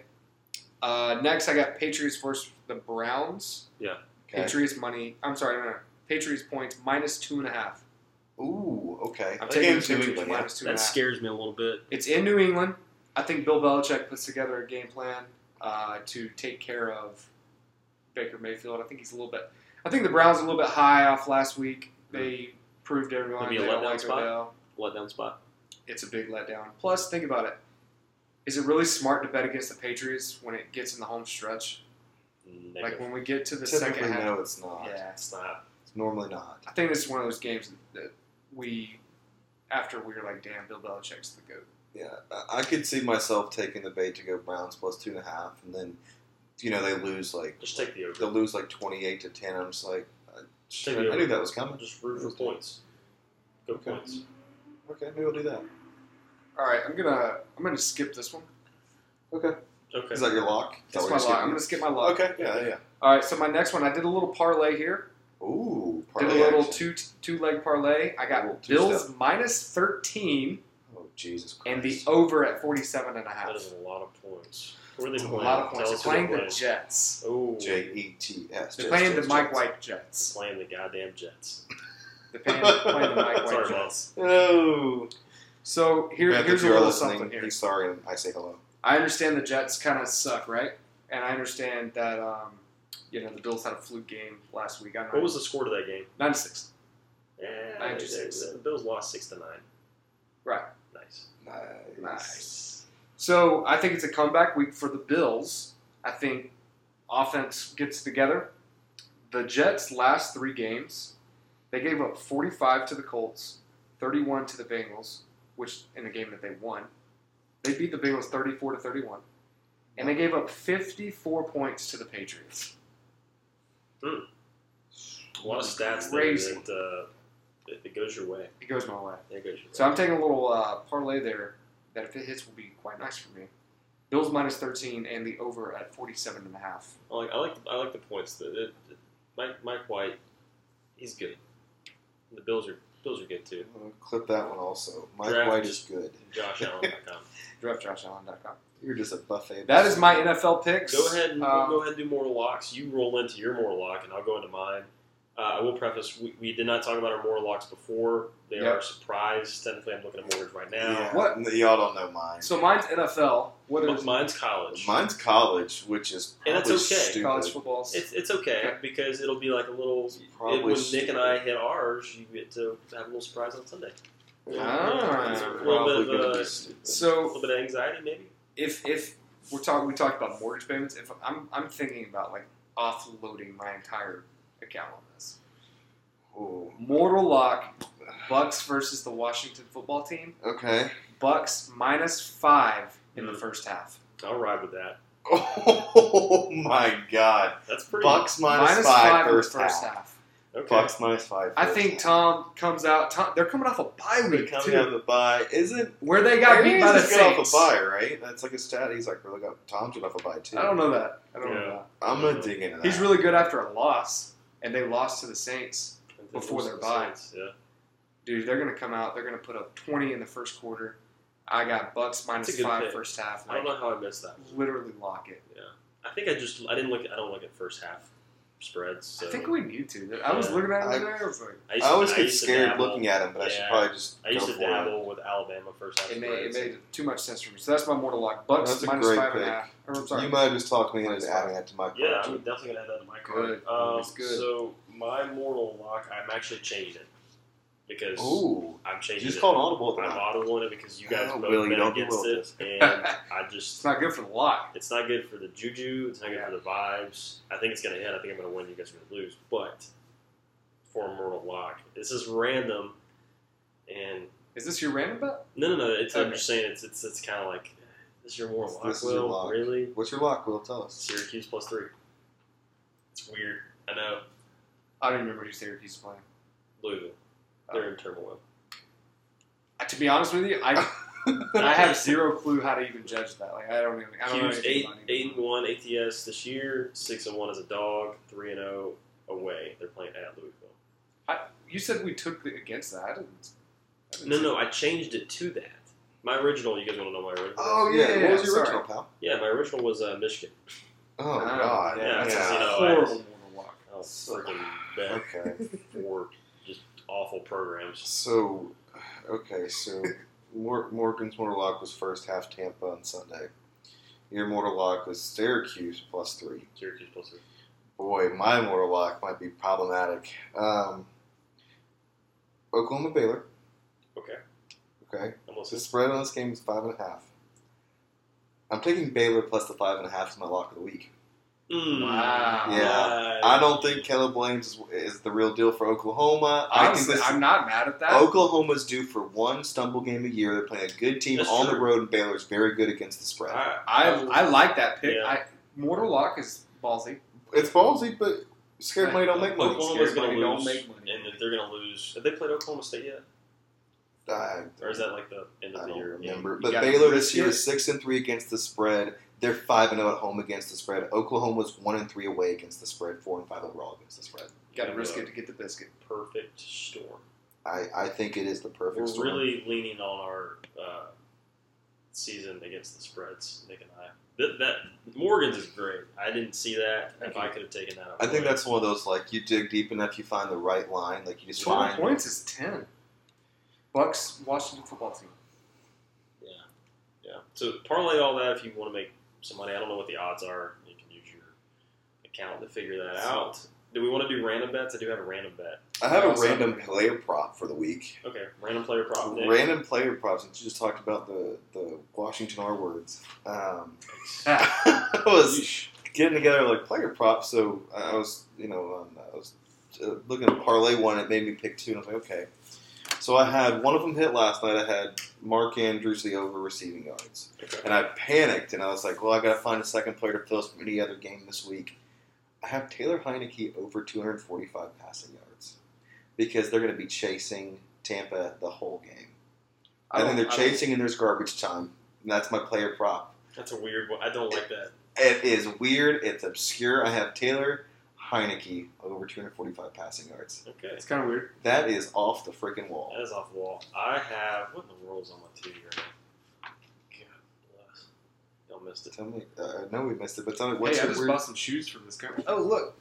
[SPEAKER 1] Uh, next, I got Patriots versus the Browns.
[SPEAKER 3] okay.
[SPEAKER 1] Patriots money. I'm sorry, no, no. Patriots points minus two and a half.
[SPEAKER 3] Ooh, okay.
[SPEAKER 1] I'm
[SPEAKER 3] That
[SPEAKER 1] taking the
[SPEAKER 3] game's New
[SPEAKER 1] Patriots
[SPEAKER 3] England, yeah.
[SPEAKER 1] minus two and
[SPEAKER 2] That
[SPEAKER 1] a half.
[SPEAKER 2] scares me a little bit.
[SPEAKER 1] It's in New England. I think Bill Belichick puts together a game plan uh, to take care of Baker Mayfield. I think he's a little bit. I think the Browns are a little bit high off last week.
[SPEAKER 3] Hmm.
[SPEAKER 1] They proved everyone
[SPEAKER 2] Maybe a
[SPEAKER 1] they don't
[SPEAKER 2] letdown
[SPEAKER 1] like
[SPEAKER 2] spot?
[SPEAKER 1] Odell.
[SPEAKER 2] Letdown spot.
[SPEAKER 1] It's a big letdown. Plus, think about it. Is it really smart to bet against the Patriots when it gets in the home stretch?
[SPEAKER 2] Negative.
[SPEAKER 1] Like when we get to the
[SPEAKER 3] Typically,
[SPEAKER 1] second half.
[SPEAKER 3] no, it's not.
[SPEAKER 1] Yeah,
[SPEAKER 2] it's not.
[SPEAKER 3] It's normally not.
[SPEAKER 1] I think this is one of those games that we, after we were like, "Damn, Bill Belichick's the goat."
[SPEAKER 3] Yeah, I- I could see myself taking the bait to go Browns plus two and a half, and then you know they lose like
[SPEAKER 2] Just take the over.
[SPEAKER 3] they'll lose like twenty eight to ten. I'm just like, I,
[SPEAKER 2] Take the
[SPEAKER 3] I
[SPEAKER 2] over.
[SPEAKER 3] knew that was coming.
[SPEAKER 2] Just root for points. Go
[SPEAKER 3] Okay.
[SPEAKER 2] points.
[SPEAKER 3] Okay, maybe we'll do that.
[SPEAKER 1] All right, I'm gonna I'm gonna skip this one.
[SPEAKER 3] Okay,
[SPEAKER 2] Okay.
[SPEAKER 3] is that your lock? Is that
[SPEAKER 1] That's
[SPEAKER 3] what
[SPEAKER 1] my lock. I'm
[SPEAKER 3] you're skipping?
[SPEAKER 1] gonna skip my lock.
[SPEAKER 3] Okay, yeah, yeah.
[SPEAKER 1] All right, so my next one, I did a little parlay here.
[SPEAKER 3] Ooh,
[SPEAKER 1] did
[SPEAKER 3] parlay
[SPEAKER 1] a little
[SPEAKER 3] action.
[SPEAKER 1] two two leg parlay. I got
[SPEAKER 3] Little two-step.
[SPEAKER 1] Bills minus 13
[SPEAKER 3] Oh Jesus Christ!
[SPEAKER 1] and the over at 47 and a half.
[SPEAKER 2] That is a lot of points. Where are they
[SPEAKER 1] That's a
[SPEAKER 2] playing?
[SPEAKER 1] lot of points.
[SPEAKER 2] Tell
[SPEAKER 1] They're
[SPEAKER 2] us who they're
[SPEAKER 1] playing the Jets.
[SPEAKER 2] Oh,
[SPEAKER 3] J E T S.
[SPEAKER 1] They're
[SPEAKER 3] Jets,
[SPEAKER 1] playing the
[SPEAKER 3] Jets,
[SPEAKER 1] Mike
[SPEAKER 3] Jets.
[SPEAKER 1] White
[SPEAKER 2] They're
[SPEAKER 1] Jets.
[SPEAKER 2] playing the goddamn Jets.
[SPEAKER 1] They're playing, playing the Mike White
[SPEAKER 2] Sorry,
[SPEAKER 1] Jets.
[SPEAKER 3] Oh,
[SPEAKER 1] So here,
[SPEAKER 3] Beth,
[SPEAKER 1] here's
[SPEAKER 3] if
[SPEAKER 1] a
[SPEAKER 3] you're
[SPEAKER 1] little
[SPEAKER 3] listening,
[SPEAKER 1] something here.
[SPEAKER 3] He's sorry, and I say hello.
[SPEAKER 1] I understand the Jets kind of suck, right? And I understand that um, you know the Bills had a fluke game last week. I know
[SPEAKER 2] What was the score to that game?
[SPEAKER 1] 96.
[SPEAKER 2] Eh,
[SPEAKER 1] Nine to six.
[SPEAKER 2] The Bills lost six to nine.
[SPEAKER 1] Right.
[SPEAKER 2] Nice.
[SPEAKER 3] Nice.
[SPEAKER 1] Nice. So I think it's a comeback week for the Bills. I think offense gets together. The Jets' last three games, they gave up 45 to the Colts, 31 to the Bengals, which in a game that they won, they beat the Bengals 34 to 31, and they gave up 54 points to the Patriots.
[SPEAKER 2] A lot of stats there
[SPEAKER 1] Crazy.
[SPEAKER 2] that uh, it, it goes your way.
[SPEAKER 1] It goes my way.
[SPEAKER 2] It goes your
[SPEAKER 1] So
[SPEAKER 2] way.
[SPEAKER 1] I'm taking a little uh, parlay there that if it hits will be quite nice for me. Bills minus 13 and the over at 47 and a half.
[SPEAKER 2] I like I like the, I like the points. The, the, the- Mike Mike White, he's good. The Bills are Bills are good too.
[SPEAKER 3] I'm gonna Uh, clip that one also. Mike
[SPEAKER 2] Draft.
[SPEAKER 3] White is good.
[SPEAKER 2] JoshAllen.com.
[SPEAKER 1] DraftJoshAllen.com.
[SPEAKER 3] You're just a buffet.
[SPEAKER 1] That is my NFL picks.
[SPEAKER 2] Go ahead and
[SPEAKER 1] Um,
[SPEAKER 2] go ahead and do more locks. You roll into your more lock, and I'll go into mine. Uh, I will preface: we, we did not talk about our more locks before. They
[SPEAKER 1] Yep.
[SPEAKER 2] are a surprise. Technically, I'm looking at mortgage right now.
[SPEAKER 3] Yeah,
[SPEAKER 1] What?
[SPEAKER 3] n- Y'all don't know mine.
[SPEAKER 1] So mine's NFL. What
[SPEAKER 2] M-
[SPEAKER 1] is
[SPEAKER 2] Mine's college.
[SPEAKER 3] Mine's college, which is probably
[SPEAKER 2] And it's okay.
[SPEAKER 3] Stupid.
[SPEAKER 1] college football?
[SPEAKER 2] It's it's okay because it'll be like a little.
[SPEAKER 3] It's
[SPEAKER 2] It,
[SPEAKER 3] probably
[SPEAKER 2] when Nick and I
[SPEAKER 3] stupid.
[SPEAKER 2] hit ours, you get to have a little surprise on Sunday.
[SPEAKER 1] Ah.
[SPEAKER 2] It's a little
[SPEAKER 3] probably
[SPEAKER 2] bit of
[SPEAKER 3] gonna
[SPEAKER 2] uh,
[SPEAKER 3] be stupid.
[SPEAKER 2] a
[SPEAKER 1] So
[SPEAKER 2] little bit of anxiety, maybe.
[SPEAKER 1] if if we're talking, we talked about mortgage payments. If I'm I'm thinking about like offloading my entire account on this.
[SPEAKER 3] Ooh.
[SPEAKER 1] Mortal lock, Bucks versus the Washington football team.
[SPEAKER 3] Okay.
[SPEAKER 1] Bucks minus five in the
[SPEAKER 2] Mm.
[SPEAKER 1] first half.
[SPEAKER 2] I'll ride with that.
[SPEAKER 3] Oh my God!
[SPEAKER 2] That's pretty.
[SPEAKER 3] Bucks minus
[SPEAKER 1] Minus
[SPEAKER 3] five,
[SPEAKER 1] in the
[SPEAKER 3] first
[SPEAKER 1] first
[SPEAKER 3] half.
[SPEAKER 1] half.
[SPEAKER 2] Okay.
[SPEAKER 3] Fox minus five.
[SPEAKER 1] I
[SPEAKER 3] first.
[SPEAKER 1] think Tom comes out. Tom, they're coming off a bye
[SPEAKER 3] They're
[SPEAKER 1] week
[SPEAKER 3] coming
[SPEAKER 1] too,
[SPEAKER 3] out of the bye. Isn't
[SPEAKER 1] where they got beat
[SPEAKER 3] Arians
[SPEAKER 1] by the
[SPEAKER 3] just got off
[SPEAKER 1] Saints.
[SPEAKER 3] a bye, right? That's like a stat. He's like, really got Tom's off a bye too.
[SPEAKER 1] I don't know that. I don't
[SPEAKER 2] Yeah.
[SPEAKER 1] know
[SPEAKER 3] I'm gonna dig into
[SPEAKER 1] that.
[SPEAKER 3] that.
[SPEAKER 1] He's really good after a loss, and they lost to the Saints. Before their bye.
[SPEAKER 2] Yeah.
[SPEAKER 1] Dude, they're gonna come out. They're gonna put up 20 in the first quarter. I got Bucks minus
[SPEAKER 2] That's a good
[SPEAKER 1] five
[SPEAKER 2] pick.
[SPEAKER 1] first half.
[SPEAKER 2] I don't know how I missed that.
[SPEAKER 1] Literally lock it.
[SPEAKER 2] I think I just I didn't look. I don't look at first half spreads. So
[SPEAKER 1] I think we need to. I was
[SPEAKER 2] Yeah.
[SPEAKER 1] looking at it
[SPEAKER 3] I-
[SPEAKER 1] there. I was like,
[SPEAKER 2] used
[SPEAKER 3] I
[SPEAKER 2] to-
[SPEAKER 3] always get
[SPEAKER 2] used to
[SPEAKER 3] scared
[SPEAKER 2] dabble.
[SPEAKER 3] looking at him, but I should
[SPEAKER 2] Yeah.
[SPEAKER 3] probably just.
[SPEAKER 2] I used
[SPEAKER 3] go
[SPEAKER 2] to
[SPEAKER 3] for it.
[SPEAKER 2] dabble with Alabama first half
[SPEAKER 1] it made it
[SPEAKER 2] spreads.
[SPEAKER 1] made too much sense for me. So that's my mortal lock. Bucks
[SPEAKER 3] That's a
[SPEAKER 1] minus
[SPEAKER 3] great
[SPEAKER 1] five and a
[SPEAKER 3] pick.
[SPEAKER 1] half. Or, I'm sorry.
[SPEAKER 3] You might have just talked me
[SPEAKER 1] Minus
[SPEAKER 3] into
[SPEAKER 1] five.
[SPEAKER 3] adding that to my card.
[SPEAKER 2] yeah, I'm
[SPEAKER 3] too.
[SPEAKER 2] definitely gonna add that to my card.
[SPEAKER 1] Good.
[SPEAKER 2] Um,
[SPEAKER 1] That's good.
[SPEAKER 2] So my mortal lock, I'm actually changing it because
[SPEAKER 3] Ooh,
[SPEAKER 2] I'm
[SPEAKER 3] you
[SPEAKER 2] changing.
[SPEAKER 3] just
[SPEAKER 2] it.
[SPEAKER 3] called audible.
[SPEAKER 2] I'm
[SPEAKER 3] At that.
[SPEAKER 2] audible in it because you guys
[SPEAKER 3] Oh,
[SPEAKER 2] both
[SPEAKER 3] Willie,
[SPEAKER 2] bet
[SPEAKER 3] don't do
[SPEAKER 2] against
[SPEAKER 3] well
[SPEAKER 2] it,
[SPEAKER 3] with
[SPEAKER 2] and I
[SPEAKER 1] it's
[SPEAKER 2] just
[SPEAKER 1] not good for the lock.
[SPEAKER 2] it's not good for the juju. It's not good
[SPEAKER 1] Yeah.
[SPEAKER 2] for the vibes. I think it's gonna hit. I think I'm gonna win. You guys are gonna lose, but for a mortal lock, this is random, and
[SPEAKER 1] Is this your random bet?
[SPEAKER 2] No, no, no. It's, I'm
[SPEAKER 1] Okay.
[SPEAKER 2] just saying it's it's, it's kind of like this is your moral
[SPEAKER 3] This-
[SPEAKER 2] lock,
[SPEAKER 3] this is
[SPEAKER 2] Will.
[SPEAKER 3] your lock.
[SPEAKER 2] Really,
[SPEAKER 3] What's your lock, Will? Tell us.
[SPEAKER 2] Syracuse plus three. It's weird. I know
[SPEAKER 1] I don't remember who Syracuse is playing.
[SPEAKER 2] Louisville. They're in turmoil.
[SPEAKER 1] Uh, To be honest with you, I I have zero clue how to even judge that. Like I don't even. I don't know
[SPEAKER 2] Hughes
[SPEAKER 1] anything
[SPEAKER 2] eight
[SPEAKER 1] about either
[SPEAKER 2] eight and
[SPEAKER 1] one.
[SPEAKER 2] one ATS this year. Six and one as a dog. Three and zero away. They're playing at Louisville.
[SPEAKER 1] You said we took the, against that. I didn't, I didn't
[SPEAKER 2] No,
[SPEAKER 1] see-
[SPEAKER 2] no. I changed it to that. My original. You guys want to know my original?
[SPEAKER 1] Oh yeah.
[SPEAKER 3] yeah,
[SPEAKER 1] yeah,
[SPEAKER 3] what was your
[SPEAKER 1] sorry.
[SPEAKER 3] original, pal?
[SPEAKER 2] Yeah, my original was uh, Michigan.
[SPEAKER 3] Oh,
[SPEAKER 1] Oh,
[SPEAKER 3] God.
[SPEAKER 1] Yeah, that's
[SPEAKER 2] yeah.
[SPEAKER 1] a
[SPEAKER 2] You know, I
[SPEAKER 1] horrible mortal lock.
[SPEAKER 2] I was freaking bet
[SPEAKER 3] Okay.
[SPEAKER 2] for just awful programs.
[SPEAKER 3] So, okay, so Mor- Morgan's mortal lock was first half Tampa on Sunday. Your mortal lock was Syracuse plus three.
[SPEAKER 2] Syracuse plus three.
[SPEAKER 3] Boy, my mortal lock might be problematic. Um, Oklahoma Baylor.
[SPEAKER 2] Okay.
[SPEAKER 3] Okay.
[SPEAKER 2] I'm listening.
[SPEAKER 3] The spread on this game is five and a half. I'm taking Baylor plus the five and a half as my lock of the week.
[SPEAKER 2] Mm.
[SPEAKER 1] Wow.
[SPEAKER 2] Uh,
[SPEAKER 3] Yeah. I don't think Caleb Williams is, is the real deal for Oklahoma. I think
[SPEAKER 1] Honestly,
[SPEAKER 3] this Oh.
[SPEAKER 1] I'm not mad at that.
[SPEAKER 3] Oklahoma's due for one stumble game a year. They're playing a good team
[SPEAKER 2] That's
[SPEAKER 3] on the
[SPEAKER 2] true.
[SPEAKER 3] road, and Baylor's very good against the spread.
[SPEAKER 2] I,
[SPEAKER 1] I I like that pick.
[SPEAKER 2] Yeah.
[SPEAKER 1] I, mortal lock is ballsy.
[SPEAKER 3] It's ballsy, but scared money don't make money.
[SPEAKER 2] Oklahoma's
[SPEAKER 1] Scared money
[SPEAKER 2] going to
[SPEAKER 1] don't
[SPEAKER 2] lose,
[SPEAKER 1] make money.
[SPEAKER 2] and if they're going to lose, have they played Oklahoma State yet,
[SPEAKER 3] I,
[SPEAKER 2] or is that like the end of
[SPEAKER 3] I
[SPEAKER 2] the
[SPEAKER 3] don't
[SPEAKER 2] year?
[SPEAKER 3] remember.
[SPEAKER 1] You
[SPEAKER 3] But
[SPEAKER 1] got
[SPEAKER 3] Baylor
[SPEAKER 1] it.
[SPEAKER 3] this year is six and three against the spread. They're five and zero at home against the spread. Oklahoma's one and three away against the spread. Four and five overall against the spread.
[SPEAKER 1] Got to risk it to get the biscuit.
[SPEAKER 2] Perfect storm.
[SPEAKER 3] I, I think it is the perfect
[SPEAKER 2] We're
[SPEAKER 3] storm.
[SPEAKER 2] really leaning on our uh, season against the spreads, Nick and I. That, that Morgan's is great. I didn't see that. If I could have taken that,
[SPEAKER 3] I think
[SPEAKER 2] would.
[SPEAKER 3] that's one of those like you dig deep enough, you find the right line. Like you just
[SPEAKER 1] Twelve
[SPEAKER 3] find
[SPEAKER 1] points is ten. Bucks Washington football team.
[SPEAKER 2] Yeah, yeah. So parlay all that if you want to make some money. I don't know what the odds are. You can use your account to figure that out. Do we want to do random bets? I do have a random bet.
[SPEAKER 3] I have a
[SPEAKER 1] Also-
[SPEAKER 3] random player prop for the week.
[SPEAKER 2] Okay, random player prop. Nick.
[SPEAKER 3] Random player props. Since you just talked about the, the Washington R words, um, I was
[SPEAKER 1] Yeesh.
[SPEAKER 3] getting together like player props. So I I was, you know, um, I was uh, looking at parlay one. It made me pick two, and I was like, okay. So I had one of them hit last night. I had Mark Andrews the over receiving yards,
[SPEAKER 2] Okay.
[SPEAKER 3] and I panicked, and I was like, well, I got to find a second player to fill us from any other game this week. I have Taylor Heineke over 245 passing yards because they're going to be chasing Tampa the whole game. I think they're
[SPEAKER 1] don't- I don't-
[SPEAKER 3] chasing and there's garbage time. And that's my player prop.
[SPEAKER 2] That's a weird one. I don't like that.
[SPEAKER 3] It is weird. It's obscure. I have Taylor Heineke over 245 passing yards.
[SPEAKER 2] Okay.
[SPEAKER 1] It's kind of weird.
[SPEAKER 3] That is off the freaking wall.
[SPEAKER 2] That is off the wall. I have. What in the world is on my TV right now? God bless. Y'all missed it.
[SPEAKER 3] Tell me. Uh, no, we missed it. But tell me what's
[SPEAKER 1] hey, I
[SPEAKER 3] your
[SPEAKER 1] just
[SPEAKER 3] weird?
[SPEAKER 1] bought some shoes from this company. Oh look,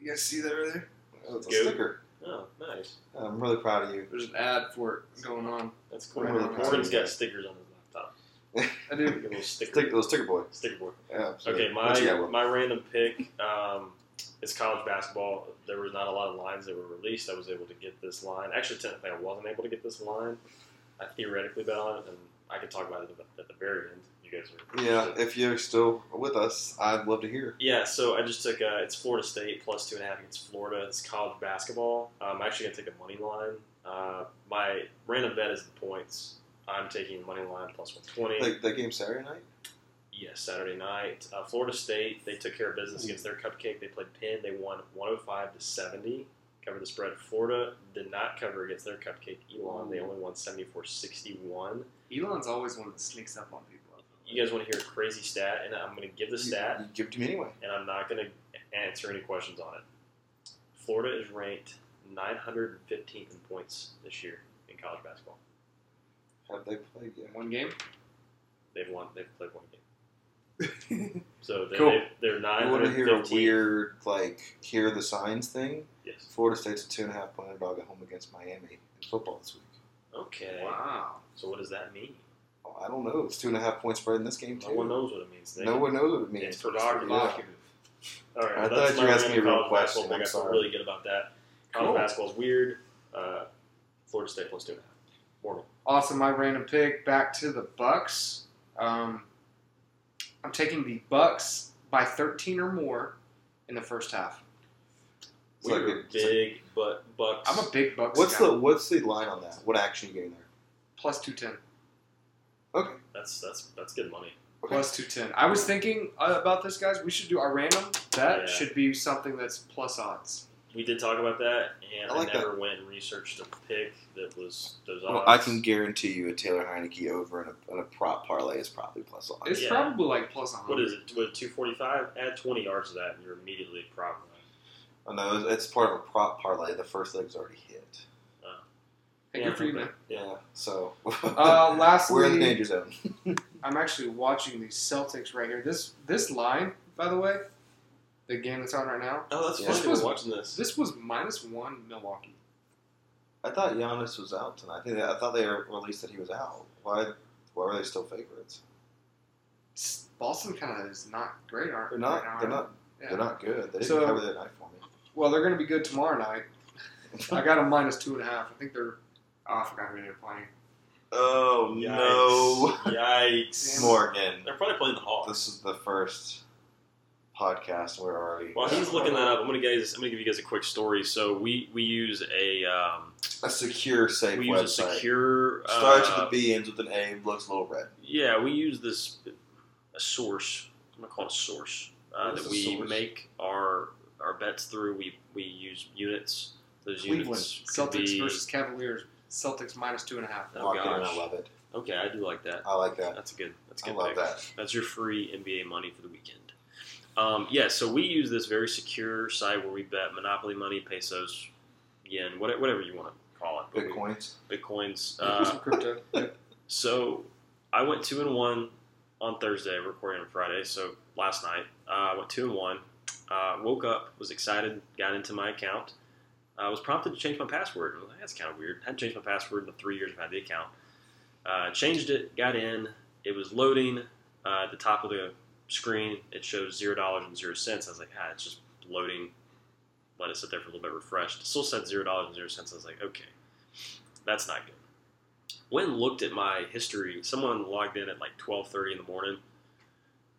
[SPEAKER 1] you guys see that right there?
[SPEAKER 3] Oh, it's a
[SPEAKER 2] Goat.
[SPEAKER 3] sticker.
[SPEAKER 2] Oh, nice.
[SPEAKER 3] I'm really proud of you.
[SPEAKER 1] There's an ad for it going on.
[SPEAKER 2] That's cool.
[SPEAKER 3] Right
[SPEAKER 1] on.
[SPEAKER 2] Morgan's got stickers on his laptop.
[SPEAKER 1] I
[SPEAKER 2] Give
[SPEAKER 1] do.
[SPEAKER 2] him a little
[SPEAKER 3] Stick,
[SPEAKER 2] sticker.
[SPEAKER 3] little sticker boy.
[SPEAKER 2] Sticker board.
[SPEAKER 3] Yeah, absolutely.
[SPEAKER 2] Okay,
[SPEAKER 3] What you got,
[SPEAKER 2] my
[SPEAKER 3] Will?
[SPEAKER 2] my random pick um, is college basketball. There was not a lot of lines that were released. I was able to get this line. Actually, technically, I wasn't able to get this line. I theoretically bet on it, and I can talk about it at the- at the very end. You guys are
[SPEAKER 3] Yeah, if you're still with us, I'd love to hear.
[SPEAKER 2] Yeah, so I just took uh, it's Florida State plus two and a half against Florida. It's college basketball. Um, I'm actually gonna take a money line. Uh, my random bet is the points. I'm taking money line plus one twenty.
[SPEAKER 3] Like that game Saturday night.
[SPEAKER 2] yes, Saturday night. Uh, Florida State they took care of business against their cupcake. They played Penn. They won 105 to 70. Covered the spread. Florida did not cover against their cupcake Elon. They only won 74-61.
[SPEAKER 1] Elon's always one that sneaks up on people.
[SPEAKER 2] You guys want to hear a crazy stat? And I'm going to give the stat.
[SPEAKER 3] You give it to me anyway.
[SPEAKER 2] and I'm not going to answer any questions on it. Florida is ranked 915th in points this year in college basketball.
[SPEAKER 3] Have they played yet?
[SPEAKER 1] One game.
[SPEAKER 2] They've won. They've played one game. so they,
[SPEAKER 1] Cool.
[SPEAKER 2] they, are
[SPEAKER 3] I want to hear a
[SPEAKER 2] 915th.
[SPEAKER 3] weird, like, hear the signs thing.
[SPEAKER 2] Yes.
[SPEAKER 3] Florida State's a two and a half point underdog at home against Miami in football this week.
[SPEAKER 2] Okay.
[SPEAKER 1] Wow.
[SPEAKER 2] So what does that mean?
[SPEAKER 3] Oh, I don't know. It's two and a half point spread in this game too.
[SPEAKER 2] No one knows what it means. They
[SPEAKER 3] No
[SPEAKER 2] can-
[SPEAKER 3] one knows what it means.
[SPEAKER 2] It's provocative.
[SPEAKER 3] Yeah.
[SPEAKER 2] All right.
[SPEAKER 3] I
[SPEAKER 2] that's
[SPEAKER 3] thought you
[SPEAKER 2] my
[SPEAKER 3] asked
[SPEAKER 2] rant
[SPEAKER 3] me a
[SPEAKER 2] on
[SPEAKER 3] real
[SPEAKER 2] college
[SPEAKER 3] question.
[SPEAKER 2] basketball.
[SPEAKER 3] I'm
[SPEAKER 2] I feel
[SPEAKER 3] sorry.
[SPEAKER 2] really good about that. College
[SPEAKER 1] Cool.
[SPEAKER 2] basketball is weird. Uh, Florida State plus two and a half. Mortal.
[SPEAKER 1] Also, my random pick back to the Bucks. Um, I'm taking the Bucks by 13 or more in the first half.
[SPEAKER 3] It's like
[SPEAKER 2] We're
[SPEAKER 3] a- it's like-
[SPEAKER 2] big, but Bucks.
[SPEAKER 1] I'm a big Bucks.
[SPEAKER 3] what's
[SPEAKER 1] guy.
[SPEAKER 3] the what's the line on that? What action are you getting there?
[SPEAKER 1] plus 210?
[SPEAKER 3] Okay.
[SPEAKER 2] that's that's that's good money.
[SPEAKER 3] Okay.
[SPEAKER 1] Plus 210. I was thinking uh, about this, guys. We should do our random. That
[SPEAKER 2] Yeah.
[SPEAKER 1] should be something that's plus odds.
[SPEAKER 2] We did talk about that, and
[SPEAKER 3] I
[SPEAKER 2] I,
[SPEAKER 3] like
[SPEAKER 2] never went and researched a pick that was those odds.
[SPEAKER 3] Well, I can guarantee you a Taylor Heineke over and a, and a prop parlay is probably plus odds.
[SPEAKER 1] It's
[SPEAKER 2] Yeah.
[SPEAKER 1] probably like plus 100.
[SPEAKER 2] What is it? What two forty five? Add twenty yards to that, and you're immediately problem.
[SPEAKER 3] Oh, no, it's- it's part of a prop parlay. The first leg's already hit.
[SPEAKER 1] Hey,
[SPEAKER 2] Uh, Yeah,
[SPEAKER 1] good for you, man.
[SPEAKER 2] okay. Yeah.
[SPEAKER 3] So
[SPEAKER 1] Uh, lastly,
[SPEAKER 3] we're in the danger zone.
[SPEAKER 1] I'm actually watching the Celtics right here. This this line, by the way, the game that's on right now.
[SPEAKER 2] Oh, that's
[SPEAKER 3] Yeah.
[SPEAKER 2] funny.
[SPEAKER 1] This was-
[SPEAKER 2] We're watching this.
[SPEAKER 1] This was minus one Milwaukee.
[SPEAKER 3] I thought Giannis was out tonight. I, think I thought they released that he was out. Why? Why are they still favorites?
[SPEAKER 1] S- Boston kind of is not great, aren't
[SPEAKER 3] They're
[SPEAKER 1] right
[SPEAKER 3] not.
[SPEAKER 1] now,
[SPEAKER 3] They're
[SPEAKER 1] right?
[SPEAKER 3] not. They're not good. They didn't
[SPEAKER 1] So-
[SPEAKER 3] cover that night for me.
[SPEAKER 1] Well, they're going to be good tomorrow night. I got a minus two and a half. I think they're. Oh, I forgot who they're playing.
[SPEAKER 3] Oh
[SPEAKER 2] Yikes!
[SPEAKER 1] Damn.
[SPEAKER 3] Morgan.
[SPEAKER 2] They're probably playing the Hawks.
[SPEAKER 3] This is the first podcast we're already.
[SPEAKER 2] While he's looking that up, I'm gonna guys. I'm gonna give you guys a quick story. So we we use a um,
[SPEAKER 3] a secure, safe
[SPEAKER 2] we
[SPEAKER 3] website.
[SPEAKER 2] use a secure uh,
[SPEAKER 3] Starts with a B, ends with an A, looks a little red.
[SPEAKER 2] Yeah, we use this a source. I'm gonna call it a source uh,
[SPEAKER 3] What is
[SPEAKER 2] that
[SPEAKER 3] a
[SPEAKER 2] we
[SPEAKER 3] source?
[SPEAKER 2] make our our bets through. We we use units. Those
[SPEAKER 1] Cleveland
[SPEAKER 2] units could
[SPEAKER 1] Celtics
[SPEAKER 2] be-
[SPEAKER 1] versus Cavaliers. Celtics minus two and a half.
[SPEAKER 2] Oh,
[SPEAKER 3] Lock it in,
[SPEAKER 2] gosh.
[SPEAKER 3] I love it.
[SPEAKER 2] Okay, I do like that.
[SPEAKER 3] I like that.
[SPEAKER 2] That's a good. That's a
[SPEAKER 3] I
[SPEAKER 2] good.
[SPEAKER 3] love
[SPEAKER 2] pick.
[SPEAKER 3] that.
[SPEAKER 2] That's your free NBA money for the weekend. Um, yeah, so we use this very secure site where we bet Monopoly money, pesos, yen, whatever, whatever you want to call it. But we-
[SPEAKER 3] Bitcoins.
[SPEAKER 2] Bitcoins. Uh,
[SPEAKER 1] Some crypto.
[SPEAKER 2] So I went two and one on Thursday, recording on Friday. So last night, uh, I went two and one. Uh, woke up, was excited, got into my account. I was prompted to change my password. I was like, That's kind of weird. I hadn't changed my password in the three years I've had the account. Uh, changed it, got in. It was loading. Uh, at the top of the screen, it shows zero dollars and zero cents. I was like, ah, it's just loading. Let it sit there for a little bit, refreshed. It still said zero dollars and zero cents. I was like, okay, that's not good went and looked at my history. Someone logged in at like twelve thirty in the morning,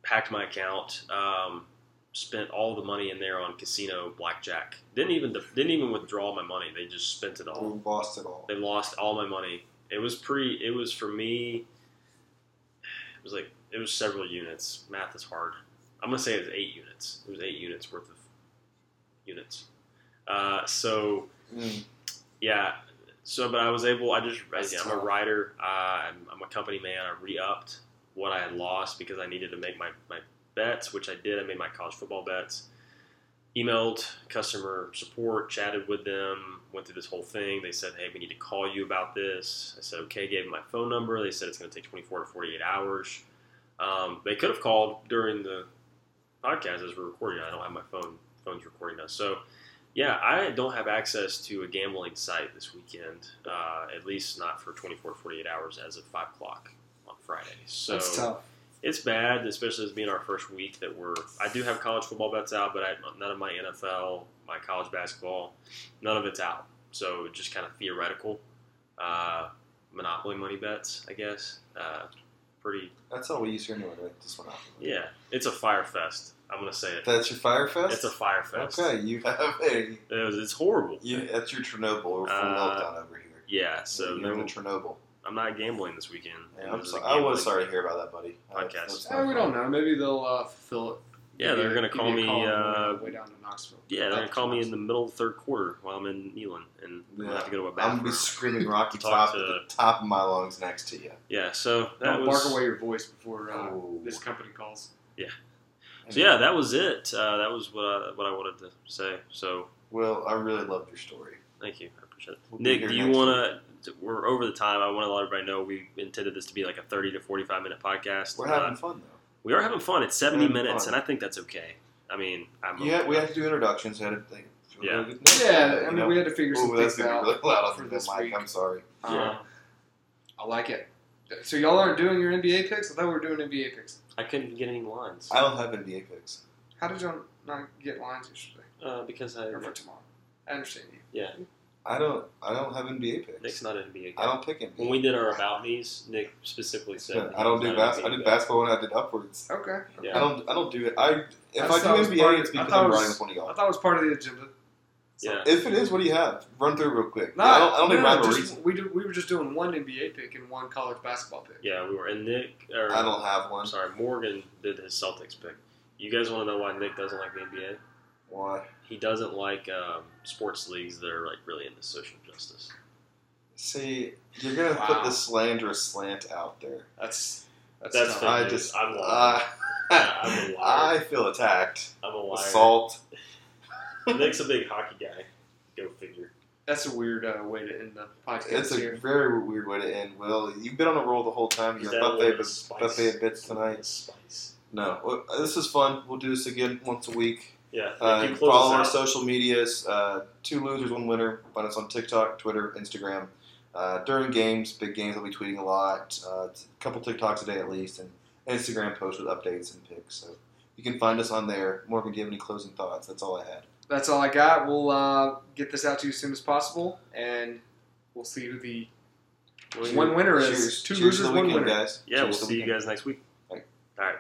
[SPEAKER 2] hacked my account, um, spent all the money in there on casino blackjack. Didn't even didn't even withdraw my money. They just spent it all.
[SPEAKER 3] We lost it all.
[SPEAKER 2] They lost all my money. It was pretty. It was for me. It was like it was several units. Math is hard. I'm gonna say it was eight units. It was eight units worth of units. Uh, so
[SPEAKER 3] Mm.
[SPEAKER 2] yeah. So, but I was able. I just. I,
[SPEAKER 3] That's
[SPEAKER 2] I'm a
[SPEAKER 3] tough.
[SPEAKER 2] writer. Uh, I'm, I'm a company man. I re-upped what I had lost because I needed to make my my bets, which I did. I made my college football bets. Emailed customer support, chatted with them, went through this whole thing. They said, "Hey, we need to call you about this." I said, "Okay." Gave them my phone number. They said it's going to take 24 to 48 hours. Um, they could have called during the podcast as we're recording. I don't have my phone. Phone's recording us. So, yeah, I don't have access to a gambling site this weekend, uh, at least not for 24 to 48 hours as of 5 o'clock on Friday. So
[SPEAKER 1] That's tough.
[SPEAKER 2] it's bad, especially as being our first week that we're. I do have college football bets out, but I, none of my NFL, my college basketball, none of it's out. So just kind of theoretical. Uh, Monopoly money bets, I guess. Uh, pretty,
[SPEAKER 3] That's all we use here anyway. to make This one out.
[SPEAKER 2] yeah. It's a fire fest. I'm going to say it.
[SPEAKER 3] That's your fire fest.
[SPEAKER 2] It's a fire fest.
[SPEAKER 3] okay. You have a.
[SPEAKER 2] It was, it's horrible.
[SPEAKER 3] You, that's your Chernobyl. We're full
[SPEAKER 2] Uh,
[SPEAKER 3] meltdown over here.
[SPEAKER 2] Yeah, so
[SPEAKER 3] you're
[SPEAKER 2] no,
[SPEAKER 3] in Chernobyl.
[SPEAKER 2] I'm not gambling this weekend.
[SPEAKER 3] Yeah,
[SPEAKER 2] And
[SPEAKER 3] I'm
[SPEAKER 2] there's
[SPEAKER 3] so,
[SPEAKER 2] a
[SPEAKER 3] I
[SPEAKER 2] gambling-
[SPEAKER 3] was sorry to hear about that, buddy. I-
[SPEAKER 2] Podcast.
[SPEAKER 3] that's
[SPEAKER 1] Eh,
[SPEAKER 3] not
[SPEAKER 1] we
[SPEAKER 3] fun.
[SPEAKER 1] don't know. Maybe they'll uh, fulfill it.
[SPEAKER 2] Yeah,
[SPEAKER 1] Give
[SPEAKER 2] they're
[SPEAKER 1] you-
[SPEAKER 2] gonna
[SPEAKER 1] give
[SPEAKER 2] call
[SPEAKER 1] you a
[SPEAKER 2] me.
[SPEAKER 1] on
[SPEAKER 2] Uh,
[SPEAKER 1] the way down to Knoxville.
[SPEAKER 2] yeah, they're gonna call me
[SPEAKER 1] Knoxville.
[SPEAKER 2] in the middle of the third quarter while I'm in Neyland, and I'm gonna
[SPEAKER 3] Yeah.
[SPEAKER 2] have to go to a
[SPEAKER 3] I'm
[SPEAKER 2] bathroom.
[SPEAKER 3] gonna be screaming Rocky
[SPEAKER 2] Talk
[SPEAKER 3] Top
[SPEAKER 2] to-
[SPEAKER 3] at the top of my lungs next to you.
[SPEAKER 2] yeah, so that
[SPEAKER 1] Don't
[SPEAKER 2] was.
[SPEAKER 1] bark away your voice before uh,
[SPEAKER 3] Oh.
[SPEAKER 1] this company calls.
[SPEAKER 2] So yeah, that was it. Uh, that was what I, what I wanted to say. So
[SPEAKER 3] Well, I really loved your story.
[SPEAKER 2] thank you, I appreciate it.
[SPEAKER 3] We'll be
[SPEAKER 2] Nick,
[SPEAKER 3] here
[SPEAKER 2] do you
[SPEAKER 3] next
[SPEAKER 2] want to? We're over the time. I want to let everybody know we intended this to be like a thirty to forty-five minute podcast.
[SPEAKER 3] We're
[SPEAKER 2] Uh,
[SPEAKER 3] having fun though.
[SPEAKER 2] we are having fun. It's seventy
[SPEAKER 3] Having
[SPEAKER 2] minutes,
[SPEAKER 3] fun.
[SPEAKER 2] and I think that's okay. I mean, I'm
[SPEAKER 3] Yeah, we had to do introductions. Had to think.
[SPEAKER 1] Yeah, I
[SPEAKER 2] Yeah.
[SPEAKER 3] You
[SPEAKER 1] mean,
[SPEAKER 3] know?
[SPEAKER 1] we had to figure some
[SPEAKER 3] Ooh, that's
[SPEAKER 1] things
[SPEAKER 3] gonna
[SPEAKER 1] out.
[SPEAKER 3] be really loud on
[SPEAKER 1] for
[SPEAKER 3] the
[SPEAKER 1] this
[SPEAKER 3] mic.
[SPEAKER 1] week.
[SPEAKER 3] I'm sorry.
[SPEAKER 2] Yeah.
[SPEAKER 1] Um, I like it. So y'all aren't doing your NBA picks? I thought we were doing NBA picks.
[SPEAKER 2] I couldn't get any lines
[SPEAKER 3] I don't have NBA picks.
[SPEAKER 1] How did y'all not get lines yesterday
[SPEAKER 2] uh, because I
[SPEAKER 1] or for tomorrow? I understand you.
[SPEAKER 2] yeah
[SPEAKER 3] I don't. I don't have NBA picks.
[SPEAKER 2] Nick's not an NBA.
[SPEAKER 3] I don't pick NBA.
[SPEAKER 2] When we did our about me's, Nick specifically said
[SPEAKER 3] Yeah,
[SPEAKER 2] that
[SPEAKER 3] I
[SPEAKER 2] he
[SPEAKER 3] don't
[SPEAKER 2] was
[SPEAKER 3] do
[SPEAKER 2] not
[SPEAKER 3] bas.
[SPEAKER 2] an
[SPEAKER 3] I
[SPEAKER 2] NBA
[SPEAKER 3] did
[SPEAKER 2] guy.
[SPEAKER 3] basketball and I did upwards.
[SPEAKER 1] Okay.
[SPEAKER 2] Yeah.
[SPEAKER 3] I don't. I don't do it. I if
[SPEAKER 1] I
[SPEAKER 3] I,
[SPEAKER 1] thought it was
[SPEAKER 3] do NBA,
[SPEAKER 1] part-
[SPEAKER 3] it's
[SPEAKER 1] I
[SPEAKER 3] because
[SPEAKER 1] thought it
[SPEAKER 3] I'm
[SPEAKER 1] was-
[SPEAKER 3] riding with one of
[SPEAKER 1] I
[SPEAKER 3] y'all.
[SPEAKER 1] thought it was part of the agenda.
[SPEAKER 2] Yeah.
[SPEAKER 3] If it is, what do you have? Run through real quick.
[SPEAKER 1] No,
[SPEAKER 3] I don't, I don't
[SPEAKER 1] no,
[SPEAKER 3] even
[SPEAKER 1] no,
[SPEAKER 3] have a
[SPEAKER 1] just-
[SPEAKER 3] reason.
[SPEAKER 1] We, do, we were just doing one NBA pick and one college basketball pick.
[SPEAKER 2] Yeah, we were. And Nick, or,
[SPEAKER 3] I don't have one.
[SPEAKER 2] I'm sorry, Morgan did his Celtics pick. You guys want to know why Nick doesn't like the NBA?
[SPEAKER 3] Why?
[SPEAKER 2] He doesn't like um, sports leagues that are like really into social justice.
[SPEAKER 3] See, you're gonna
[SPEAKER 1] Wow.
[SPEAKER 3] put the slanderous slant out there.
[SPEAKER 1] That's that's,
[SPEAKER 2] That's
[SPEAKER 1] tough.
[SPEAKER 2] fair.
[SPEAKER 3] I
[SPEAKER 2] dude,
[SPEAKER 3] just. uh,
[SPEAKER 2] I'm lying.
[SPEAKER 3] I-
[SPEAKER 2] Yeah, I'm a liar.
[SPEAKER 3] I feel attacked.
[SPEAKER 2] I'm a liar.
[SPEAKER 3] Assault.
[SPEAKER 2] Nick's a big hockey guy. Go figure.
[SPEAKER 1] That's a weird uh, way to end the podcast
[SPEAKER 3] It's a
[SPEAKER 1] here.
[SPEAKER 3] very weird way to end. Will, you've been on a roll the whole time.
[SPEAKER 2] Is
[SPEAKER 3] You're
[SPEAKER 2] that a
[SPEAKER 3] buffet,
[SPEAKER 2] little
[SPEAKER 3] bu-
[SPEAKER 2] spice?
[SPEAKER 3] buffet of bits tonight.
[SPEAKER 2] Spice.
[SPEAKER 3] No, well, this is fun. We'll do this again once a week.
[SPEAKER 2] Yeah.
[SPEAKER 3] Uh,
[SPEAKER 2] Nick, you close
[SPEAKER 3] follow our
[SPEAKER 2] us out.
[SPEAKER 3] social medias. Uh, two losers, one winner. Find us on TikTok, Twitter, Instagram. Uh, during games, big games, I'll be tweeting a lot. Uh, it's a couple TikToks a day at least, and Instagram posts with updates and pics. So you can find us on there. Morgan, do you have any closing thoughts? That's all I had.
[SPEAKER 1] That's all I got. We'll uh, get this out to you as soon as possible, and we'll see who the one winner is.
[SPEAKER 3] Cheers.
[SPEAKER 1] Two
[SPEAKER 3] Cheers to
[SPEAKER 1] losers,
[SPEAKER 3] the
[SPEAKER 1] one
[SPEAKER 3] weekend,
[SPEAKER 1] winner.
[SPEAKER 3] guys.
[SPEAKER 2] Yeah,
[SPEAKER 3] Cheers
[SPEAKER 2] we'll
[SPEAKER 3] to the
[SPEAKER 2] see you
[SPEAKER 3] weekend.
[SPEAKER 2] guys next week.
[SPEAKER 3] Bye.
[SPEAKER 2] All right.